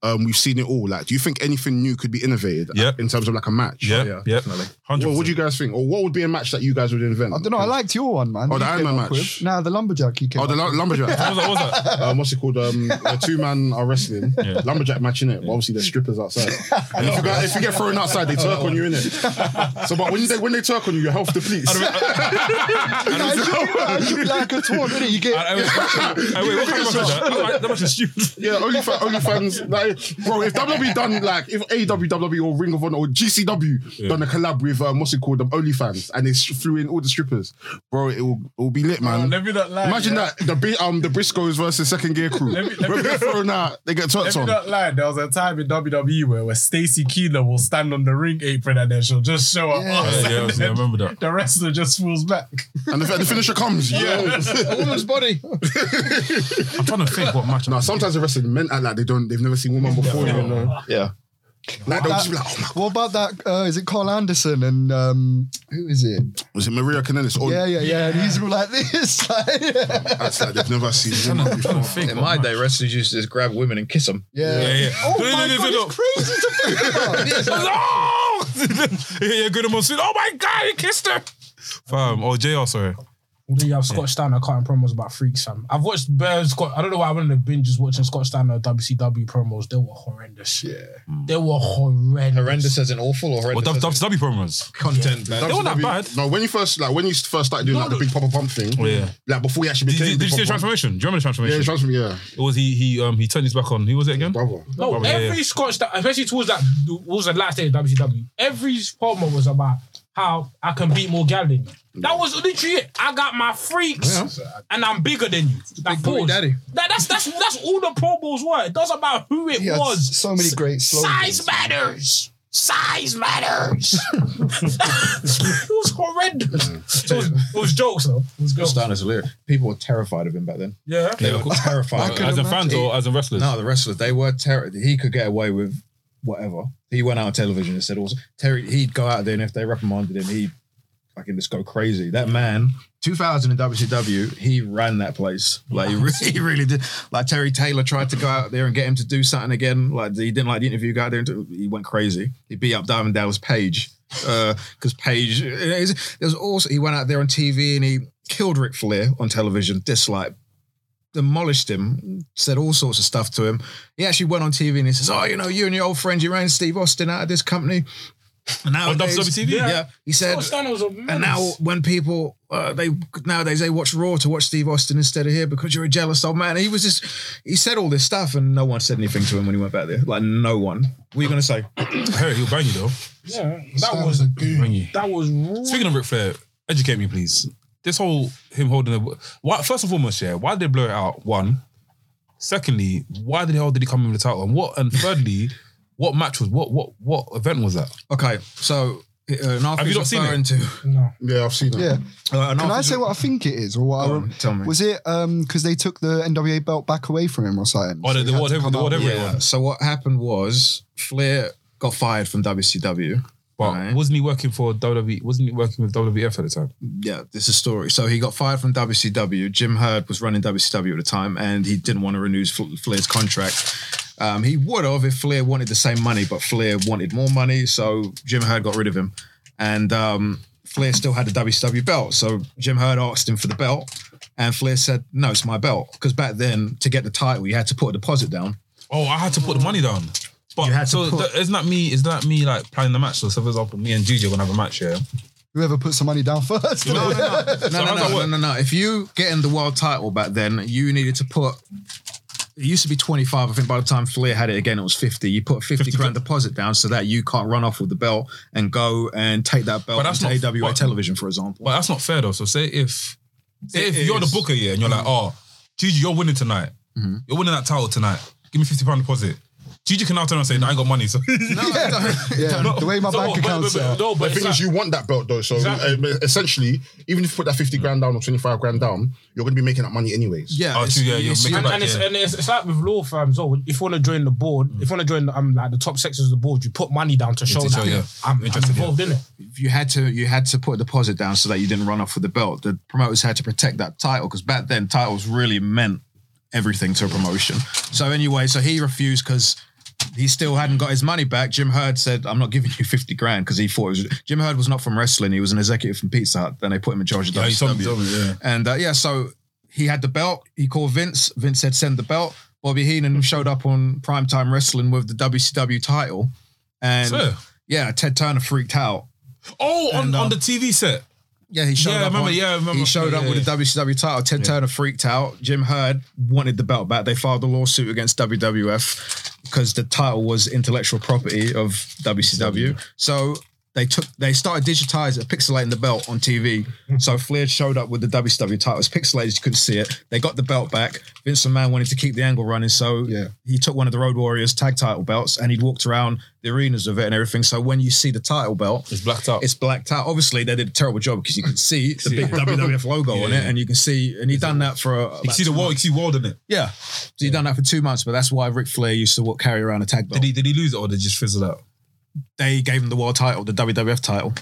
[SPEAKER 4] um, we've seen it all? Like, do you think anything new could be innovated uh,
[SPEAKER 2] Yeah.
[SPEAKER 4] in terms of like a match?
[SPEAKER 2] Yeah, yeah, definitely. Hundred.
[SPEAKER 4] What would you guys think? Or what would be a match that you guys would invent?
[SPEAKER 6] I don't know. I liked your one, man.
[SPEAKER 4] Oh, the
[SPEAKER 6] You
[SPEAKER 4] Iron Man
[SPEAKER 6] came up with-
[SPEAKER 4] match.
[SPEAKER 6] Nah, the lumberjack you came.
[SPEAKER 4] Oh, the
[SPEAKER 6] up
[SPEAKER 4] lu- lumberjack.
[SPEAKER 2] What was that? What was that?
[SPEAKER 4] um, what's it called? Um, the two man are wrestling.
[SPEAKER 2] Yeah.
[SPEAKER 4] Lumberjack match, innit? But obviously, there's strippers outside. And if you, got, if you get thrown outside, they twerk on you, innit? So, but when they, when they twerk on you, your health depletes.
[SPEAKER 6] with. Nah, it should be like- it should be like a tour, innit? You
[SPEAKER 2] I,
[SPEAKER 6] get.
[SPEAKER 2] I was, I, wait, what kind of match is that? Oh, that match is stupid.
[SPEAKER 4] Yeah, only fa- only fans like bro. If WWE done like if AW WWE E or Ring of Honor or GCW done a collab with um, what's it called, um, OnlyFans, and they s- flew in all the strippers, bro, it will it will be lit, man.
[SPEAKER 7] Let me not lie.
[SPEAKER 4] Imagine
[SPEAKER 7] yeah.
[SPEAKER 4] that the B, um the Briscoes versus Second Gear Crew.
[SPEAKER 7] Let me- let me-
[SPEAKER 4] When they get thrown out, they get
[SPEAKER 7] Let
[SPEAKER 4] twerked
[SPEAKER 7] me
[SPEAKER 4] on.
[SPEAKER 7] not lie. There was a time in WWE where, where Stacy Keeler will stand on the ring apron and then she'll just show up.
[SPEAKER 6] Yeah.
[SPEAKER 7] and
[SPEAKER 2] Yeah, yeah, I was- I
[SPEAKER 7] then
[SPEAKER 2] remember that.
[SPEAKER 7] The wrestler just falls back.
[SPEAKER 4] And the, the finisher comes. Yeah.
[SPEAKER 6] A woman's body.
[SPEAKER 2] I'm trying to think what match.
[SPEAKER 4] now sometimes the wrestling men act like they don't they've never seen women before. You know.
[SPEAKER 5] Yeah.
[SPEAKER 4] Like they'll
[SPEAKER 6] That-
[SPEAKER 4] just be like, oh my.
[SPEAKER 6] What about that? Uh, is it Carl Anderson and um, who is it?
[SPEAKER 4] Was it Maria Canellis? Or
[SPEAKER 6] Yeah, yeah, yeah. And he's all like this. Like, yeah.
[SPEAKER 4] Acts like they've never seen women
[SPEAKER 2] I'm trying
[SPEAKER 4] before.
[SPEAKER 2] to think.
[SPEAKER 9] In
[SPEAKER 2] what
[SPEAKER 9] my
[SPEAKER 2] match.
[SPEAKER 9] day, wrestlers used to just grab women and kiss them.
[SPEAKER 6] yeah.
[SPEAKER 2] Yeah, yeah.
[SPEAKER 6] Oh
[SPEAKER 2] No, no,
[SPEAKER 6] my
[SPEAKER 2] no, no,
[SPEAKER 6] god,
[SPEAKER 2] no.
[SPEAKER 6] it's crazy to think about.
[SPEAKER 2] Oh! yeah, yeah, good and monsoon. Oh my god, he kissed her. Fam, oh JR, sorry.
[SPEAKER 3] Although you have Scott Steiner cutting promos about freaks, fam. I've watched Bear Scott. I don't know why I went on the binge just watching Scott Steiner WCW promos. They were horrendous. Yeah.
[SPEAKER 2] Mm.
[SPEAKER 3] They were horrendous.
[SPEAKER 9] Horrendous as an awful or
[SPEAKER 2] Or
[SPEAKER 9] horrendous.
[SPEAKER 2] dub
[SPEAKER 9] as in-
[SPEAKER 2] dub W promos.
[SPEAKER 9] content. man.
[SPEAKER 2] They weren't that
[SPEAKER 4] WWE
[SPEAKER 2] bad.
[SPEAKER 4] No, when you first like when you first started doing like the big Papa Pump thing,
[SPEAKER 2] yeah.
[SPEAKER 4] like before he actually
[SPEAKER 2] Did,
[SPEAKER 4] became
[SPEAKER 2] did, did you see the
[SPEAKER 4] Big Papa Pump.
[SPEAKER 2] transformation? Do you remember the
[SPEAKER 4] Yeah,
[SPEAKER 2] transformation?
[SPEAKER 4] the transform. Yeah,
[SPEAKER 2] it was he he um he turned his back on who was it again?
[SPEAKER 4] brother.
[SPEAKER 3] No,
[SPEAKER 2] Probably, yeah,
[SPEAKER 3] every
[SPEAKER 2] yeah.
[SPEAKER 3] Scott Steiner, especially towards that what was the last day of WCW. Every promo was about how I can beat more gal than you. That was literally it. I got my freaks, and I'm bigger than you. That
[SPEAKER 9] boy
[SPEAKER 3] pause.
[SPEAKER 9] daddy.
[SPEAKER 3] That, that's that's that's all the promos were. It doesn't matter who it
[SPEAKER 6] He had
[SPEAKER 3] was.
[SPEAKER 6] so many great slogans.
[SPEAKER 3] Size matters. Size matters. it was horrendous. It, was, it was jokes though. It was jokes.
[SPEAKER 9] Stein is a lyric. People were terrified of him back then.
[SPEAKER 3] Yeah.
[SPEAKER 9] They were terrified.
[SPEAKER 2] As a fans or as a wrestlers?
[SPEAKER 9] No, the wrestlers, they were terrified. He could get away with whatever. He went out on television and said, also, Terry, he'd go out there and if they reprimanded him, he'd fucking just go crazy. That man, 2000 in WCW, he ran that place. Like, he really, he really did. Like, Terry Taylor tried to go out there and get him to do something again. Like, he didn't like the interview, go out there and do- he went crazy. He beat up Diamond Dallas Page. Because Page, there's also, he went out there on TV and he killed Ric Flair on television, disliked demolished him, said all sorts of stuff to him. He actually went on TV and he says, "Oh, you know, you and your old friend, you ran Steve Austin out of this company." And now
[SPEAKER 2] WWTV?
[SPEAKER 9] E. yeah. he said.
[SPEAKER 3] Scott Steiner was a
[SPEAKER 9] And now,
[SPEAKER 3] menace.
[SPEAKER 9] when people uh, they nowadays they watch Raw to watch Steve Austin instead of here because you're a jealous old man. He was just he said all this stuff and no one said anything to him when he went back there. Like no one. What are you gonna say?
[SPEAKER 2] Harry, he'll bang you though.
[SPEAKER 3] yeah, that was
[SPEAKER 2] Bang you.
[SPEAKER 3] that was rude.
[SPEAKER 2] Speaking of Ric Flair, educate me, please. This whole him holding the why, first and foremost, yeah, why did they blur it out? One. Secondly, why the hell did he come in with the title? And what? And thirdly, what match was what? What? What event was that?
[SPEAKER 9] Okay, so uh, Have
[SPEAKER 2] you not seen it?
[SPEAKER 9] To,
[SPEAKER 4] Yeah, I've seen that.
[SPEAKER 6] Yeah.
[SPEAKER 9] uh,
[SPEAKER 6] Can I say what I think it is, or what? I
[SPEAKER 9] Go
[SPEAKER 6] rem-
[SPEAKER 9] on, tell me.
[SPEAKER 6] Was it um because they took the NWA belt back away from him or something?
[SPEAKER 2] Oh, the,
[SPEAKER 6] So
[SPEAKER 2] the
[SPEAKER 6] he had
[SPEAKER 2] world
[SPEAKER 6] to
[SPEAKER 2] heavy,
[SPEAKER 6] come
[SPEAKER 2] the
[SPEAKER 6] out
[SPEAKER 2] world
[SPEAKER 6] with-
[SPEAKER 2] heavyweight
[SPEAKER 9] Yeah.
[SPEAKER 2] one.
[SPEAKER 9] So what happened was Flair got fired from WCW.
[SPEAKER 2] But
[SPEAKER 9] Right.
[SPEAKER 2] wasn't he working for WWE? Wasn't he working with WWF at the time?
[SPEAKER 9] yeah, this is a story. So he got fired from WCW. Jim Hurd was running WCW at the time, and he didn't want to renew Fl- Flair's contract. Um, he would have if Flair wanted the same money, but Flair wanted more money, so Jim Hurd got rid of him. And um, Flair still had the WCW belt, so Jim Hurd asked him for the belt, and Flair said, "No, it's my belt." Because back then, to get the title, you had to put a deposit down.
[SPEAKER 2] Oh, I had to put the money down. But
[SPEAKER 9] You had to
[SPEAKER 2] so
[SPEAKER 9] put-
[SPEAKER 2] th- isn't that me? Is that me like planning the match? So, so for example, me and Gigi are gonna have a match here.
[SPEAKER 6] Whoever puts the money down first.
[SPEAKER 9] no, no, no, no, no,
[SPEAKER 2] how's that
[SPEAKER 9] no, no,
[SPEAKER 2] work?
[SPEAKER 9] no, no. If you get in the world title back then, you needed to put. It used to be 25. I think by the time Flair had it again, it was 50. You put a 50, grand deposit down so that you can't run off with the belt and go and take that belt
[SPEAKER 2] But that's
[SPEAKER 9] to
[SPEAKER 2] not-
[SPEAKER 9] AWA
[SPEAKER 2] but-
[SPEAKER 9] television, for example.
[SPEAKER 2] But that's not fair though. So say if say
[SPEAKER 9] It
[SPEAKER 2] if you're the
[SPEAKER 9] is.
[SPEAKER 2] booker here and you're like, oh, Gigi, you're winning tonight. You're winning that title tonight. Give me fifty pound deposit. Gigi can now turn around and say, "No, I ain't got money." So
[SPEAKER 6] Yeah,
[SPEAKER 2] No.
[SPEAKER 6] the way my
[SPEAKER 2] So
[SPEAKER 6] bank
[SPEAKER 2] what- but- but-
[SPEAKER 6] account's set up.
[SPEAKER 2] No,
[SPEAKER 4] The
[SPEAKER 2] but it's
[SPEAKER 4] thing is,
[SPEAKER 2] like-
[SPEAKER 4] you want that belt though. So
[SPEAKER 2] Exactly.
[SPEAKER 4] uh, essentially, even if you put that fifty grand down or twenty five grand down, you're going to be making that money anyways.
[SPEAKER 9] Yeah,
[SPEAKER 2] Oh,
[SPEAKER 9] it's-
[SPEAKER 2] true, yeah, you're
[SPEAKER 9] it's-
[SPEAKER 2] making
[SPEAKER 9] you-
[SPEAKER 2] that-
[SPEAKER 3] and it's,
[SPEAKER 2] yeah.
[SPEAKER 3] and it's, it's like with law firms. Oh, if you want to join the board, if you want to join the, um, like the top sections of the board, you put money down to show
[SPEAKER 2] to
[SPEAKER 3] that
[SPEAKER 2] show, yeah.
[SPEAKER 3] I'm, I'm
[SPEAKER 2] Interested, yeah.
[SPEAKER 3] involved in it.
[SPEAKER 9] you had to you had to put a deposit down so that you didn't run off with the belt. The promoters had to protect that title because back then titles really meant everything to a promotion. So anyway, so he refused because he still hadn't got his money back. Jim Hurd said, "I'm not giving you 50 grand" because he thought it was Jim Hurd was not from wrestling. He was an executive from Pizza Hut. Then they put him in charge of
[SPEAKER 2] Yeah, he told me-
[SPEAKER 9] WCW.
[SPEAKER 2] told me, yeah.
[SPEAKER 9] And uh, yeah, so he had the belt. He called Vince. Vince said, send the belt. Bobby Heenan showed up on primetime wrestling with the WCW title. And
[SPEAKER 2] Sir.
[SPEAKER 9] yeah, Ted Turner freaked out.
[SPEAKER 2] Oh, on,
[SPEAKER 9] And, uh,
[SPEAKER 2] on the TV set.
[SPEAKER 9] Yeah, he showed
[SPEAKER 2] Yeah, I
[SPEAKER 9] up.
[SPEAKER 2] remember,
[SPEAKER 9] on-
[SPEAKER 2] yeah, I remember.
[SPEAKER 9] He showed up
[SPEAKER 2] Yeah,
[SPEAKER 9] with
[SPEAKER 2] yeah.
[SPEAKER 9] the WCW E title. Ted Turner freaked out. Jim Hurd wanted the belt back. They filed a lawsuit against WWF because the title was intellectual property of WCW. So they took they started digitizing, pixelating the belt on TV. So Flair showed up with the WCW title. It was pixelated, you couldn't see it. They got the belt back. Vince McMahon wanted to keep the angle running, so
[SPEAKER 6] Yeah.
[SPEAKER 9] he took one of the Road Warriors tag title belts and he'd walked around the arenas with it and everything. So when you see the title belt,
[SPEAKER 2] It's blacked out.
[SPEAKER 9] it's blacked out. Obviously, they did a terrible job because you can see the big WWF logo on it,
[SPEAKER 2] yeah.
[SPEAKER 9] and you can see, and he done that for. A,
[SPEAKER 2] You see the world. You see world in it.
[SPEAKER 9] yeah. So he done that for two months, but that's why Ric Flair used to walk, carry around a tag belt.
[SPEAKER 2] Did he? Did he lose it or did he just fizzle out?
[SPEAKER 9] they gave him the world title, the WWF title.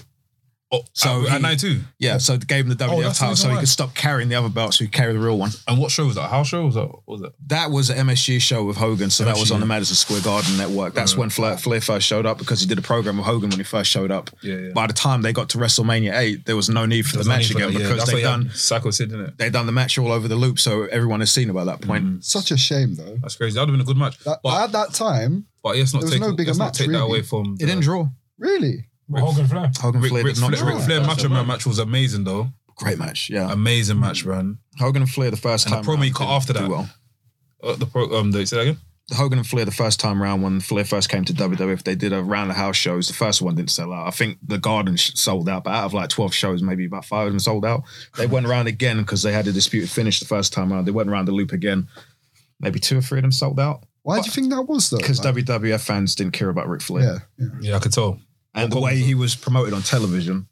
[SPEAKER 2] Oh,
[SPEAKER 9] So
[SPEAKER 2] so at,
[SPEAKER 9] he-
[SPEAKER 2] night too.
[SPEAKER 9] Yeah, so they gave him the WWF
[SPEAKER 2] Oh, that's the
[SPEAKER 9] title so
[SPEAKER 2] reason
[SPEAKER 9] he
[SPEAKER 2] why.
[SPEAKER 9] could stop carrying the other belt, so he could carry the real one.
[SPEAKER 2] And what show was that? House show was that? What was it?
[SPEAKER 9] That was an MSG show with Hogan, so that was
[SPEAKER 2] MSG,
[SPEAKER 9] on the
[SPEAKER 2] yeah.
[SPEAKER 9] Madison Square Garden Network.
[SPEAKER 2] Uh.
[SPEAKER 9] That's when Flair, Flair first showed up because he did a program with Hogan when he first showed up.
[SPEAKER 2] Yeah, yeah.
[SPEAKER 9] By the time they got to WrestleMania 8, there was no need for the match again because they done
[SPEAKER 2] Psycho Sid, didn't it?
[SPEAKER 9] they done the match all over the loop, so everyone has seen it by that point.
[SPEAKER 2] Mm-hmm.
[SPEAKER 6] Such a shame though.
[SPEAKER 2] That's crazy. That would have been a good match.
[SPEAKER 6] That,
[SPEAKER 2] but,
[SPEAKER 6] at that time,
[SPEAKER 2] but yeah, let's not
[SPEAKER 6] there was
[SPEAKER 2] take,
[SPEAKER 6] no bigger
[SPEAKER 2] let's not
[SPEAKER 6] match,
[SPEAKER 2] take that
[SPEAKER 6] really.
[SPEAKER 2] away from.
[SPEAKER 9] It didn't draw.
[SPEAKER 6] really,
[SPEAKER 3] Hogan Flair.
[SPEAKER 9] Hogan
[SPEAKER 2] Rick,
[SPEAKER 9] Flair
[SPEAKER 2] Rick
[SPEAKER 9] did not
[SPEAKER 2] Flair,
[SPEAKER 9] draw.
[SPEAKER 2] Rick Flair Macho Man match was amazing though.
[SPEAKER 9] Great match, yeah.
[SPEAKER 2] Amazing match, man.
[SPEAKER 9] Hogan and Flair the first
[SPEAKER 2] And the
[SPEAKER 9] time.
[SPEAKER 2] promo
[SPEAKER 9] round
[SPEAKER 2] he cut
[SPEAKER 9] didn't
[SPEAKER 2] after
[SPEAKER 9] do
[SPEAKER 2] that.
[SPEAKER 9] Well.
[SPEAKER 2] Uh, the pro, um, the, say that again.
[SPEAKER 9] Hogan and Flair the first time round when Flair first came to WWF, they did a round of house shows. The first one didn't sell out. I think the Garden sh- sold out, but out of like twelve shows, maybe about five of them sold out. They went around again because they had a disputed finish the first time round. They went around the loop again. Maybe two or three of them sold out
[SPEAKER 6] why do you think that was though?
[SPEAKER 9] because
[SPEAKER 6] Like,
[SPEAKER 9] WWF fans didn't care about Ric Flair.
[SPEAKER 6] yeah, yeah.
[SPEAKER 2] Yeah, I could tell.
[SPEAKER 9] and the way he was promoted on television.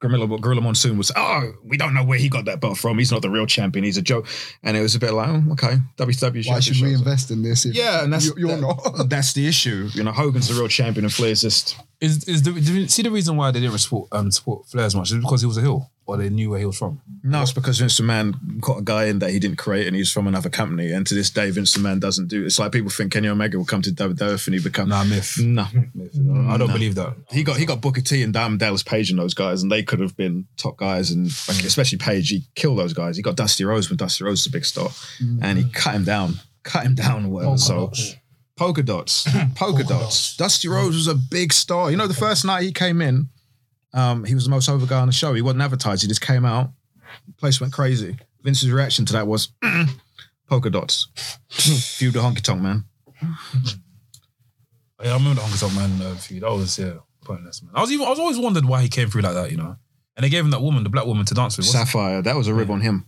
[SPEAKER 9] Gorilla, Gorilla Monsoon was, oh, we don't know where he got that belt from. He's not the real champion. He's a joke. And it was a bit like, oh, okay, WCW.
[SPEAKER 6] Why should we
[SPEAKER 9] shows up.
[SPEAKER 6] invest in this? If
[SPEAKER 9] Yeah, and that's
[SPEAKER 6] you, you're not.
[SPEAKER 9] That's the issue. You know, Hogan's the real champion, and Flair's just
[SPEAKER 2] Is is the do you see the reason why they didn't support um support Flair as much is it because he was a heel or they knew where he was from.
[SPEAKER 9] no. It's because Vince McMahon got a guy in that he didn't create, and he's from another company. And to this day, Vince McMahon doesn't do. It's like people think Kenny Omega will come to WWF and he become
[SPEAKER 2] Nah, myth.
[SPEAKER 9] No,
[SPEAKER 2] I don't believe that.
[SPEAKER 9] he got he got Booker T and Diamond Dallas Page and those guys, and they could have been top guys. And like, especially Page, he killed those guys. He got Dusty Rose when Dusty Rose was a big star, and he cut him down, cut him down, or whatever. so. Polka dots, polka, dots. Dusty Rose was a big star. You know, the first night he came in, um, he was the most over guy on the show. He wasn't advertised. He just came out. The place went crazy. Vince's reaction to that was polka dots. Feud the honky tonk man.
[SPEAKER 2] Yeah, I remember the Hong Kong man uh, feud. That was yeah, pointless man. I was even I was always wondered why he came through like that, you know. And they gave him that woman, the black woman, to dance with. What's
[SPEAKER 9] Sapphire, that was a rib on him.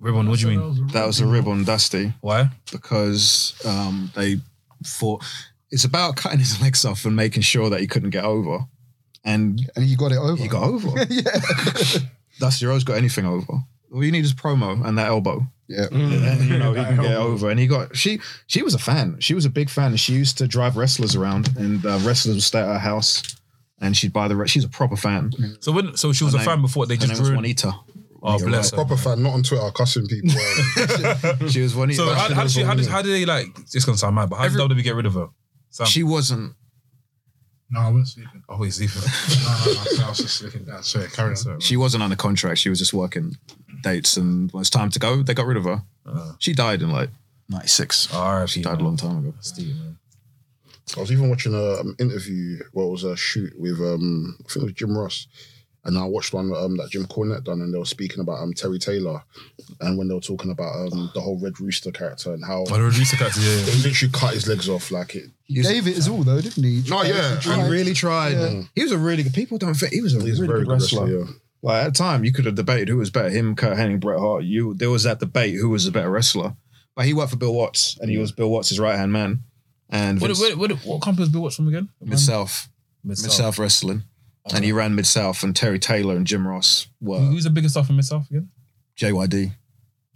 [SPEAKER 2] Ribbon, what do you mean?
[SPEAKER 9] That was a rib on Dusty.
[SPEAKER 2] Why?
[SPEAKER 9] because um, they thought it's about cutting his legs off and making sure that he couldn't get over. And
[SPEAKER 6] and he got it over.
[SPEAKER 9] he got over. yeah. Dusty Rose got anything over. All you need is promo and that elbow.
[SPEAKER 6] Yeah.
[SPEAKER 9] And, you know, he can get over. And he got she she was a fan. She was a big fan. She used to drive wrestlers around and uh, wrestlers would stay at her house and she'd buy the re- she's a proper fan.
[SPEAKER 2] So when so she was
[SPEAKER 9] Her
[SPEAKER 2] a
[SPEAKER 9] name-
[SPEAKER 2] fan before they
[SPEAKER 9] Her
[SPEAKER 2] Mm-hmm. just
[SPEAKER 9] name was
[SPEAKER 2] ruined.
[SPEAKER 9] Juanita.
[SPEAKER 2] Oh bless her.
[SPEAKER 4] Proper fan, not on Twitter, cussing people. Um,
[SPEAKER 9] She was Juanita.
[SPEAKER 2] So how, how, did she, how, did,
[SPEAKER 9] Juanita.
[SPEAKER 2] how did they like? It's gonna sound mad, but how
[SPEAKER 9] Every-
[SPEAKER 2] did WWE get rid of her? Sam,
[SPEAKER 9] she wasn't
[SPEAKER 4] no, I wasn't sleeping.
[SPEAKER 2] oh, he's even.
[SPEAKER 4] No, no, no, I was just looking down. Sorry, carry on.
[SPEAKER 9] She wasn't under contract. She was just working dates, and when it's time to go, they got rid of her.
[SPEAKER 4] Uh.
[SPEAKER 9] she died in like '96.
[SPEAKER 4] Oh,
[SPEAKER 2] R.I.P.
[SPEAKER 9] She died a long time ago.
[SPEAKER 4] I was even watching a, an interview, well, it was a shoot with, um, I think it was Jim Ross. And I watched one um, that Jim Cornette done, and they were speaking about um, Terry Taylor, and when they were talking about um, the whole Red Rooster character and how
[SPEAKER 2] Oh, the reducer character, yeah, yeah.
[SPEAKER 4] they literally cut his legs off, like it.
[SPEAKER 6] He gave it his all though, didn't he?
[SPEAKER 4] No, yeah,
[SPEAKER 9] He really tried. He was a really good. People don't think he was a
[SPEAKER 4] He's a
[SPEAKER 9] really
[SPEAKER 4] very
[SPEAKER 9] good wrestler.
[SPEAKER 4] yeah.
[SPEAKER 9] Like at the time, you could have debated who was better, him, Kurt Hennig, Bret Hart. You there was that debate who was the better wrestler, but he worked for Bill Watts, and he was Bill Watts' right hand man. And
[SPEAKER 2] What,
[SPEAKER 9] Vince,
[SPEAKER 2] what, what, what company was Bill Watts from again?
[SPEAKER 9] Mid South, Mid South Wrestling, and he ran Mid South, and Terry Taylor and Jim Ross
[SPEAKER 3] Uh,
[SPEAKER 9] were
[SPEAKER 2] Who's the biggest stuff from Mid South again?
[SPEAKER 9] JYD.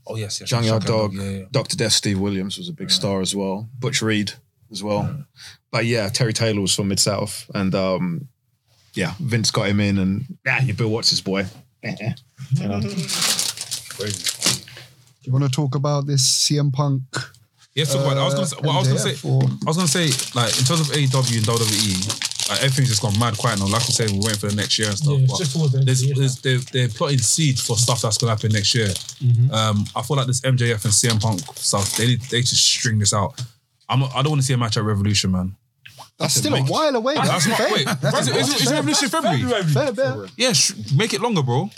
[SPEAKER 2] Oh yes, yes.
[SPEAKER 9] Junkyard
[SPEAKER 2] Shocker,
[SPEAKER 9] Dog,
[SPEAKER 2] Yeah, yeah.
[SPEAKER 9] Doctor Death, Steve Williams was a big star as well. Butch Reed as well. But yeah, Terry Taylor was from Mid South, and um, yeah, Vince got him in, and yeah, you Bill Watts' boy.
[SPEAKER 6] you want to talk about this CM Punk?
[SPEAKER 2] Yes, so but I was gonna say, well, I was gonna
[SPEAKER 6] MJF
[SPEAKER 2] say,
[SPEAKER 6] or-
[SPEAKER 2] I was gonna say, like in terms of AEW and WWE, like everything's just gone mad quiet now. Like we said, we're waiting for the next year and stuff.
[SPEAKER 3] Yeah, it's
[SPEAKER 2] but
[SPEAKER 3] just towards the end of
[SPEAKER 2] there's,
[SPEAKER 3] the year
[SPEAKER 2] there's, they're, they're plotting seeds for stuff that's gonna happen next year. Um, I feel like this MJF and CM Punk stuff, they need, they should string this out. I'm, I don't want to see a match at Revolution, man.
[SPEAKER 6] That's still a while away.
[SPEAKER 2] That's not wait. Is, it- is it- is Revolution February?
[SPEAKER 6] Fair bit.
[SPEAKER 2] Yeah, sh- make it longer, bro.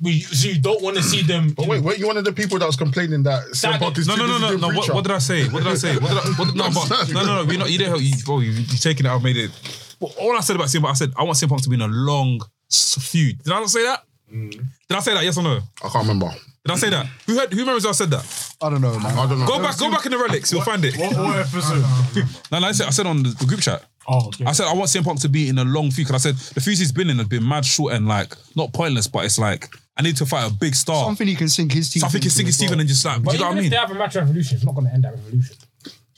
[SPEAKER 3] We, so you don't want to see them.
[SPEAKER 2] Oh,
[SPEAKER 4] But wait, weren't you one of the people that was complaining that CM
[SPEAKER 3] That-
[SPEAKER 4] Punk is
[SPEAKER 2] No,
[SPEAKER 4] too
[SPEAKER 2] no, no,
[SPEAKER 4] busy
[SPEAKER 2] no,
[SPEAKER 4] doing
[SPEAKER 2] no. What,
[SPEAKER 4] preacher?
[SPEAKER 2] what did I say? What did I say? What did I? What did, no, but, no, no, no. We're not. You didn't help. You, bro, you, you taking it out, made it. But all I said about CM Punk, I said I want CM Punk to be in a long s- feud. Did I not say that? Did I say that? Yes or no?
[SPEAKER 4] I can't remember.
[SPEAKER 2] Did I say that? Who heard, Who remembers I said that?
[SPEAKER 6] I don't know, man.
[SPEAKER 4] I don't know.
[SPEAKER 2] Go back. Go back in the relics. You'll find it.
[SPEAKER 7] What, what episode?
[SPEAKER 2] No, no, I said. I said on the, the group chat.
[SPEAKER 7] Oh, okay.
[SPEAKER 2] I said I want CM Punk to be in a long feud because I said the feuds he's been in have been mad short and like not pointless, but it's like I need to fight a big star.
[SPEAKER 6] Something he can sink his teeth.
[SPEAKER 2] so I think he's
[SPEAKER 6] into
[SPEAKER 2] singing
[SPEAKER 6] as well.
[SPEAKER 2] Steven and just like, do
[SPEAKER 3] But
[SPEAKER 2] you know
[SPEAKER 3] even
[SPEAKER 2] what I
[SPEAKER 3] if
[SPEAKER 2] mean?
[SPEAKER 3] they have a match at Revolution, it's not going to end at Revolution.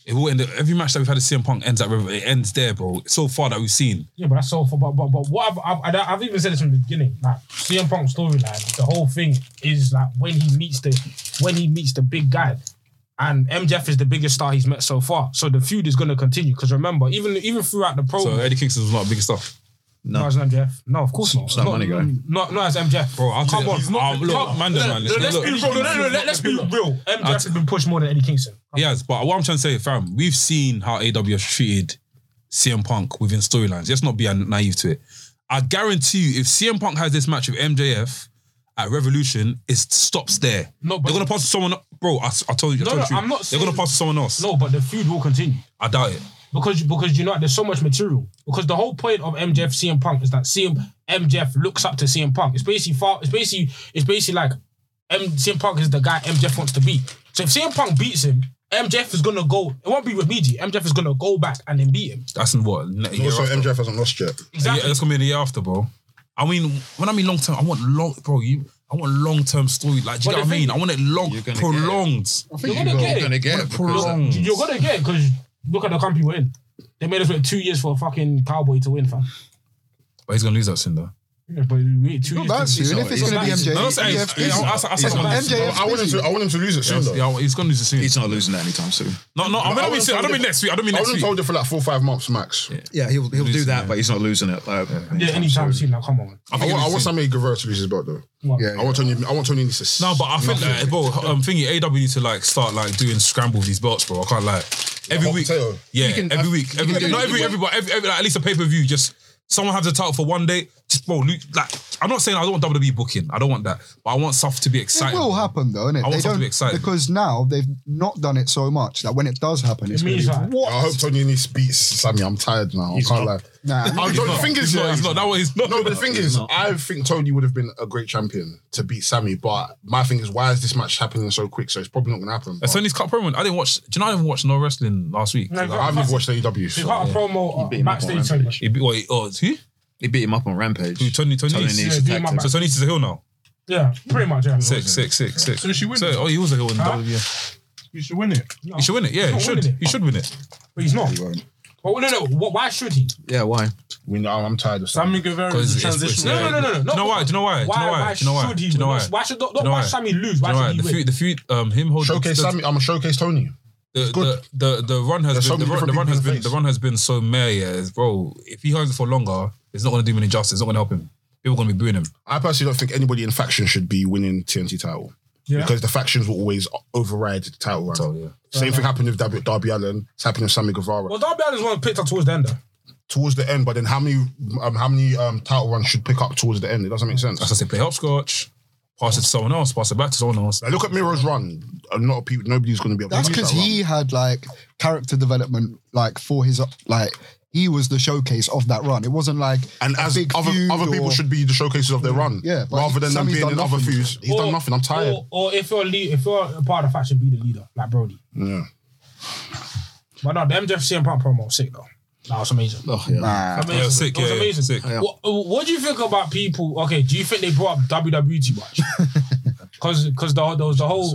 [SPEAKER 2] It will end, every match that we've had at CM Punk ends at it ends there, bro. So far that we've seen.
[SPEAKER 3] Yeah, but that's so far. But, but, but what I've, I've, and I- I've even said this from the beginning. Like CM Punk storyline, the whole thing is like when he meets the when he meets the big guy, and MJF is the biggest star he's met so far. So the feud is going to continue. Because remember, even even throughout the
[SPEAKER 2] So
[SPEAKER 3] promo,
[SPEAKER 2] Eddie Kingston was not big stuff.
[SPEAKER 3] no, as MJF, no, of course not.
[SPEAKER 9] not money guy.
[SPEAKER 3] Not not as MJF,
[SPEAKER 2] Bro, I'll
[SPEAKER 3] Come
[SPEAKER 2] tell
[SPEAKER 3] on,
[SPEAKER 2] you.
[SPEAKER 3] he's
[SPEAKER 2] I'll- look, man,
[SPEAKER 3] No,
[SPEAKER 2] man,
[SPEAKER 3] no,
[SPEAKER 2] listen,
[SPEAKER 3] let's
[SPEAKER 2] look.
[SPEAKER 3] be real. No, no, no, let's be real. MJF has been pushed more than Eddie Kingston.
[SPEAKER 2] He has, but what I'm trying to say, fam, we've seen how AW has treated CM Punk within storylines. Let's not be uh, naive to it. I guarantee you, if CM Punk has this match with MJF at Revolution, it stops there.
[SPEAKER 3] No, but-
[SPEAKER 2] they're gonna pass to someone. Bro, I, s- I told you. I
[SPEAKER 3] No,
[SPEAKER 2] told
[SPEAKER 3] no,
[SPEAKER 2] you
[SPEAKER 3] I'm not
[SPEAKER 2] They're gonna
[SPEAKER 3] saying-
[SPEAKER 2] pass to someone else.
[SPEAKER 3] No, but the feud will continue.
[SPEAKER 2] I doubt it.
[SPEAKER 3] because because you know there's so much material. Because the whole point of MJF CM Punk is that CM MJF looks up to CM Punk. It's basically far, it's basically it's basically like M, CM Punk is the guy MJF wants to beat. So if CM Punk beats him, MJF is gonna go. It won't be with Miji. MJF is gonna go back and then beat him.
[SPEAKER 2] That's in what. ne- year
[SPEAKER 4] Also,
[SPEAKER 2] after?
[SPEAKER 4] MJF hasn't lost yet.
[SPEAKER 3] Exactly.
[SPEAKER 2] Yeah, that's gonna be in the year after, bro. I mean, when I mean long term, I want long, bro. You, I want long term story. Like, do you get what
[SPEAKER 3] But
[SPEAKER 2] I
[SPEAKER 3] the
[SPEAKER 2] mean?
[SPEAKER 3] thing-
[SPEAKER 2] I want it long,
[SPEAKER 9] gonna
[SPEAKER 2] prolonged.
[SPEAKER 3] You're gonna get it.
[SPEAKER 9] get it
[SPEAKER 2] Prolonged.
[SPEAKER 3] You're gonna get it because look at the company we're in. They made us wait two years for a fucking cowboy to win, fam.
[SPEAKER 2] But he's gonna lose that soon, though.
[SPEAKER 3] Yeah, but we waited two
[SPEAKER 6] Not
[SPEAKER 3] years.
[SPEAKER 6] that
[SPEAKER 3] to-
[SPEAKER 6] soon. If it's
[SPEAKER 3] He's
[SPEAKER 6] going to be E,
[SPEAKER 3] not-
[SPEAKER 6] MJF,
[SPEAKER 2] No, no, say-
[SPEAKER 6] MJF
[SPEAKER 2] yeah, I- I- I said I want him to-
[SPEAKER 6] MJF
[SPEAKER 4] I want him to. I want him to lose it soon. though.
[SPEAKER 2] Yeah, he's gonna lose it soon.
[SPEAKER 9] He's not losing that anytime soon.
[SPEAKER 2] no, no, I, mean, I,
[SPEAKER 4] I
[SPEAKER 2] don't mean,
[SPEAKER 4] would've
[SPEAKER 2] soon. I don't mean
[SPEAKER 4] told
[SPEAKER 2] next week. I don't mean
[SPEAKER 4] I
[SPEAKER 2] next
[SPEAKER 4] wouldn't
[SPEAKER 2] week.
[SPEAKER 4] told it for like four or five months max.
[SPEAKER 9] Yeah, he'll he'll do
[SPEAKER 2] Losing,
[SPEAKER 9] that,
[SPEAKER 2] yeah.
[SPEAKER 9] but he's not losing it. Like,
[SPEAKER 3] Yeah, anytime soon. Now, come on.
[SPEAKER 4] I, want, I want Sammy Guevara to lose his belt though.
[SPEAKER 3] What?
[SPEAKER 4] I want Tony. I want Tony Nese.
[SPEAKER 2] No, but I think that, bro, um, thingy AW need to like start like doing scramble with these belts, bro. I can't like every
[SPEAKER 4] hot
[SPEAKER 2] week.
[SPEAKER 4] potato.
[SPEAKER 2] Yeah,
[SPEAKER 9] can-
[SPEAKER 2] every
[SPEAKER 9] I-
[SPEAKER 2] week,
[SPEAKER 9] you
[SPEAKER 2] every
[SPEAKER 9] can do-
[SPEAKER 2] not every every but every, every like, at least a pay per view. Just someone has the title for one day. Just bro, Luke, like I'm not saying I don't want WWE booking. I don't want that, but I want stuff to be
[SPEAKER 6] It
[SPEAKER 2] exciting.
[SPEAKER 6] will happen though, innit?
[SPEAKER 2] I want
[SPEAKER 6] They
[SPEAKER 2] something
[SPEAKER 6] don't
[SPEAKER 2] exciting.
[SPEAKER 6] because now they've not done it so much that when it does happen, it's going
[SPEAKER 3] means
[SPEAKER 6] to
[SPEAKER 3] that-
[SPEAKER 6] be what?
[SPEAKER 4] I hope Tony Nese beats Sammy. I'm tired now. I can't lie.
[SPEAKER 6] Nah,
[SPEAKER 4] I
[SPEAKER 2] He's
[SPEAKER 4] don't-
[SPEAKER 2] not,
[SPEAKER 4] the thing is,
[SPEAKER 2] he's not,
[SPEAKER 4] yeah,
[SPEAKER 2] he's not. That one, he's not.
[SPEAKER 4] No, but the thing is, I think Tony would have been a great champion to beat Sammy. But my thing is, why is this match happening so quick? So it's probably not going to happen.
[SPEAKER 2] Uh,
[SPEAKER 4] but
[SPEAKER 2] Sony's cut promo. I didn't watch. Do you know I didn't watch no wrestling last week?
[SPEAKER 3] No,
[SPEAKER 4] I haven't watched AEW.
[SPEAKER 3] He
[SPEAKER 4] So.
[SPEAKER 3] got a promo uh, backstage. segment.
[SPEAKER 2] It be, wait, oh, it's who?
[SPEAKER 9] He beat him up on Rampage.
[SPEAKER 2] Who, Tony, Tony,
[SPEAKER 9] Tony
[SPEAKER 2] Nese.
[SPEAKER 9] Nese
[SPEAKER 3] Yeah, do
[SPEAKER 9] attacked
[SPEAKER 3] my
[SPEAKER 9] him.
[SPEAKER 2] So Tony Nese is a heel now.
[SPEAKER 3] Yeah, pretty much. Yeah.
[SPEAKER 2] Sick, sick, sick, sick. So
[SPEAKER 7] she wins.
[SPEAKER 2] oh, he was a heel in
[SPEAKER 3] Huh?
[SPEAKER 2] WWE. Yeah.
[SPEAKER 7] You should win it.
[SPEAKER 2] He should win it. Yeah, he
[SPEAKER 3] not
[SPEAKER 2] should.
[SPEAKER 3] winning it.
[SPEAKER 2] He should win it.
[SPEAKER 3] But he's not. Oh no, no. wh- Why should he?
[SPEAKER 9] Yeah, why?
[SPEAKER 4] We know I'm tired of Sammy.
[SPEAKER 7] Sammy Guevara
[SPEAKER 2] Because
[SPEAKER 7] is a
[SPEAKER 2] it's- it's-
[SPEAKER 7] transitional.
[SPEAKER 2] it's-
[SPEAKER 3] No, no, no, no.
[SPEAKER 2] Do you know
[SPEAKER 3] Not-
[SPEAKER 2] why? Do you know why? Do you know why?
[SPEAKER 3] Why
[SPEAKER 2] Do you know why?
[SPEAKER 3] should
[SPEAKER 2] Do
[SPEAKER 3] he?
[SPEAKER 2] you know
[SPEAKER 3] win?
[SPEAKER 2] why?
[SPEAKER 3] Why should not
[SPEAKER 2] Do you know
[SPEAKER 3] why
[SPEAKER 2] why?
[SPEAKER 3] Sammy lose?
[SPEAKER 2] Do you know
[SPEAKER 3] Why
[SPEAKER 2] why?
[SPEAKER 3] should
[SPEAKER 2] The
[SPEAKER 3] he
[SPEAKER 2] feud,
[SPEAKER 3] win?
[SPEAKER 2] the feud, um, him holding
[SPEAKER 4] Showcase
[SPEAKER 2] the,
[SPEAKER 4] Sammy. I'm gonna showcase Tony.
[SPEAKER 2] The, the, the, the run has been,
[SPEAKER 4] There's so
[SPEAKER 2] the,
[SPEAKER 4] many
[SPEAKER 2] run, the
[SPEAKER 4] different
[SPEAKER 2] run has
[SPEAKER 4] people
[SPEAKER 2] been
[SPEAKER 4] in
[SPEAKER 2] the
[SPEAKER 4] the
[SPEAKER 2] run has been so mare, yeah, it's- bro. If he holds it for longer, it's not gonna do him an injustice. It's not gonna help him. People are gonna be booing him.
[SPEAKER 4] I personally don't think anybody in faction should be winning TNT title. Because the factions will always override the title run.
[SPEAKER 2] So yeah,
[SPEAKER 4] Same thing happened with Darby, Darby Allen. It's happened with Sammy Guevara
[SPEAKER 3] Well, Darby Allin's one picked up towards the end. though.
[SPEAKER 4] towards the end. But then how many um, how many um, title runs should pick up towards the end? It doesn't make sense.
[SPEAKER 2] that's why I say play hopscotch, pass it to someone else, pass it back to someone else.
[SPEAKER 4] Like, look at Miro's run. A lot of people, nobody's going to be able
[SPEAKER 6] that's
[SPEAKER 4] to beat
[SPEAKER 6] because
[SPEAKER 4] that
[SPEAKER 6] he had like character development, like for his like he was the showcase of that run. It wasn't like
[SPEAKER 4] And
[SPEAKER 6] a
[SPEAKER 4] as
[SPEAKER 6] big
[SPEAKER 4] other,
[SPEAKER 6] feud
[SPEAKER 4] other people
[SPEAKER 6] or-
[SPEAKER 4] should be the showcases of their run,
[SPEAKER 6] Yeah, but
[SPEAKER 4] rather than them
[SPEAKER 6] Sammy's
[SPEAKER 4] being
[SPEAKER 6] done
[SPEAKER 4] in other
[SPEAKER 6] nothing.
[SPEAKER 4] feuds. He's done nothing. I'm tired.
[SPEAKER 3] Or, or if you're lead, if you're a part of the faction, be the leader, like Brody.
[SPEAKER 4] yeah.
[SPEAKER 3] But no, the MJF CM Punk promo was sick though. That was amazing.
[SPEAKER 4] Oh, yeah.
[SPEAKER 3] Amazing.
[SPEAKER 2] Yeah, sick,
[SPEAKER 3] It was
[SPEAKER 2] yeah,
[SPEAKER 3] amazing.
[SPEAKER 2] sick.
[SPEAKER 3] What, what do you think about people? Okay, do you think they brought up WWE too much? Because the, there was the whole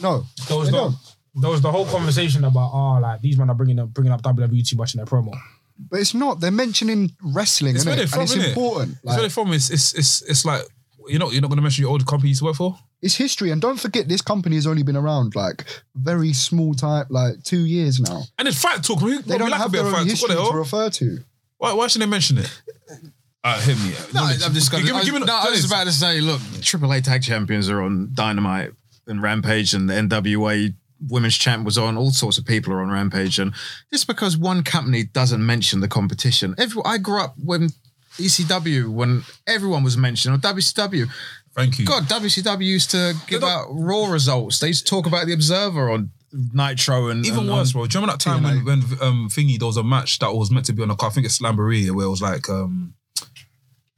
[SPEAKER 6] No,
[SPEAKER 3] there
[SPEAKER 6] they
[SPEAKER 3] was the,
[SPEAKER 6] don't.
[SPEAKER 3] there was the whole conversation about oh like these men are bringing up bringing up WWE too much in their promo.
[SPEAKER 6] But it's not. They're mentioning wrestling,
[SPEAKER 2] It's
[SPEAKER 6] innit?
[SPEAKER 2] where they're
[SPEAKER 6] and
[SPEAKER 2] from,
[SPEAKER 6] it's
[SPEAKER 2] innit?
[SPEAKER 6] important.
[SPEAKER 2] It's where
[SPEAKER 6] Like,
[SPEAKER 2] they're from. It's it's it's, it's like you're not you're not gonna mention your old company you used to work for.
[SPEAKER 6] it's history, and don't forget, this company has only been around like very small time, like two years now.
[SPEAKER 2] And it's fact talk. We,
[SPEAKER 6] They
[SPEAKER 2] we
[SPEAKER 6] don't
[SPEAKER 2] like a
[SPEAKER 6] have
[SPEAKER 2] bit
[SPEAKER 6] their
[SPEAKER 2] of
[SPEAKER 6] own
[SPEAKER 2] fact talk. What
[SPEAKER 6] history
[SPEAKER 2] the
[SPEAKER 6] to
[SPEAKER 2] hell?
[SPEAKER 6] refer to.
[SPEAKER 2] Why, why shouldn't they mention it? All right, hit me.
[SPEAKER 9] No,
[SPEAKER 2] Knowledge.
[SPEAKER 9] I'm just gonna,
[SPEAKER 2] Give me-
[SPEAKER 9] I,
[SPEAKER 2] give me-
[SPEAKER 9] no, I was about to say, look, AAA tag champions are on Dynamite and Rampage, and the NWA women's champ was on. All sorts of people are on Rampage, and just because one company doesn't mention the competition, every, I grew up when ECW, when everyone was mentioned, or WCW.
[SPEAKER 2] Thank you.
[SPEAKER 9] God, WCW used to give out Raw results. They used to talk about the Observer on Nitro and
[SPEAKER 2] Even
[SPEAKER 9] and-
[SPEAKER 2] worse, bro. Do you remember that time when, when um, Thingy, there was a match that was meant to be on the card? I think it's Slamboree, where it was like um,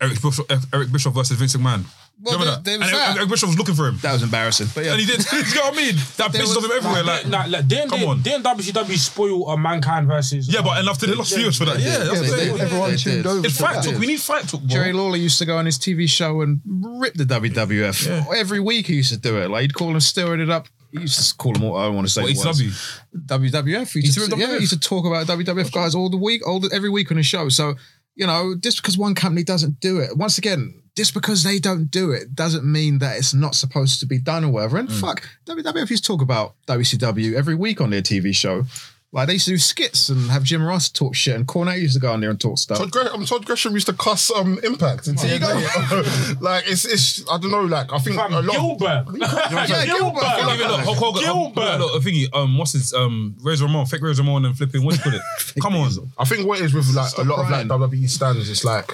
[SPEAKER 2] Eric, Bischoff, Eric Bischoff versus Vince McMahon.
[SPEAKER 9] Well,
[SPEAKER 2] Do you remember that?
[SPEAKER 9] there- there was
[SPEAKER 2] and Eric-
[SPEAKER 9] that.
[SPEAKER 2] Eric Bischoff was looking for him.
[SPEAKER 9] That was embarrassing, but yeah,
[SPEAKER 2] And he did. you know what I mean? That
[SPEAKER 9] There
[SPEAKER 2] pictures of
[SPEAKER 9] was-
[SPEAKER 2] him everywhere. Like,
[SPEAKER 3] Like, like, like didn't
[SPEAKER 2] come
[SPEAKER 3] they,
[SPEAKER 2] on.
[SPEAKER 3] didn't WCW spoil a mankind versus um,
[SPEAKER 2] yeah, but enough to they lost viewers for that. Yeah, that's what
[SPEAKER 6] Yeah, but
[SPEAKER 2] I'm
[SPEAKER 6] they-
[SPEAKER 2] saying.
[SPEAKER 6] everyone
[SPEAKER 9] They
[SPEAKER 6] tuned
[SPEAKER 9] did.
[SPEAKER 6] over.
[SPEAKER 2] It's
[SPEAKER 6] to that.
[SPEAKER 2] fact talk. We need fact talk, bro.
[SPEAKER 9] Jerry Lawler used to go on his TV show and rip the WWF every week. He used to do it. Like he'd call him steering it up. He used to call him what I want to say.
[SPEAKER 2] What,
[SPEAKER 9] it was.
[SPEAKER 2] ECW?
[SPEAKER 9] WWF. He used, to,
[SPEAKER 2] doing
[SPEAKER 9] yeah,
[SPEAKER 2] WWF?
[SPEAKER 9] he used to talk about WWF guys all the week, all the, every week on his show. So you know, just because one company doesn't do it, once again, just because they don't do it doesn't mean that it's not supposed to be done or whatever. And fuck, WWF used to talk about WCW every week on their TV show. Like they used to do skits and have Jim Ross talk shit, and Cornette used to go on there and talk stuff.
[SPEAKER 4] Todd, Gre- um, Todd Gresham used to cuss um, Impact in TNA. like it's it's I don't know. Like I think a
[SPEAKER 3] Fam,
[SPEAKER 4] lot. of-
[SPEAKER 3] Gilbert.
[SPEAKER 4] Yeah,
[SPEAKER 3] Gilbert.
[SPEAKER 4] Gilbert.
[SPEAKER 2] Even look, Hulk Hogan, Hulk,
[SPEAKER 3] Gilbert.
[SPEAKER 2] look, thingy, um, what's his um, Razor Ramon, fake Razor Ramon, and flipping. What do you call it? Come on,
[SPEAKER 4] I think what it is with like a lot
[SPEAKER 9] crying.
[SPEAKER 4] of like WWE stands, it's like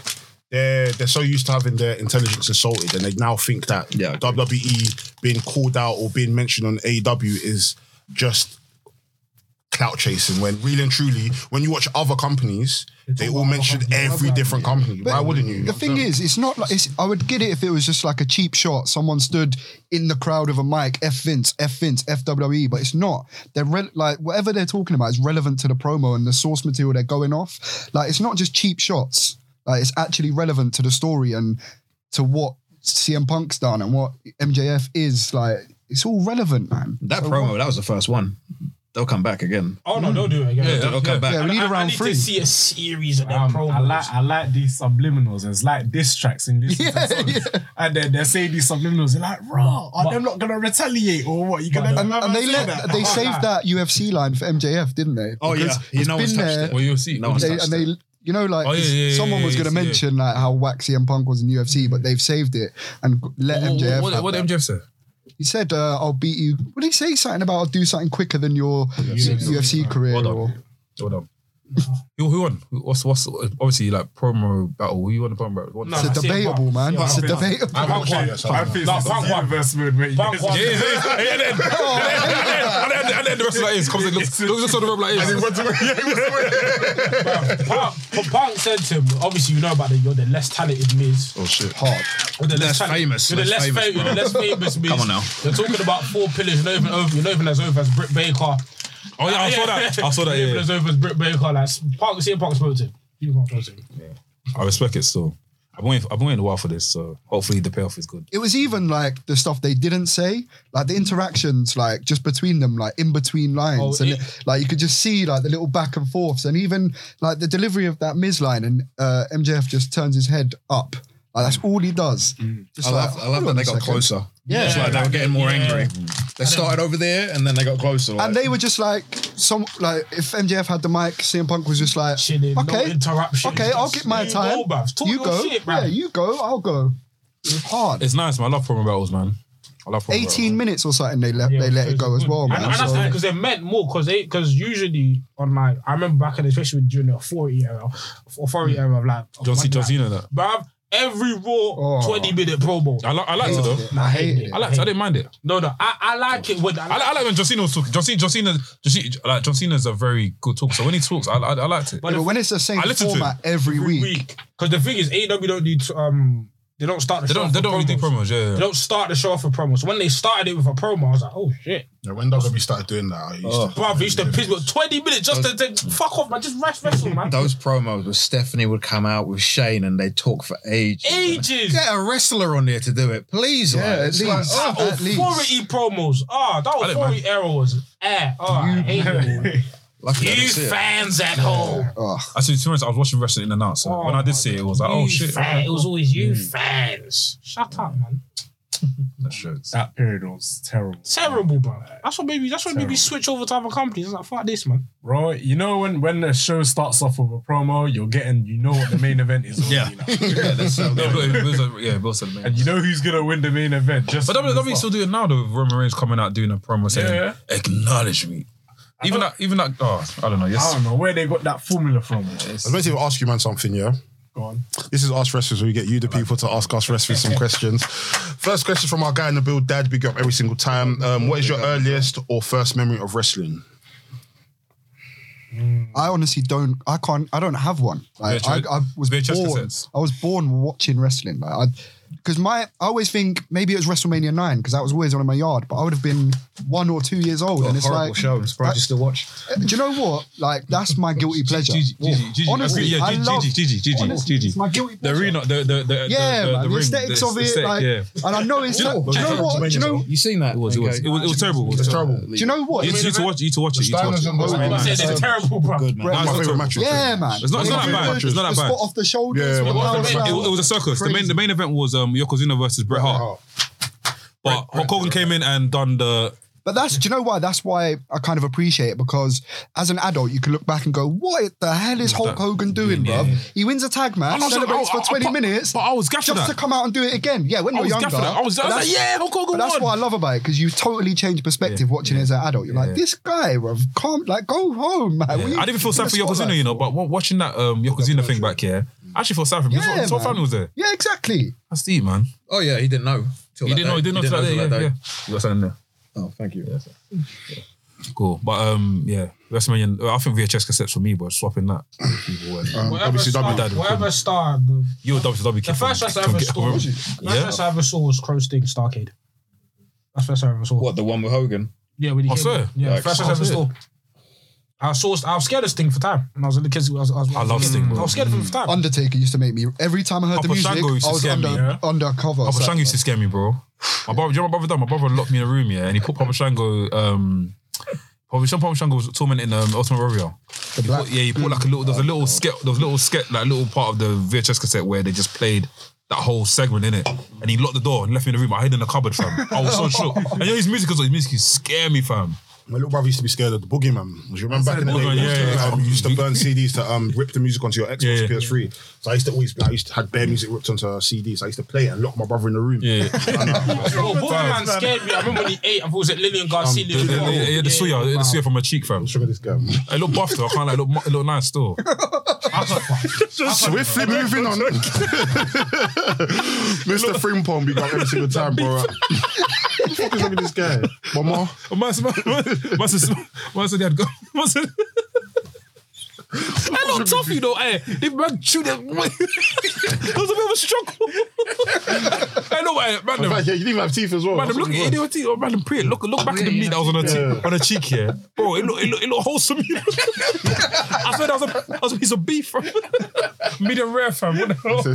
[SPEAKER 4] they're they're so used to having their intelligence assaulted, and they now think that
[SPEAKER 9] Yeah, I agree.
[SPEAKER 4] WWE being called out or being mentioned on AEW is just clout chasing. When really and truly, when you watch other companies, they all mention every different company. Why wouldn't you?
[SPEAKER 6] The thing is, it's not like it's, I would get it if it was just like a cheap shot. Someone stood in the crowd with a mic, F Vince, F Vince, FWE, but it's not. They're re- like whatever they're talking about is relevant to the promo and the source material they're going off. Like it's not just cheap shots. Like it's actually relevant to the story and to what CM Punk's done and what MJF is. Like it's all relevant, man.
[SPEAKER 9] That promo, that was the first one. They'll come back again.
[SPEAKER 3] Oh no, they'll do it again.
[SPEAKER 9] They'll come back.
[SPEAKER 6] Yeah, we need
[SPEAKER 3] I,
[SPEAKER 6] a
[SPEAKER 3] I
[SPEAKER 6] round
[SPEAKER 3] need
[SPEAKER 6] three.
[SPEAKER 3] to see a series of their
[SPEAKER 7] Um,
[SPEAKER 3] promos.
[SPEAKER 7] I like I like these subliminals. It's like diss tracks in this
[SPEAKER 6] Yeah,
[SPEAKER 7] and then they say these subliminals. They're like, "Raw, are them not gonna retaliate or what? You gonna
[SPEAKER 6] And, and they
[SPEAKER 7] say
[SPEAKER 6] let,
[SPEAKER 7] that?"
[SPEAKER 6] they saved that UFC line for MJF, didn't they?
[SPEAKER 9] Oh yeah,
[SPEAKER 6] Because
[SPEAKER 9] you
[SPEAKER 6] it's
[SPEAKER 9] know one's
[SPEAKER 6] been
[SPEAKER 9] touched
[SPEAKER 6] there.
[SPEAKER 9] it.
[SPEAKER 2] Well, you'll see.
[SPEAKER 9] No one's
[SPEAKER 6] they,
[SPEAKER 9] touched
[SPEAKER 6] and
[SPEAKER 9] it.
[SPEAKER 6] they, you know, like
[SPEAKER 2] Oh, yeah, yeah, yeah,
[SPEAKER 6] someone
[SPEAKER 2] yeah,
[SPEAKER 6] was
[SPEAKER 2] yeah,
[SPEAKER 6] going to
[SPEAKER 2] yeah.
[SPEAKER 6] mention like how waxy and punk was in UFC, but they've saved it and g- let MJF.
[SPEAKER 2] What,
[SPEAKER 6] have
[SPEAKER 2] what
[SPEAKER 6] that.
[SPEAKER 2] did MJF say?
[SPEAKER 6] He said, uh, "I'll beat you." What did he say? Something about I'll do something quicker than your UFC, career.
[SPEAKER 2] Hold
[SPEAKER 6] or,
[SPEAKER 2] on. Hold on. who, who won? Who- What's what's obviously like promo battle? Who you won the promo battle? Who won the-
[SPEAKER 6] it's
[SPEAKER 3] No,
[SPEAKER 6] a
[SPEAKER 3] I see it,
[SPEAKER 6] debatable,
[SPEAKER 3] Punk.
[SPEAKER 6] man.
[SPEAKER 3] Yeah,
[SPEAKER 6] It's a
[SPEAKER 3] I see it.
[SPEAKER 6] debatable.
[SPEAKER 3] I Punk won.
[SPEAKER 7] I think
[SPEAKER 3] No,
[SPEAKER 7] this is
[SPEAKER 3] Punk
[SPEAKER 7] the
[SPEAKER 3] won.
[SPEAKER 7] universe mode where you
[SPEAKER 3] Punk won.
[SPEAKER 2] Yeah, yeah, yeah, yeah, and then- and then- and then the rest of that is comes in. Looks looks sort of like is.
[SPEAKER 3] Punk, but Punk said to him, obviously you know about the you're the less talented Miz.
[SPEAKER 9] Oh shit.
[SPEAKER 3] You're the
[SPEAKER 9] Less
[SPEAKER 3] talented-
[SPEAKER 9] famous,
[SPEAKER 3] You're the
[SPEAKER 9] less
[SPEAKER 3] less,
[SPEAKER 9] famous,
[SPEAKER 3] famous. You're the
[SPEAKER 9] bro.
[SPEAKER 3] less famous Miz.
[SPEAKER 9] Come on now.
[SPEAKER 3] You're talking about four pillars. You're not even over. You're not even as over as Britt Baker.
[SPEAKER 2] Oh yeah, I saw that. I saw that.
[SPEAKER 3] You're
[SPEAKER 2] Yeah,
[SPEAKER 3] not even as over as Britt Baker. Like Punk, see Punk spoke to him. You can't spoke to him.
[SPEAKER 2] I respect it still. I've been waiting, I've been waiting a while for this, so hopefully the payoff is good.
[SPEAKER 6] It was even like the stuff they didn't say, like the interactions, like just between them, like in between lines,
[SPEAKER 3] Oh,
[SPEAKER 6] and
[SPEAKER 3] it-
[SPEAKER 6] like you could just see like the little back and forths, and even like the delivery of that Miz line, and uh, MJF just turns his head up. Like that's all he does.
[SPEAKER 3] Mm.
[SPEAKER 6] Just
[SPEAKER 9] I
[SPEAKER 6] like,
[SPEAKER 9] love, I
[SPEAKER 6] hold
[SPEAKER 9] love that
[SPEAKER 6] on
[SPEAKER 9] they
[SPEAKER 6] a
[SPEAKER 9] got
[SPEAKER 6] second.
[SPEAKER 9] closer. Yeah, it's like they were getting more angry. They started over there and then they got closer. Like,
[SPEAKER 6] And they were just like some like if MJF had the mic, CM Punk was just like
[SPEAKER 3] Chilling, no
[SPEAKER 6] okay,
[SPEAKER 3] interruption.
[SPEAKER 6] okay, I'll
[SPEAKER 3] Just
[SPEAKER 6] get my
[SPEAKER 3] you
[SPEAKER 6] time.
[SPEAKER 3] go, bruv. Talk
[SPEAKER 6] you
[SPEAKER 3] your
[SPEAKER 6] go,
[SPEAKER 3] shit, bruv.
[SPEAKER 6] yeah, you go, I'll go. It was hard.
[SPEAKER 2] It's nice, man. I love promo battles, man. I love promo
[SPEAKER 6] Eighteen minutes or something they let
[SPEAKER 3] Yeah,
[SPEAKER 6] they let it
[SPEAKER 3] it's
[SPEAKER 6] go as
[SPEAKER 3] good.
[SPEAKER 6] well,
[SPEAKER 3] And,
[SPEAKER 6] man.
[SPEAKER 3] and that's
[SPEAKER 6] so-
[SPEAKER 3] because they meant more because they because usually on my I remember back in the- especially during the authority era, authority era of like
[SPEAKER 2] John C.
[SPEAKER 3] Monday
[SPEAKER 2] John
[SPEAKER 3] night,
[SPEAKER 2] Cena, that.
[SPEAKER 3] Bruv, Every raw 20 minute Pro Bowl.
[SPEAKER 2] Oh. I, li- I liked it though.
[SPEAKER 6] I hated it.
[SPEAKER 2] I liked it. I didn't mind it.
[SPEAKER 3] No, no, I, I like it when I
[SPEAKER 2] I,
[SPEAKER 3] like,
[SPEAKER 2] li- I like when John Cena was talking. John Cena, John Cena, John Cena, like John Cena's a very good talker. So when he talks, I, I, I liked it.
[SPEAKER 6] Yeah, but when it's the same
[SPEAKER 2] I listened to
[SPEAKER 6] format every
[SPEAKER 3] every
[SPEAKER 6] week,
[SPEAKER 3] week. Because the thing is, AEW don't need to, um, they don't start the
[SPEAKER 2] They
[SPEAKER 3] show.
[SPEAKER 2] don't. They
[SPEAKER 3] off with
[SPEAKER 2] don't really do promos. Yeah.
[SPEAKER 3] They
[SPEAKER 2] yeah.
[SPEAKER 3] don't start the show off with promos. So when they started it with a promo, I was like, oh shit.
[SPEAKER 4] Yeah, when WWE started doing that, I used
[SPEAKER 9] Oh.
[SPEAKER 4] to.
[SPEAKER 3] Bruv, he used to piss me off. 20 minutes just to take, fuck off, man. Just rest, wrestle, man.
[SPEAKER 9] Those promos where Stephanie would come out with Shane and they talk for ages.
[SPEAKER 3] Ages.
[SPEAKER 9] Get a wrestler on there to do it, please.
[SPEAKER 6] Yeah,
[SPEAKER 9] like,
[SPEAKER 6] at
[SPEAKER 9] it's
[SPEAKER 6] least.
[SPEAKER 9] like, oh,
[SPEAKER 6] at least.
[SPEAKER 3] Authority promos. Ah, that
[SPEAKER 2] didn't
[SPEAKER 3] authority era was air. Oh, I hate it.
[SPEAKER 9] lucky I
[SPEAKER 3] You
[SPEAKER 9] didn't see it.
[SPEAKER 3] fans at home.
[SPEAKER 6] Ugh.
[SPEAKER 2] Actually, to be honest, I was watching wrestling in and out. So
[SPEAKER 3] Oh
[SPEAKER 2] when I
[SPEAKER 3] my
[SPEAKER 2] did see it, it was like,
[SPEAKER 3] You
[SPEAKER 2] oh shit, Mm.
[SPEAKER 3] fan- It was always you fans. Shut up, man.
[SPEAKER 2] that shit.
[SPEAKER 7] That period was terrible.
[SPEAKER 3] Terrible, bro. That's what maybe. That's what maybe switch over to other companies. It's like fuck this, man.
[SPEAKER 7] Bro, you know when when the show starts off with a promo, you're getting you know what the main event is. already now.
[SPEAKER 9] Yeah, that's so
[SPEAKER 2] No,
[SPEAKER 9] good.
[SPEAKER 2] but it was a- yeah, Bill said man.
[SPEAKER 7] and you know who's gonna win the main event. Just
[SPEAKER 2] But
[SPEAKER 7] from
[SPEAKER 6] E
[SPEAKER 2] WWE
[SPEAKER 7] the
[SPEAKER 2] still do it now though. with Roman Reigns coming out doing a promo saying,
[SPEAKER 7] Yeah.
[SPEAKER 2] "Acknowledge me." Even that, even that. Oh, I don't know.
[SPEAKER 7] start. I
[SPEAKER 2] Yes,
[SPEAKER 7] don't know where they got that formula from.
[SPEAKER 4] I was meant to ask you, man, something, yeah?
[SPEAKER 7] Go on.
[SPEAKER 4] This is Ask Wrestlers, where we get you, the people, to ask us wrestlers some questions. First question from our guy in the build, Dad, big up every single time. Um, what is your earliest or first memory of wrestling?
[SPEAKER 6] I honestly don't. I can't. I don't have one. Like, I,
[SPEAKER 2] VHS
[SPEAKER 6] I was
[SPEAKER 2] VHS
[SPEAKER 6] born.
[SPEAKER 2] cassettes.
[SPEAKER 6] I was born watching wrestling. Like, I, because my, I always think maybe it was WrestleMania nine because that was always on in my yard. But I would have been one or two years old, and it's
[SPEAKER 9] horrible
[SPEAKER 6] like, eh,
[SPEAKER 9] show. I'm surprised you still watch.
[SPEAKER 6] do you know what? Like, that's my guilty pleasure.
[SPEAKER 2] Gigi, Gigi, Gigi,
[SPEAKER 6] honestly,
[SPEAKER 2] yeah,
[SPEAKER 6] I
[SPEAKER 2] Gigi,
[SPEAKER 6] love.
[SPEAKER 2] Gigi, Gigi,
[SPEAKER 6] honestly,
[SPEAKER 2] Gigi.
[SPEAKER 6] it's my guilty
[SPEAKER 2] The
[SPEAKER 6] pleasure.
[SPEAKER 2] arena, the the the
[SPEAKER 6] Yeah,
[SPEAKER 2] the, the,
[SPEAKER 6] man. The,
[SPEAKER 2] ring,
[SPEAKER 6] aesthetics
[SPEAKER 2] the-
[SPEAKER 6] of
[SPEAKER 2] the
[SPEAKER 6] it,
[SPEAKER 2] aesthetic,
[SPEAKER 6] like,
[SPEAKER 2] yeah.
[SPEAKER 6] and I know it's. Do you know what? Do you know?
[SPEAKER 9] You seen that?
[SPEAKER 2] It was, it was, it was, it was terrible. It was terrible.
[SPEAKER 6] Do you know what?
[SPEAKER 2] You need to watch. You need to watch it. You need to watch it.
[SPEAKER 3] I'm not saying
[SPEAKER 4] That's
[SPEAKER 3] it's terrible, bro.
[SPEAKER 2] Nah, it's
[SPEAKER 4] my
[SPEAKER 2] not
[SPEAKER 4] favorite
[SPEAKER 2] terrible.
[SPEAKER 4] match.
[SPEAKER 6] Yeah, man.
[SPEAKER 2] It's not- it's
[SPEAKER 6] I
[SPEAKER 2] not
[SPEAKER 6] mean,
[SPEAKER 2] that bad.
[SPEAKER 6] the-
[SPEAKER 2] It's not that
[SPEAKER 6] the
[SPEAKER 2] bad.
[SPEAKER 6] Spot off the shoulders.
[SPEAKER 4] Yeah,
[SPEAKER 6] what
[SPEAKER 4] what
[SPEAKER 6] else
[SPEAKER 2] It,
[SPEAKER 6] around?
[SPEAKER 2] it was a circus. The main, the main event was um, Yokozuna versus Bret Hart. But Hulk Hogan came in and done the.
[SPEAKER 6] But that's do you know why? That's why I kind of appreciate it because as an adult, you can look back and go, "What the hell is Hulk Hogan doing, bruv? He wins a tag match,
[SPEAKER 2] know, so-
[SPEAKER 6] celebrates
[SPEAKER 2] I- I-
[SPEAKER 6] for twenty
[SPEAKER 2] but-
[SPEAKER 6] minutes,
[SPEAKER 2] but I was gassed
[SPEAKER 6] just
[SPEAKER 2] for that.
[SPEAKER 6] to come out and do it again." Yeah, when
[SPEAKER 2] I
[SPEAKER 6] you're
[SPEAKER 2] was
[SPEAKER 6] younger,
[SPEAKER 2] gassed for that. I was, I
[SPEAKER 6] but
[SPEAKER 2] was
[SPEAKER 6] that's-
[SPEAKER 2] like, yeah, Hulk Hogan
[SPEAKER 6] But that's
[SPEAKER 2] won.
[SPEAKER 6] what I love about it because you totally change perspective watching it as an adult. You're like, this guy, bruv, calm, like, go home, man. What
[SPEAKER 2] Yeah,
[SPEAKER 6] you
[SPEAKER 2] I didn't feel
[SPEAKER 6] in
[SPEAKER 2] sad
[SPEAKER 6] the
[SPEAKER 2] for
[SPEAKER 6] spotlight
[SPEAKER 2] Yokozuna, you know, but wa- watching that um, Yokozuna thing back here, I actually felt sad for him. His whole-
[SPEAKER 6] Yeah,
[SPEAKER 2] his whole
[SPEAKER 6] man.
[SPEAKER 2] family was there.
[SPEAKER 6] Yeah, exactly.
[SPEAKER 2] That's deep, man.
[SPEAKER 9] Oh yeah, he didn't know. till
[SPEAKER 2] He
[SPEAKER 9] that
[SPEAKER 2] didn't know. He
[SPEAKER 9] day.
[SPEAKER 2] didn't know till that day. Yeah,
[SPEAKER 9] till
[SPEAKER 2] yeah. You got something there.
[SPEAKER 9] Oh, thank you.
[SPEAKER 2] Cool. But um, yeah, WrestleMania. I think VHS cassettes for me, but swapping that. People were-
[SPEAKER 3] Whatever star,
[SPEAKER 2] dad was
[SPEAKER 3] whatever star, the,
[SPEAKER 2] You were WWE.
[SPEAKER 3] the first wrestler I ever saw, the first
[SPEAKER 2] Yeah.
[SPEAKER 3] wrestler I ever saw was Crow Sting Starcade. That's the first I ever saw.
[SPEAKER 9] What the one with Hogan?
[SPEAKER 3] Yeah, when he
[SPEAKER 2] Oh,
[SPEAKER 3] came.
[SPEAKER 2] sir.
[SPEAKER 3] Yeah,
[SPEAKER 9] Yikes.
[SPEAKER 3] first I
[SPEAKER 2] Oh,
[SPEAKER 3] ever
[SPEAKER 2] sir.
[SPEAKER 3] saw. I saw. I was scared of Sting for time. When I was a little kid, I was. I, was, Mm.
[SPEAKER 2] I love Sting, bro. Mm.
[SPEAKER 3] I was scared of him for time.
[SPEAKER 6] Undertaker used to make me every time I heard
[SPEAKER 2] Papa
[SPEAKER 6] the music,
[SPEAKER 2] Shango used to
[SPEAKER 6] I was
[SPEAKER 2] scare me,
[SPEAKER 6] under
[SPEAKER 2] yeah?
[SPEAKER 6] undercover.
[SPEAKER 2] Papa
[SPEAKER 6] So-
[SPEAKER 2] Shango used to scare me, bro. My brother, do you know what my brother done? My brother locked me in a room, yeah, and he put Papa Shango. Um, Papa Shango, Papa Shango was tormenting um, Ultimate Warrior. He
[SPEAKER 6] black-
[SPEAKER 2] put- yeah, he put like a little. There was a little skit. There was a little skit, like little part of the VHS cassette where they just played. That whole segment in it, and he locked the door and left me in the room. I hid in the cupboard, fam. I was so shook. And you know his music, because his music used to scare me, fam.
[SPEAKER 4] My little brother used to be scared of the boogeyman. Do you remember back in the day?
[SPEAKER 2] Boogeyman, yeah, yeah.
[SPEAKER 4] Um, you used to burn CDs to um, rip the music onto your Xbox,
[SPEAKER 2] Yeah, yeah.
[SPEAKER 4] PS3. So I used to always, I used to had bare music ripped onto CDs. I used to play it and lock my brother in the room.
[SPEAKER 2] Yeah,
[SPEAKER 3] Bro, Boogeyman scared me. I remember when he ate. I thought it was at Lillian Garcia.
[SPEAKER 2] yeah, yeah, yeah, yeah, Um, the suya, the suya from my cheek, fam.
[SPEAKER 4] Look at this guy. man.
[SPEAKER 2] I look buff though. I can't like look, mo- look nice still.
[SPEAKER 4] Swiftly moving on. Mr. Frimpong, we got every single time, bro. Who the fuck is up with this guy? One more.
[SPEAKER 2] Man said man said- man said he had gone. Man said. I look tough, you know. Hey, if man chewed it, it was a bit of a struggle. I know, hey, man.
[SPEAKER 4] In
[SPEAKER 2] them-
[SPEAKER 4] fact, yeah, you didn't even have teeth as well.
[SPEAKER 2] Man, them look
[SPEAKER 4] That's what it
[SPEAKER 2] at
[SPEAKER 4] was.
[SPEAKER 2] it, they were- man, them pray. Look, look back at the meat that was on her cheek, on her cheek here, bro. It look, it look, it look wholesome. you know? I swear that was a, that was a piece of beef, fam. medium rare, fam. What the hell?
[SPEAKER 4] It's a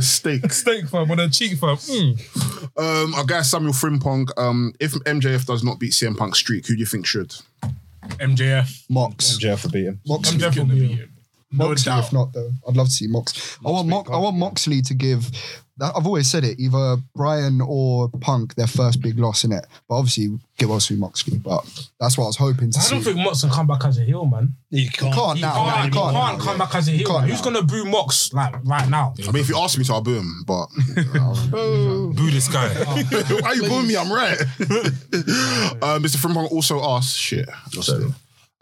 [SPEAKER 4] steak.
[SPEAKER 2] Steak, fam, on her cheek, fam. Mm.
[SPEAKER 4] Um, our guy Samuel Frimpong. Um, if MJF does not beat CM Punk's streak, who do you think should?
[SPEAKER 7] MJF.
[SPEAKER 6] Mox.
[SPEAKER 9] Jeff for beating.
[SPEAKER 6] Mox.
[SPEAKER 7] No
[SPEAKER 6] Moxley,
[SPEAKER 7] doubt.
[SPEAKER 6] if not though, I'd love to see Mox. I want Mox, I want Moxley to give. that- I've always said it, either Brian or Punk, their first big loss in it. But obviously, give us through Moxley. But that's what I was hoping to
[SPEAKER 3] I
[SPEAKER 6] see.
[SPEAKER 3] don't think Mox can come back as a heel, man.
[SPEAKER 9] He can't.
[SPEAKER 6] can't
[SPEAKER 3] He
[SPEAKER 6] now.
[SPEAKER 3] can't,
[SPEAKER 6] man,
[SPEAKER 3] he can't,
[SPEAKER 6] now,
[SPEAKER 3] come
[SPEAKER 6] yeah.
[SPEAKER 3] back as a heel.
[SPEAKER 6] can't
[SPEAKER 3] man. Who's
[SPEAKER 6] now.
[SPEAKER 3] gonna boo Mox like right now?
[SPEAKER 4] I mean, if you ask me to, I'll boo him. But
[SPEAKER 2] Boo this guy.
[SPEAKER 4] why you booing me? I'm right. uh, Mr. Frimpong also asked, shit. just-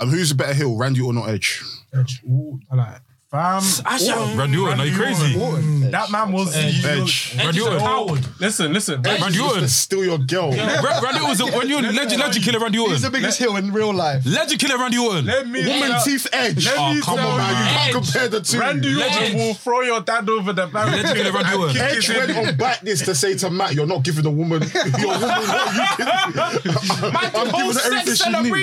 [SPEAKER 4] Um, who's a better heel, Randy or not Edge?
[SPEAKER 3] Edge. Ooh, I like. it.
[SPEAKER 7] Fam,
[SPEAKER 3] Actually,
[SPEAKER 2] Randy Orton, are you crazy?
[SPEAKER 7] that man was
[SPEAKER 4] Edge.
[SPEAKER 2] Randy
[SPEAKER 3] Randy
[SPEAKER 2] Orton.
[SPEAKER 3] Howard.
[SPEAKER 7] Listen, listen.
[SPEAKER 2] Randy Orton.
[SPEAKER 4] Still your girl.
[SPEAKER 2] Ra- Randy Orton's a, when you legend, legend killer Randy
[SPEAKER 6] He's the
[SPEAKER 2] Orton.
[SPEAKER 6] biggest heel in real life.
[SPEAKER 2] Legend killer Randy Orton.
[SPEAKER 7] Let me
[SPEAKER 4] Woman
[SPEAKER 7] tell-
[SPEAKER 4] teeth edge.
[SPEAKER 7] Let me
[SPEAKER 4] Oh, come
[SPEAKER 7] tell
[SPEAKER 4] on, man. You
[SPEAKER 7] you.
[SPEAKER 4] can't compare the two.
[SPEAKER 7] Randy
[SPEAKER 2] Legend.
[SPEAKER 7] Orton will throw your dad over the barrel.
[SPEAKER 2] Legend killer Randy Orton.
[SPEAKER 4] Edge went on back this to say to Matt, "You're not giving the woman, your woman what you can."
[SPEAKER 3] Man, the
[SPEAKER 4] I'm
[SPEAKER 3] whole
[SPEAKER 4] giving her
[SPEAKER 3] set
[SPEAKER 4] everything she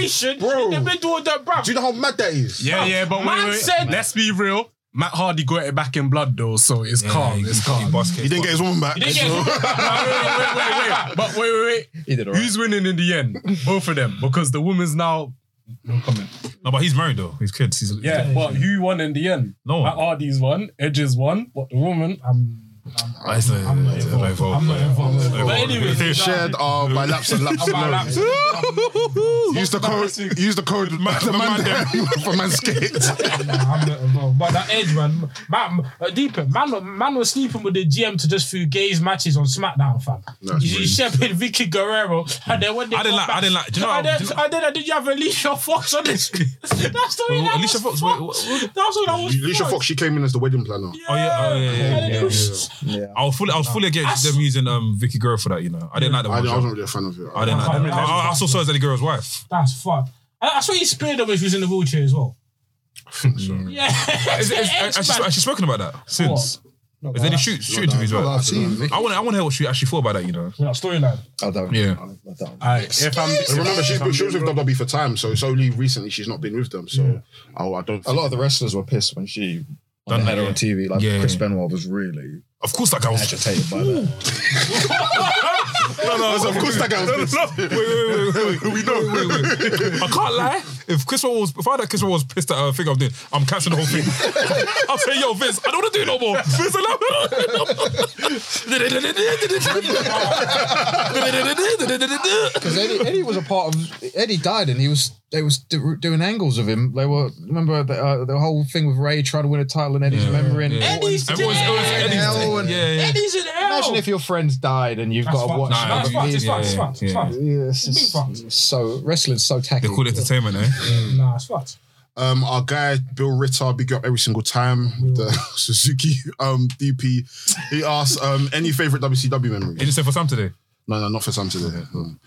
[SPEAKER 3] celebration
[SPEAKER 4] needs. Bro.
[SPEAKER 3] in the middle of the bruv.
[SPEAKER 4] Do you know how mad that is?
[SPEAKER 7] Yeah, yeah, but wait,
[SPEAKER 3] Man
[SPEAKER 7] wait.
[SPEAKER 3] said-
[SPEAKER 7] let's be real. Matt Hardy got it back in blood though, so it's calm. It's calm.
[SPEAKER 4] He didn't get his woman back.
[SPEAKER 3] They get-
[SPEAKER 7] wait, wait, wait. But wait, wait, wait.
[SPEAKER 9] He did all right.
[SPEAKER 7] Who's winning in the end? Both of them, because the woman's now. No comment.
[SPEAKER 2] No, but he's married though. He's kids. He's,
[SPEAKER 7] Yeah, but who won in the end?
[SPEAKER 2] No one.
[SPEAKER 7] Matt Hardy's won. Edge's won. But the woman,
[SPEAKER 3] I'm
[SPEAKER 2] Ah, it's not-
[SPEAKER 3] I'm not
[SPEAKER 2] it's not
[SPEAKER 3] involved. I'm not
[SPEAKER 2] It's
[SPEAKER 3] involved.
[SPEAKER 2] not
[SPEAKER 3] But
[SPEAKER 2] involved.
[SPEAKER 3] anyway,
[SPEAKER 4] Shared uh, by laps and laps.
[SPEAKER 3] By laps.
[SPEAKER 4] alone. Use the code. Use the code. The man for manscaped.
[SPEAKER 3] I'm not involved. But that Edge, man, man, uh, deeper man, man was sleeping with the GM to just few gays matches on SmackDown, fam. You shepherd Vicky Guerrero, and then when they
[SPEAKER 2] I didn't like-
[SPEAKER 3] got back-
[SPEAKER 2] I didn't like- do you know-
[SPEAKER 3] and then,
[SPEAKER 2] do you know-
[SPEAKER 3] and then I did you have Alicia Fox on this? That's the way
[SPEAKER 2] Wait,
[SPEAKER 3] that
[SPEAKER 2] Alicia
[SPEAKER 3] was
[SPEAKER 2] Fox? Wait, what-
[SPEAKER 3] fucked.
[SPEAKER 2] what-
[SPEAKER 3] That's what I was.
[SPEAKER 4] Alicia
[SPEAKER 3] fucked.
[SPEAKER 4] Fox. She came in as the wedding planner.
[SPEAKER 2] Oh yeah, oh yeah, yeah,
[SPEAKER 3] And
[SPEAKER 2] yeah.
[SPEAKER 3] it was-
[SPEAKER 2] I was fully, I was fully against them using um Vicky Guerrero for that. You know, I didn't like that.
[SPEAKER 4] I, I
[SPEAKER 2] one.
[SPEAKER 4] wasn't really a fan of it.
[SPEAKER 2] I didn't like that.
[SPEAKER 3] I mean,
[SPEAKER 2] I, I, I saw her as Eddie Guerrero's wife.
[SPEAKER 3] That's fucked. I, I swear he speared her when she was in the wheelchair as well. Yeah.
[SPEAKER 2] Is, is, has, she, has she spoken about that since? Is there any shoot, shoot interviews
[SPEAKER 6] Well,
[SPEAKER 2] about
[SPEAKER 6] I've
[SPEAKER 2] it?
[SPEAKER 6] seen.
[SPEAKER 2] I want, I want to hear what she actually thought about that. You know,
[SPEAKER 3] Yeah, storyline.
[SPEAKER 5] I don't.
[SPEAKER 2] Yeah.
[SPEAKER 5] I don't- I don't.
[SPEAKER 7] I, if I'm,
[SPEAKER 4] And remember, she's been, she was with WWE for time, so it's only recently she's not been with them. So oh, I, I don't.
[SPEAKER 5] A lot of the wrestlers were pissed when she
[SPEAKER 2] Done
[SPEAKER 5] done
[SPEAKER 2] that,
[SPEAKER 5] had her
[SPEAKER 2] yeah.
[SPEAKER 5] on TV. Like
[SPEAKER 2] Yeah,
[SPEAKER 5] Chris
[SPEAKER 2] yeah.
[SPEAKER 5] Benoit was really
[SPEAKER 2] of course that guy was.
[SPEAKER 5] agitated by that.
[SPEAKER 4] no, no, of course that guy was
[SPEAKER 2] wait, wait, wait, wait. we know. Wait, wait, wait. I can't lie. If Chris Rock was, if I had Chris Rock was pissed at a thing I'm doing, I'm canceling the whole thing. I'll say, yo, Vince, I don't want to do it no more. Vince, I
[SPEAKER 9] Because Eddie, Eddie was a part of. Eddie died, and he was. They was do- doing angles of him. They were. Remember the, uh, the whole thing with Ray trying to win a title, and Eddie's remembering.
[SPEAKER 2] yeah.
[SPEAKER 3] Eddie's
[SPEAKER 2] Everyone's- everyone's-
[SPEAKER 3] dead.
[SPEAKER 2] Eddie's
[SPEAKER 9] Hell
[SPEAKER 2] dead.
[SPEAKER 9] and-
[SPEAKER 2] Yeah, yeah.
[SPEAKER 3] Eddie's in hell.
[SPEAKER 9] Imagine if your friends died and you've
[SPEAKER 3] That's
[SPEAKER 9] got to
[SPEAKER 3] fucked.
[SPEAKER 9] watch.
[SPEAKER 2] Nah,
[SPEAKER 3] That's
[SPEAKER 9] other
[SPEAKER 3] fucked. It's
[SPEAKER 9] people.
[SPEAKER 3] fucked. It's
[SPEAKER 2] yeah,
[SPEAKER 3] fucked. It's
[SPEAKER 2] yeah.
[SPEAKER 3] fucked.
[SPEAKER 9] Yeah, it's
[SPEAKER 3] It's
[SPEAKER 9] just-
[SPEAKER 3] fucked.
[SPEAKER 9] it's so wrestling's so tacky.
[SPEAKER 2] They call it entertainment, eh?
[SPEAKER 3] Nah, it's fucked.
[SPEAKER 4] Um, our guy Bill Ritter, big up every single time. The Suzuki um DP. He asks, um, any favorite WCW
[SPEAKER 2] Did
[SPEAKER 4] memories?
[SPEAKER 2] you say for Sam today?
[SPEAKER 4] No, no, not for Sam today. Um,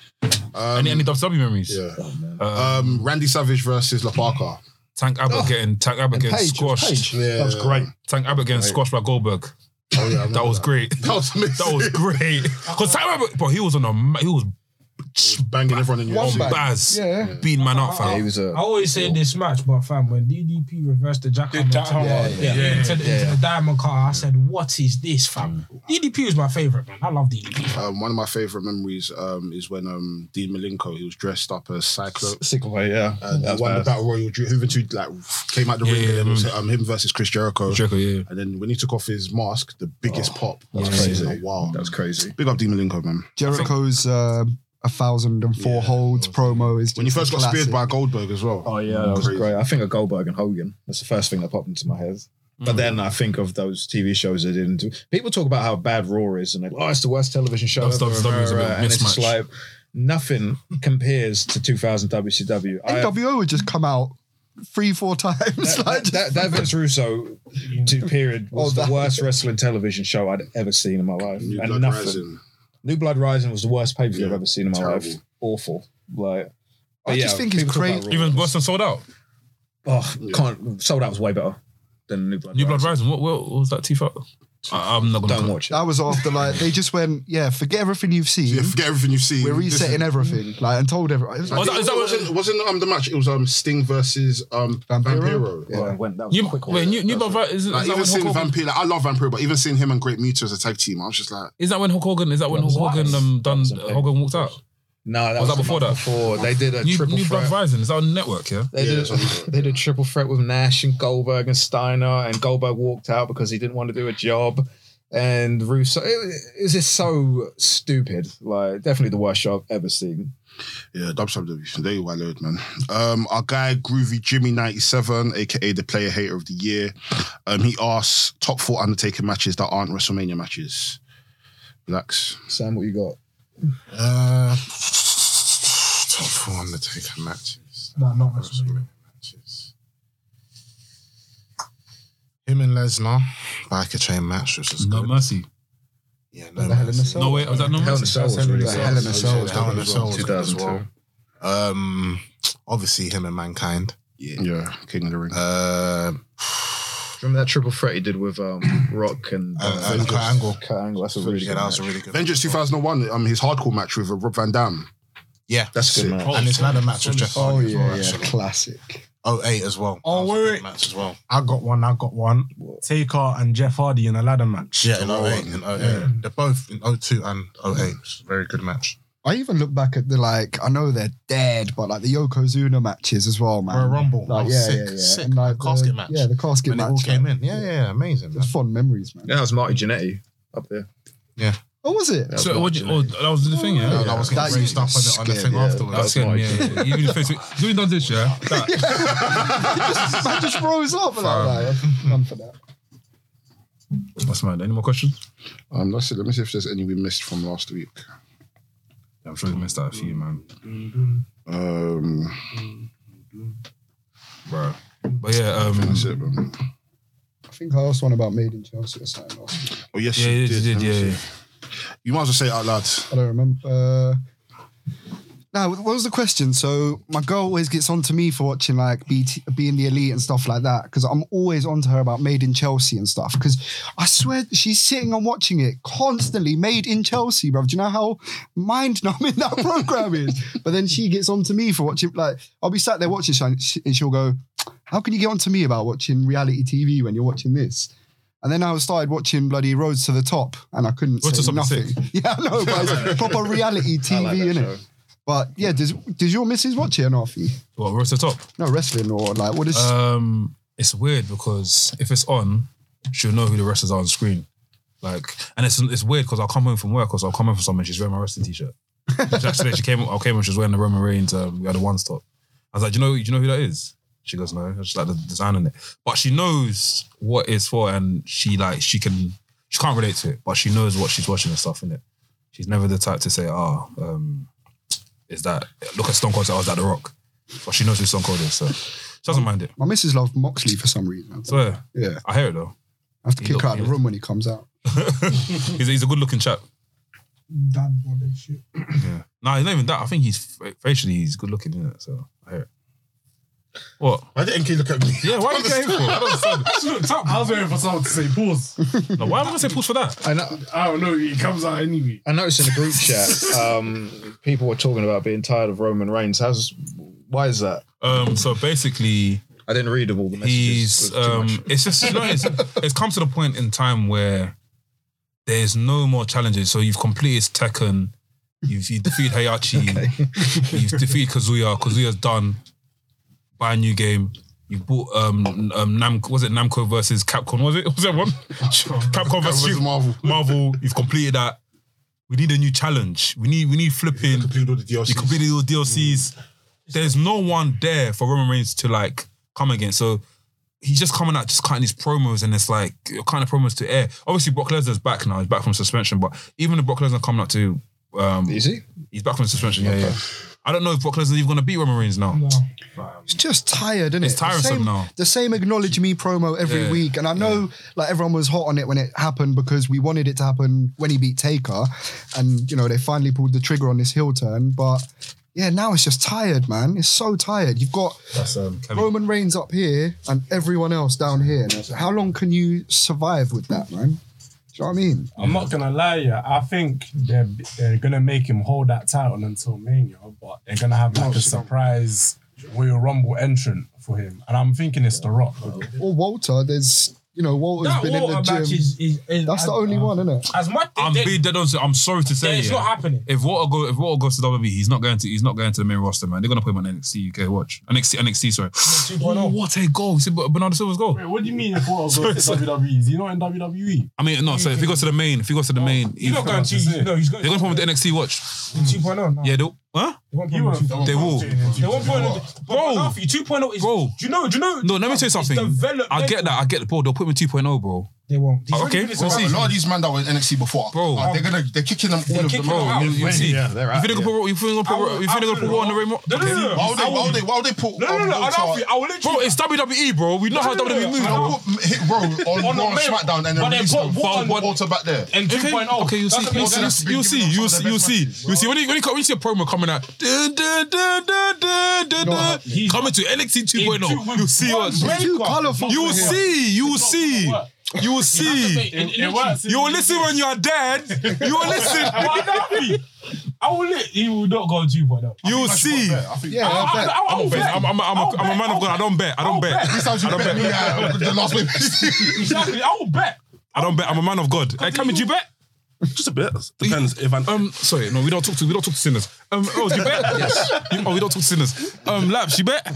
[SPEAKER 2] Any any WWE memories?
[SPEAKER 4] yeah.
[SPEAKER 2] Uh,
[SPEAKER 4] Um, Randy Savage versus La Parca.
[SPEAKER 2] Tank Abbott
[SPEAKER 4] Oh.
[SPEAKER 2] getting Tank Abbott getting
[SPEAKER 9] Page,
[SPEAKER 2] squashed.
[SPEAKER 9] Page.
[SPEAKER 4] Yeah, that was great.
[SPEAKER 2] Tank Abbott getting squashed by Goldberg.
[SPEAKER 4] Oh yeah, I remember
[SPEAKER 2] That was great.
[SPEAKER 4] That was amazing.
[SPEAKER 2] That was great. Because Tank Abbott, but he was on a ma- he was
[SPEAKER 4] banging everyone in your
[SPEAKER 6] One
[SPEAKER 4] seat.
[SPEAKER 6] back.
[SPEAKER 2] Baz
[SPEAKER 6] Yeah. yeah.
[SPEAKER 2] beating man up,
[SPEAKER 5] He
[SPEAKER 2] fam.
[SPEAKER 5] was a.
[SPEAKER 3] I always say in this match, but fam, when DDP reversed the jackhammer
[SPEAKER 7] that-
[SPEAKER 3] to-
[SPEAKER 7] yeah,
[SPEAKER 3] yeah, into, the- into the diamond car, I said, "What is this, fam?" DDP was my favorite man. I love DDP. fam.
[SPEAKER 4] Um, one of my favorite memories um, is when um, Dean Malenko he was dressed up as Cyclo
[SPEAKER 5] Sick way, yeah.
[SPEAKER 4] and uh,
[SPEAKER 5] That's
[SPEAKER 4] won the
[SPEAKER 5] bad.
[SPEAKER 4] Battle Royal. Dr- Juventud like came out the
[SPEAKER 2] Yeah,
[SPEAKER 4] ring
[SPEAKER 2] yeah,
[SPEAKER 4] and it
[SPEAKER 2] I
[SPEAKER 4] was
[SPEAKER 2] remember.
[SPEAKER 4] um, him versus Chris Jericho. Oh,
[SPEAKER 2] Jericho, yeah.
[SPEAKER 4] And then when he took off his mask, the biggest pop.
[SPEAKER 5] That's
[SPEAKER 4] I've seen
[SPEAKER 5] crazy.
[SPEAKER 4] In a while.
[SPEAKER 5] That was crazy.
[SPEAKER 4] Big up Dean Malenko, man.
[SPEAKER 6] Jericho's uh, a thousand and four holds promo is
[SPEAKER 4] When you
[SPEAKER 6] just
[SPEAKER 4] first
[SPEAKER 6] a
[SPEAKER 4] got
[SPEAKER 6] classic.
[SPEAKER 4] speared by Goldberg as well.
[SPEAKER 5] Oh yeah, that was
[SPEAKER 4] Crazy.
[SPEAKER 5] great. I think of Goldberg and Hogan. That's the first thing that popped into my head. But then I think of those TV shows they didn't do. People talk about how bad Raw is, and like, oh, it's the worst television show
[SPEAKER 2] That's
[SPEAKER 5] ever.
[SPEAKER 2] the- that's the-
[SPEAKER 5] rah, rah, rah. and it's just
[SPEAKER 2] mismatch.
[SPEAKER 5] like nothing compares to 2000 WCW. I-
[SPEAKER 6] NWO would just come out three, four times.
[SPEAKER 5] that,
[SPEAKER 6] like,
[SPEAKER 5] that, that, that Vince Russo t- period was
[SPEAKER 6] Oh, that-
[SPEAKER 5] the worst wrestling television show I'd ever seen in my life,
[SPEAKER 4] New
[SPEAKER 5] and
[SPEAKER 4] Blood
[SPEAKER 5] nothing.
[SPEAKER 4] Rising.
[SPEAKER 5] New Blood Rising was the worst pay per view
[SPEAKER 4] Yeah,
[SPEAKER 5] I've ever seen in my life.
[SPEAKER 4] terrible.
[SPEAKER 5] Awful, like.
[SPEAKER 6] I
[SPEAKER 5] but
[SPEAKER 6] just think it's
[SPEAKER 5] people talk
[SPEAKER 6] cra-
[SPEAKER 5] about Raw.
[SPEAKER 2] Even Boston sold out.
[SPEAKER 5] Oh, can't sold out was way better than New Blood.
[SPEAKER 2] New Blood
[SPEAKER 5] Rising.
[SPEAKER 2] Rising. What, what, what was that teeth out? I, I'm not gonna.
[SPEAKER 5] Don't watch it.
[SPEAKER 6] that was after like they just went, yeah, forget everything you've seen.
[SPEAKER 4] Yeah, forget everything you've seen.
[SPEAKER 6] We're
[SPEAKER 4] This is-
[SPEAKER 6] resetting everything. Like and told everyone. It was
[SPEAKER 2] Oh,
[SPEAKER 6] like,
[SPEAKER 2] that- is that what-
[SPEAKER 4] wasn't wasn't um, the match? It was um, Sting versus um,
[SPEAKER 6] Vampiro?
[SPEAKER 4] Vampiro.
[SPEAKER 5] Yeah, it went, that was
[SPEAKER 2] New,
[SPEAKER 5] quick.
[SPEAKER 2] wait, New, New Blood Rising. Is, is,
[SPEAKER 4] Like,
[SPEAKER 2] that
[SPEAKER 4] even
[SPEAKER 2] when
[SPEAKER 4] seeing
[SPEAKER 2] Hulk Hogan,
[SPEAKER 4] Vampiro, like, I love Vampiro, but even seeing him and Great Muta as a tag team, I was just like,
[SPEAKER 2] is that when Hulk Hogan? Is that when Hulk
[SPEAKER 5] was-
[SPEAKER 2] Hogan um, done?
[SPEAKER 5] that was a-
[SPEAKER 2] Hogan walked out.
[SPEAKER 5] No, that
[SPEAKER 2] Was
[SPEAKER 5] was, the
[SPEAKER 2] that before
[SPEAKER 5] month
[SPEAKER 2] that?
[SPEAKER 5] Before they did a
[SPEAKER 2] New,
[SPEAKER 5] triple
[SPEAKER 2] New Blood
[SPEAKER 5] threat.
[SPEAKER 2] Rising. Is that on network? Yeah.
[SPEAKER 5] They
[SPEAKER 4] Yeah,
[SPEAKER 5] did,
[SPEAKER 4] that's what-
[SPEAKER 5] they did a triple threat with Nash and Goldberg and Steiner, and Goldberg walked out because he didn't want to do a job. And Russo, it, it was just so stupid. Like, definitely the worst show I've ever seen.
[SPEAKER 4] Yeah, WWE. They were loaded, man. Um, our guy Groovy Jimmy ninety seven, aka the player hater of the year. Um, he asks top four Undertaker matches that aren't WrestleMania matches. Relax.
[SPEAKER 5] Sam, what you got?
[SPEAKER 4] Uh, top four Undertaker matches.
[SPEAKER 3] Nah, not WrestleMania.
[SPEAKER 4] matches.
[SPEAKER 11] Him and Lesnar, biker chain match, which is
[SPEAKER 2] No
[SPEAKER 11] good.
[SPEAKER 2] mercy.
[SPEAKER 11] Yeah,
[SPEAKER 5] Like the Hell in a Cell.
[SPEAKER 2] No way. Was that no
[SPEAKER 9] Hell in
[SPEAKER 2] mercy?
[SPEAKER 9] a Cell was really
[SPEAKER 5] The
[SPEAKER 9] good.
[SPEAKER 5] Hell in a Cell was
[SPEAKER 11] Hell in a Cell was good as
[SPEAKER 9] 2002.
[SPEAKER 11] well. Um, obviously him and Mankind.
[SPEAKER 4] Yeah, King of the Ring.
[SPEAKER 11] Uh,
[SPEAKER 9] Remember that triple threat he did with um, Rock and
[SPEAKER 11] uh, and Kurt Angle.
[SPEAKER 5] Kurt Angle, that's a really
[SPEAKER 11] Yeah,
[SPEAKER 5] good
[SPEAKER 11] that was
[SPEAKER 5] match.
[SPEAKER 11] a really good.
[SPEAKER 4] Vengeance 2001, um, his hardcore match with uh, Rob Van Dam.
[SPEAKER 11] Yeah,
[SPEAKER 9] That's a good
[SPEAKER 11] sick.
[SPEAKER 9] match.
[SPEAKER 11] And his ladder match with Jeff
[SPEAKER 6] Oh
[SPEAKER 11] Hardy. as well,
[SPEAKER 6] yeah, yeah,
[SPEAKER 11] actually.
[SPEAKER 6] classic.
[SPEAKER 11] Oh eight as well.
[SPEAKER 7] Oh,
[SPEAKER 11] That was a
[SPEAKER 7] wait,
[SPEAKER 11] good
[SPEAKER 7] wait.
[SPEAKER 11] match as well.
[SPEAKER 7] I got one. I got one. Taker and Jeff Hardy in a ladder match.
[SPEAKER 11] Yeah, in 08,
[SPEAKER 4] Oh,
[SPEAKER 11] in 08. They're both in 02 and 08. It's a very good match.
[SPEAKER 6] I even look back at the like. I know they're dead, but like the Yokozuna matches as well, man.
[SPEAKER 11] Royal Rumble.
[SPEAKER 6] Like,
[SPEAKER 11] oh,
[SPEAKER 6] yeah,
[SPEAKER 11] sick,
[SPEAKER 6] yeah, yeah.
[SPEAKER 11] sick.
[SPEAKER 6] And, like, the-
[SPEAKER 11] casket match.
[SPEAKER 6] Yeah, the casket
[SPEAKER 11] when
[SPEAKER 6] match.
[SPEAKER 11] it all came
[SPEAKER 6] like,
[SPEAKER 11] in. Yeah, yeah, yeah. Amazing.
[SPEAKER 6] It
[SPEAKER 11] Man.
[SPEAKER 6] was fun memories, man.
[SPEAKER 9] Yeah, that was Marty Jannetty up there.
[SPEAKER 6] Oh, was it?
[SPEAKER 9] That was
[SPEAKER 2] So
[SPEAKER 9] Marty
[SPEAKER 2] what? you-
[SPEAKER 9] Jannetty.
[SPEAKER 2] oh, that was the thing, yeah.
[SPEAKER 11] No, that was
[SPEAKER 6] That
[SPEAKER 11] getting
[SPEAKER 6] you
[SPEAKER 11] raised up on the, on the
[SPEAKER 6] scared,
[SPEAKER 11] thing
[SPEAKER 6] yeah.
[SPEAKER 11] afterwards.
[SPEAKER 2] That's him, yeah. yeah. Even in Facebook. Doing done this, yeah. That-
[SPEAKER 6] just, man just rose up and I'm like, I'm done for that.
[SPEAKER 2] That's mad. Any more questions?
[SPEAKER 4] Um, that's it. Let me see if there's any we missed from last week.
[SPEAKER 2] Yeah, I'm sure we missed out a few, man.
[SPEAKER 4] Um,
[SPEAKER 2] Bro. But yeah, um,
[SPEAKER 4] that's it, man.
[SPEAKER 6] I think I asked one about Made in Chelsea or something last week.
[SPEAKER 4] Oh, yes,
[SPEAKER 2] yeah,
[SPEAKER 4] you
[SPEAKER 2] you
[SPEAKER 4] did.
[SPEAKER 2] did,
[SPEAKER 4] Let me
[SPEAKER 2] yeah,
[SPEAKER 4] see.
[SPEAKER 2] yeah.
[SPEAKER 4] You might as well say it out loud.
[SPEAKER 6] I don't remember. Uh, now, what was the question? So my girl always gets on to me for watching like BT, being the elite and stuff like that because I'm always on to her about Made in Chelsea and stuff because I swear she's sitting and watching it constantly. Made in Chelsea, bro. Do you know how mind numbing that program is? But then she gets on to me for watching. Like I'll be sat there watching, something, sh- and she'll go, "How can you get on to me about watching reality TV when you're watching this?" And then I started watching bloody Roads to the Top, and I couldn't
[SPEAKER 2] Roads to
[SPEAKER 6] say
[SPEAKER 2] Top is
[SPEAKER 6] nothing. Yeah, I know, but it's proper reality TV, innit? But yeah, does does your missus watch it, Anafi?
[SPEAKER 2] What, we're at the top?
[SPEAKER 6] No wrestling or like what is?
[SPEAKER 2] Um, it's weird because if it's on, she'll know who the wrestlers are on screen. Like, and it's it's weird because I'll come home from work or so I'll come home from something. She's wearing my wrestling t-shirt. Yesterday she came, I came and she was wearing the Roman Reigns. Um, we had a one stop. I was like, do you know, do you know who that is? She goes, no. I just like the design on it, but she knows what it's for, and she like she can she can't relate to it, but she knows what she's watching and stuff in it. She's never the type to say, ah, oh, um, is that look at Stone Cold? I was that The Rock, but she knows who Stone Cold is, so she doesn't mind it.
[SPEAKER 6] my missus loves Moxley for some reason.
[SPEAKER 2] So yeah,
[SPEAKER 6] Yeah,
[SPEAKER 2] I hear it though.
[SPEAKER 6] I have to
[SPEAKER 2] He
[SPEAKER 6] kick
[SPEAKER 2] look-
[SPEAKER 6] her out of
[SPEAKER 2] he
[SPEAKER 6] the room when he comes out.
[SPEAKER 2] he's, he's a good looking chap.
[SPEAKER 8] Dad body shit.
[SPEAKER 2] Yeah. No, he's not even that. I think he's fa- facially he's good looking, isn't it? So I hear it. What?
[SPEAKER 11] Why didn't you look at me?
[SPEAKER 2] Yeah, why are you getting for? I don't understand.
[SPEAKER 8] I was waiting for someone to say pause.
[SPEAKER 2] No, why am I gonna say pause for that?
[SPEAKER 5] I, no-
[SPEAKER 8] I don't know. He comes out anyway.
[SPEAKER 5] I noticed in the group chat, um, people were talking about being tired of Roman Reigns. How's why is that?
[SPEAKER 2] Um, so basically,
[SPEAKER 5] I didn't read all the messages.
[SPEAKER 2] he's
[SPEAKER 5] It was too much.
[SPEAKER 2] um, it's just no, it's, it's come to the point in time where there's no more challenges. So you've completed Tekken, you've you defeated Hayachi, you've defeated Kazuya. Kazuya's done. Buy a new game. You bought um, um Namco was it Namco versus Capcom was it was that one Capcom versus
[SPEAKER 4] Marvel.
[SPEAKER 2] Marvel. You've completed that. We need a new challenge. We need we need flipping.
[SPEAKER 11] Complete all the DLCs.
[SPEAKER 2] You completed all DLCs. There's no one there for Roman Reigns to like come against. So he's just coming out, just cutting his promos, and it's like kind of promos to air. Obviously, Brock Lesnar's back now. He's back from suspension, but even if Brock Lesnar coming out to, um,
[SPEAKER 5] Is he?
[SPEAKER 2] he's back from suspension. Yeah, yeah. I don't know if Brock Lesnar's even gonna beat Roman Reigns now.
[SPEAKER 6] It's just tired, isn't
[SPEAKER 2] It's
[SPEAKER 6] it?
[SPEAKER 2] tiresome
[SPEAKER 6] the same,
[SPEAKER 2] now.
[SPEAKER 6] The same acknowledge me promo every
[SPEAKER 2] Yeah,
[SPEAKER 6] week, and I know like everyone was hot on it when it happened because we wanted it to happen when he beat Taker, and you know they finally pulled the trigger on this heel turn. But yeah, now it's just tired, man. It's so tired. You've got
[SPEAKER 2] That's um, Kevin.
[SPEAKER 6] Roman Reigns up here and everyone else down here. And it's like, How long can you survive with that, man? Do you know what I mean?
[SPEAKER 7] I'm not gonna lie, yeah. I think they're they're gonna make him hold that title until Mania, but they're gonna have like a surprise Royal Rumble entrant for him, and I'm thinking it's The Rock.
[SPEAKER 6] Or Walter, there's you know Walter's
[SPEAKER 3] That
[SPEAKER 6] been
[SPEAKER 3] water
[SPEAKER 6] in the
[SPEAKER 3] match
[SPEAKER 6] gym.
[SPEAKER 3] is, is, is
[SPEAKER 6] That's the only one, isn't it?
[SPEAKER 3] As much
[SPEAKER 2] I'm
[SPEAKER 3] they-
[SPEAKER 2] being dead on. I'm sorry to
[SPEAKER 3] they-
[SPEAKER 2] say,
[SPEAKER 3] it's
[SPEAKER 2] yeah.
[SPEAKER 3] not happening.
[SPEAKER 2] If Water go, if Water goes to WWE, he's not going to he's not going to the main roster, man. They're gonna put him on NXT UK. Watch NXT NXT. Sorry.
[SPEAKER 3] 2.0.
[SPEAKER 2] Oh, what a goal! See, but Bernardo Silva's goal.
[SPEAKER 7] Wait, what do you mean if Walter goes to WWE? E? Is he not in E? WWE?
[SPEAKER 2] I mean, no. So if he goes to the main, if he goes to the main,
[SPEAKER 3] He's not going to. No, he's going
[SPEAKER 2] They're gonna put him with the NXT. Watch.
[SPEAKER 3] 2.0. oh, No.
[SPEAKER 2] Yeah, they huh?
[SPEAKER 3] They won't put him on 2.0.
[SPEAKER 2] They will.
[SPEAKER 3] They won't put him on. Bro,
[SPEAKER 2] Bro.
[SPEAKER 3] Alfie, 2.0 is.
[SPEAKER 2] Bro.
[SPEAKER 3] Do you know? Do you know?
[SPEAKER 2] No, let me tell you
[SPEAKER 3] It's
[SPEAKER 2] something.
[SPEAKER 3] development.
[SPEAKER 2] I get that. I get the bro. They'll put him in 2.0, bro.
[SPEAKER 10] They won't. He's
[SPEAKER 2] Okay,
[SPEAKER 10] already been
[SPEAKER 2] we'll
[SPEAKER 10] in
[SPEAKER 2] see.
[SPEAKER 4] A
[SPEAKER 10] Zimbabwe.
[SPEAKER 4] lot of these men that were in NXT before,
[SPEAKER 2] Bro.
[SPEAKER 4] uh, they're gonna they're kicking them all
[SPEAKER 10] They're
[SPEAKER 4] of
[SPEAKER 10] kicking
[SPEAKER 4] them.
[SPEAKER 10] them out.
[SPEAKER 2] You you see, you
[SPEAKER 5] they're
[SPEAKER 2] think they
[SPEAKER 5] out,
[SPEAKER 2] put Raw- you think they
[SPEAKER 3] I
[SPEAKER 2] put Raw-
[SPEAKER 3] would-
[SPEAKER 2] you
[SPEAKER 3] I
[SPEAKER 2] think they
[SPEAKER 3] would
[SPEAKER 2] put Raw on the
[SPEAKER 3] not.
[SPEAKER 2] remote?
[SPEAKER 3] No, no, no, no.
[SPEAKER 4] Why would they?
[SPEAKER 3] I
[SPEAKER 4] Why would
[SPEAKER 3] would-
[SPEAKER 4] they? Why would they put?
[SPEAKER 3] No, no, no. I don't think- I would
[SPEAKER 2] Bro,
[SPEAKER 3] literally.
[SPEAKER 2] it's
[SPEAKER 3] E,
[SPEAKER 2] WWE, bro. We know how
[SPEAKER 3] no, no,
[SPEAKER 2] WWE moves,
[SPEAKER 3] no,
[SPEAKER 2] bro.
[SPEAKER 3] no.
[SPEAKER 4] They'll put hit Raw on
[SPEAKER 3] On the
[SPEAKER 4] Raw and
[SPEAKER 3] main-
[SPEAKER 4] SmackDown and
[SPEAKER 3] but
[SPEAKER 4] then
[SPEAKER 3] they
[SPEAKER 4] release
[SPEAKER 3] put
[SPEAKER 4] them.
[SPEAKER 3] Walter-
[SPEAKER 4] Walter back there.
[SPEAKER 3] And
[SPEAKER 2] Okay,
[SPEAKER 3] 2.0.
[SPEAKER 2] okay, you'll see,
[SPEAKER 3] oh. That's the
[SPEAKER 2] you'll
[SPEAKER 3] most
[SPEAKER 2] see, you'll see,
[SPEAKER 4] that's been
[SPEAKER 3] sense.
[SPEAKER 4] given
[SPEAKER 2] you'll
[SPEAKER 4] some of
[SPEAKER 2] see, you'll see,
[SPEAKER 4] the best matches,
[SPEAKER 2] you'll see. When you when you when you see a promo coming out, dun, dun, dun, dun, dun, dun, dun,
[SPEAKER 3] he's-
[SPEAKER 2] coming to NXT
[SPEAKER 3] In two
[SPEAKER 2] 2.0, oh, you'll
[SPEAKER 3] weeks,
[SPEAKER 2] see
[SPEAKER 3] one
[SPEAKER 2] us.
[SPEAKER 3] break
[SPEAKER 6] Too
[SPEAKER 3] up.
[SPEAKER 6] colourful.
[SPEAKER 2] You will
[SPEAKER 6] Yeah.
[SPEAKER 2] see, you will
[SPEAKER 3] It's not
[SPEAKER 2] see,
[SPEAKER 3] gonna work.
[SPEAKER 2] you will see.
[SPEAKER 3] It- it works.
[SPEAKER 2] You will listen when you are dead. You will listen.
[SPEAKER 3] Why not me? I will let he will not go on 2.0.
[SPEAKER 2] You will see.
[SPEAKER 6] Yeah,
[SPEAKER 3] I- I- I- I will bet.
[SPEAKER 2] I'm, I'm, I'm,
[SPEAKER 3] I'll
[SPEAKER 2] a, I'm a
[SPEAKER 3] bet.
[SPEAKER 2] man of God. I don't bet. I don't
[SPEAKER 3] I'll
[SPEAKER 2] bet.
[SPEAKER 3] bet.
[SPEAKER 4] This time you
[SPEAKER 2] I don't
[SPEAKER 4] bet me uh, the last way.
[SPEAKER 3] Exactly. I will bet.
[SPEAKER 2] I don't bet. I'm a man of God. Hey, Cameron, do you bet?
[SPEAKER 11] Just a bit. Depends if I'm.
[SPEAKER 2] Um, sorry, no, we don't talk to we don't talk to sinners. Um, oh, do you bet? yes. oh, we don't talk to sinners. Um, laps, you bet?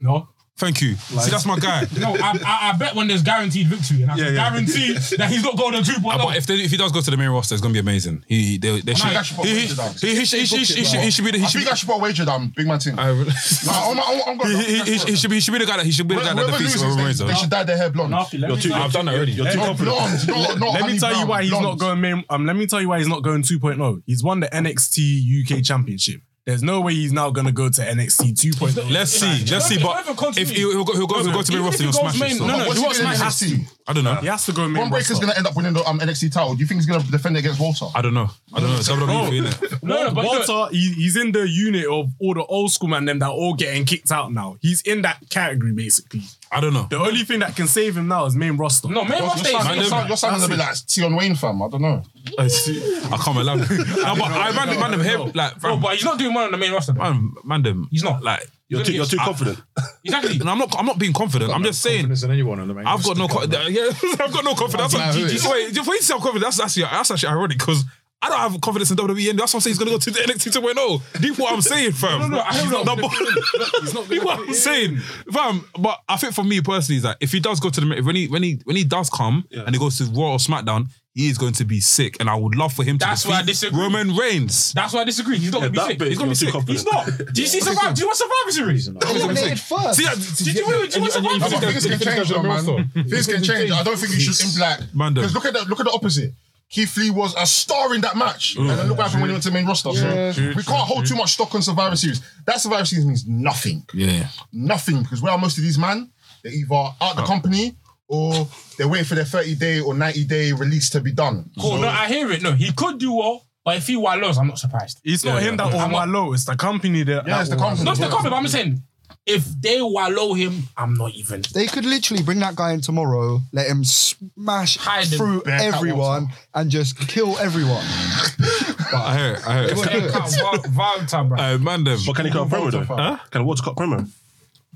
[SPEAKER 3] No.
[SPEAKER 2] Thank you. See, that's my guy.
[SPEAKER 3] No, I, I, I bet when there's guaranteed victory, and I
[SPEAKER 11] Yeah,
[SPEAKER 3] can
[SPEAKER 11] yeah.
[SPEAKER 3] guarantee that he's not going on 2.0.
[SPEAKER 2] Ah, But if, they, if he does go to the main roster, it's gonna be amazing. He he- they, they should,
[SPEAKER 4] I should put
[SPEAKER 2] he, he,
[SPEAKER 4] Wizard down.
[SPEAKER 2] he, he, should- he, should- he should- he should he should be the he
[SPEAKER 4] I
[SPEAKER 2] should
[SPEAKER 4] think
[SPEAKER 2] be,
[SPEAKER 4] I should put a wager down. Big man team. Nah,
[SPEAKER 2] I-
[SPEAKER 4] I'm, I'm, I'm going.
[SPEAKER 2] he, he, he, he should be he should be the guy that he should be the guy that
[SPEAKER 4] Whoever
[SPEAKER 2] defeats Roman
[SPEAKER 4] loses,
[SPEAKER 2] Reigns.
[SPEAKER 4] they, they should
[SPEAKER 2] though.
[SPEAKER 4] dye their hair blonde.
[SPEAKER 7] Nafi, let me tell you-
[SPEAKER 2] I've done that already.
[SPEAKER 7] You're too
[SPEAKER 4] Not
[SPEAKER 7] confident.
[SPEAKER 4] blonde, not, not
[SPEAKER 7] Let
[SPEAKER 4] honey
[SPEAKER 7] me tell you
[SPEAKER 4] brown,
[SPEAKER 7] why he's
[SPEAKER 4] blonde.
[SPEAKER 7] not going main. Um, let me tell you why he's not going 2.0. He's won the NXT UK Championship. There's no way he's now going to go to NXT 2.0.
[SPEAKER 2] Let's see, let's see. But
[SPEAKER 3] Whoever comes
[SPEAKER 2] if
[SPEAKER 3] to
[SPEAKER 2] he- he'll go, he'll go, he'll go to the
[SPEAKER 3] Even
[SPEAKER 2] main
[SPEAKER 3] if
[SPEAKER 2] roster,
[SPEAKER 3] he
[SPEAKER 2] he'll
[SPEAKER 3] goes
[SPEAKER 2] smash
[SPEAKER 3] main-
[SPEAKER 2] it. so-
[SPEAKER 3] no,
[SPEAKER 4] But
[SPEAKER 3] no,
[SPEAKER 4] what's
[SPEAKER 3] he
[SPEAKER 4] he
[SPEAKER 3] wants
[SPEAKER 4] doing in
[SPEAKER 3] smash
[SPEAKER 4] NXT?
[SPEAKER 2] I don't know.
[SPEAKER 7] He has to go main.
[SPEAKER 4] Bron Breaker's
[SPEAKER 7] roster.
[SPEAKER 4] going to end up winning the um, NXT title. Do you think he's going to defend against Walter?
[SPEAKER 2] I don't know. I don't know. It's E, WWE, innit?
[SPEAKER 3] no, no, but you know-
[SPEAKER 7] Walter, he, he's in the unit of all the old school man them that are all getting kicked out now. He's in that category basically.
[SPEAKER 2] I don't know.
[SPEAKER 7] The only thing that can save him now is main roster.
[SPEAKER 3] no, main roster is
[SPEAKER 4] Your son- your son's a bit like Tion Wayne, fam. I don't know.
[SPEAKER 2] I see. I can't allow. No, but I man, man, them him like
[SPEAKER 3] No,
[SPEAKER 2] fam,
[SPEAKER 3] but he's not doing well on the main roster. though.
[SPEAKER 2] man, man, them.
[SPEAKER 3] He's not.
[SPEAKER 2] like.
[SPEAKER 11] You're too, you're too confident.
[SPEAKER 3] Exactly.
[SPEAKER 2] And I'm not. I'm not being confident. I'm just saying.
[SPEAKER 5] Confidence in anyone on the main
[SPEAKER 2] I've got no, co- yeah, I've got no confidence.
[SPEAKER 5] Doesn't
[SPEAKER 2] That's
[SPEAKER 5] matter who
[SPEAKER 2] what,
[SPEAKER 5] it is.
[SPEAKER 2] wait, just wait to say I'm confident. That's actually that's actually ironic because I don't have confidence in WWE, and that's what I'm saying. He's gonna go to the NXT 2.0. oh. Deep what I'm saying, fam. No, no, I don't know. Deep what I'm saying, fam. But I think for me personally is that if he does go to the if when he when he when he does come and he goes to Raw or SmackDown, he is going to be sick, and I would love for him
[SPEAKER 3] That's
[SPEAKER 2] to
[SPEAKER 3] why I
[SPEAKER 2] defeat
[SPEAKER 3] disagree.
[SPEAKER 2] Roman Reigns.
[SPEAKER 3] That's why I disagree. He's not
[SPEAKER 11] Yeah,
[SPEAKER 3] going to
[SPEAKER 11] that
[SPEAKER 3] be sick.
[SPEAKER 11] bit
[SPEAKER 3] He's going
[SPEAKER 11] you're
[SPEAKER 3] to
[SPEAKER 11] too
[SPEAKER 3] be sick.
[SPEAKER 11] confident.
[SPEAKER 3] He's not. Do you see Survivor? Do you want Survivor Series?
[SPEAKER 6] Eliminated first.
[SPEAKER 2] See, uh,
[SPEAKER 3] Did you wait? Do you want Survivor
[SPEAKER 4] No, but
[SPEAKER 3] Series?
[SPEAKER 4] things can change, though, man. Things can change. I don't think you should in black.
[SPEAKER 2] Man,
[SPEAKER 4] Because look at the look at the opposite. Keith Lee was a star in that match, and then look what happened when he went to the main roster. So we can't hold too much stock on Survivor Series. That Survivor Series means nothing,
[SPEAKER 2] Yeah.
[SPEAKER 4] nothing. Because where are most of these men? They're either out the company or they're waiting for their thirty day or ninety day release to be done.
[SPEAKER 3] Cool. No, I hear it. No, he could do well, but if he were lost, I'm not surprised.
[SPEAKER 7] It's not him that
[SPEAKER 3] I'm
[SPEAKER 7] on my low. It's the company that.
[SPEAKER 4] Yeah, it's the
[SPEAKER 7] that all-
[SPEAKER 4] company.
[SPEAKER 3] Not the comment, but I'm saying if they wallow him, I'm not even.
[SPEAKER 6] They could literally bring that guy in tomorrow, let him smash
[SPEAKER 3] Hide him.
[SPEAKER 6] through
[SPEAKER 4] Bearcat
[SPEAKER 6] everyone, and just kill everyone.
[SPEAKER 2] I hear it. I hear it.
[SPEAKER 3] They can't val- val- time, bro.
[SPEAKER 2] Uh, man, them.
[SPEAKER 11] But can he cut a promo though? Huh? Can a Walter cut promo?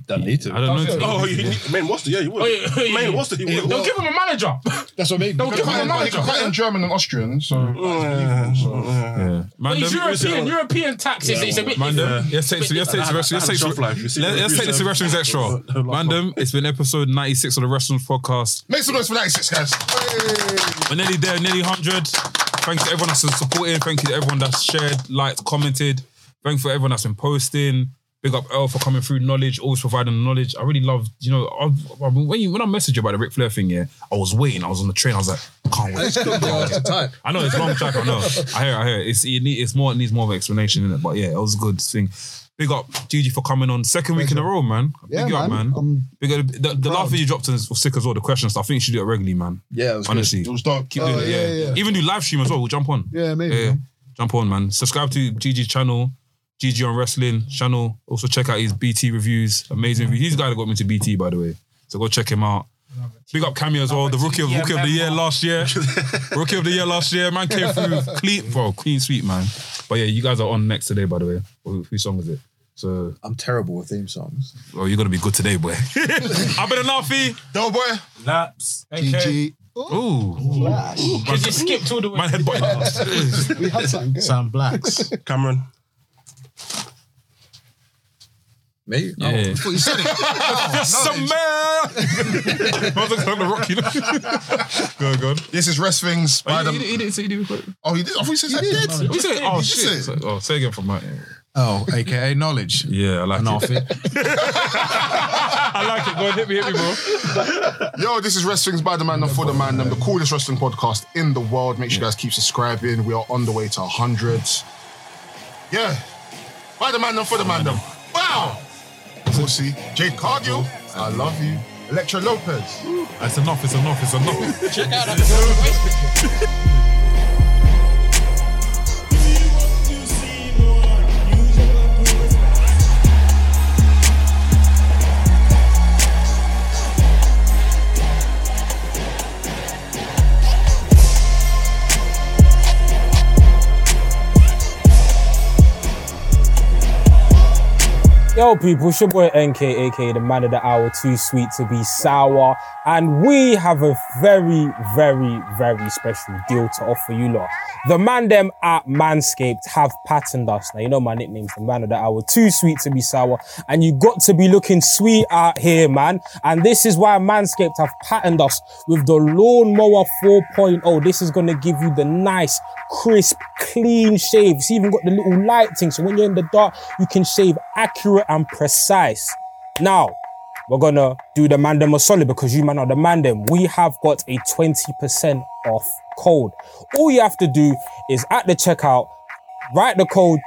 [SPEAKER 5] Don't need to.
[SPEAKER 2] I don't know.
[SPEAKER 11] Oh, he, he, main roster, yeah, he would.
[SPEAKER 3] yeah, yeah,
[SPEAKER 11] main
[SPEAKER 3] yeah.
[SPEAKER 11] roster, he would.
[SPEAKER 3] They'll give him a manager.
[SPEAKER 5] That's what I mean.
[SPEAKER 4] They're quite, in, they're quite in German and Austrian, so
[SPEAKER 2] Man,
[SPEAKER 3] He's
[SPEAKER 2] them.
[SPEAKER 3] European, European taxes. It's a bit.
[SPEAKER 2] Mandem, let's take let's take let's
[SPEAKER 11] That's
[SPEAKER 2] take
[SPEAKER 11] shelf life. You see,
[SPEAKER 2] let's take this to Wrestling's Extra.
[SPEAKER 11] Her last
[SPEAKER 2] Mandem, it's been episode 96 of the Wrestling Podcast.
[SPEAKER 4] make some noise for ninety six guys.
[SPEAKER 2] We're nearly there, nearly 100. Thanks to everyone that's been supporting. Thank you to everyone that's shared, liked, commented. Thank you for everyone that's been posting. Big up L for coming through knowledge, always providing knowledge. I really love, you know, I've, I've, when you when I messaged you about the Ric Flair thing, yeah, I was waiting. I was on the train. I was like, I can't wait. I know it's long track. I know. I hear. It, I hear. It. It's it need, it's more it needs more of an explanation in it. But yeah, it was a good thing. Big up Gigi for coming on second week in a row, man. Big
[SPEAKER 6] Yeah,
[SPEAKER 2] you up,
[SPEAKER 6] man.
[SPEAKER 2] man.
[SPEAKER 6] I'm
[SPEAKER 2] Big up, the the last video you dropped was sick as well. The question stuff. I think you should do it regularly, man.
[SPEAKER 5] Yeah, it was good.
[SPEAKER 2] honestly,
[SPEAKER 4] It was dope.
[SPEAKER 2] keep doing
[SPEAKER 6] Oh,
[SPEAKER 2] it.
[SPEAKER 6] yeah,
[SPEAKER 2] Yeah.
[SPEAKER 6] yeah.
[SPEAKER 2] even do live stream as well. We'll jump on.
[SPEAKER 6] Yeah, maybe, man.
[SPEAKER 2] jump on, man. Subscribe to Gigi's channel. Gigi on wrestling channel. Also check out his BT reviews. Amazing reviews. He's the guy that got me to BT, by the way. So go check him out. Big up Cammy as well, the rookie of rookie of the year last year. rookie of the year last year. Man came through clean, bro, clean sweep, man. But yeah, you guys are on next today, by the way. Who- Whose song is it? So,
[SPEAKER 5] I'm terrible with theme songs.
[SPEAKER 2] oh, you're gonna be good today, boy. I've been enough, E.
[SPEAKER 4] Dope boy.
[SPEAKER 7] Laps.
[SPEAKER 6] GG.
[SPEAKER 2] Ooh,
[SPEAKER 3] Because he skipped all the way.
[SPEAKER 2] man, headbutt.
[SPEAKER 6] We had something good.
[SPEAKER 5] Sam Blacks.
[SPEAKER 11] Cameron.
[SPEAKER 5] Me?
[SPEAKER 2] Yeah. Yes, man. I was looking at the rock, you know. Go, go.
[SPEAKER 4] This is Rest Things by
[SPEAKER 2] Oh,
[SPEAKER 4] the.
[SPEAKER 2] you didn't- you didn't say you did before.
[SPEAKER 4] Oh, he did. I thought he said he did.
[SPEAKER 2] You said, oh, shit. So-
[SPEAKER 4] said
[SPEAKER 2] Oh, say again from my.
[SPEAKER 5] Uh,
[SPEAKER 9] Oh, aka knowledge.
[SPEAKER 7] Yeah, I like
[SPEAKER 9] And
[SPEAKER 7] it.
[SPEAKER 9] off it.
[SPEAKER 12] I like it. Go on, hit me, hit me, bro.
[SPEAKER 4] Yo, this is Wrestling's by the Man and for the Man, and the coolest wrestling podcast in the world. Make sure you guys keep subscribing. We are on the way to 100. Yeah. By the Man and for the Man. them. Wow. Pussy. Jade Cargill. I love you. Electra Lopez.
[SPEAKER 7] It's enough, it's enough, it's enough.
[SPEAKER 3] Yo, people, it's your boy NK, aka the man of the hour, too sweet to be sour. And we have a very, very, very special deal to offer you lot. The man them at Manscaped have patterned us. Now, you know my nickname's the man of the hour, too sweet to be sour. And you got to be looking sweet out here, man. And this is why Manscaped have patterned us with the Lawnmower 4.0. oh. This is going to give you the nice, crisp, clean shave. It's even got the little lighting. So when you're in the dark, you can shave accurate and precise. Now, we're gonna do the mandem a solid because you man are the mandem. We have got a 20% off code. All you have to do is at the checkout, write the code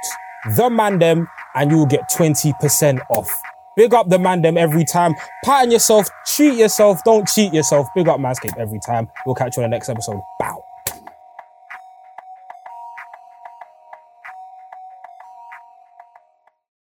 [SPEAKER 3] the mandem, and you'll get 20% off. Big up the mandem every time. Pattern yourself, treat yourself, don't cheat yourself. Big up Manscaped every time. We'll catch you on the next episode. Bow.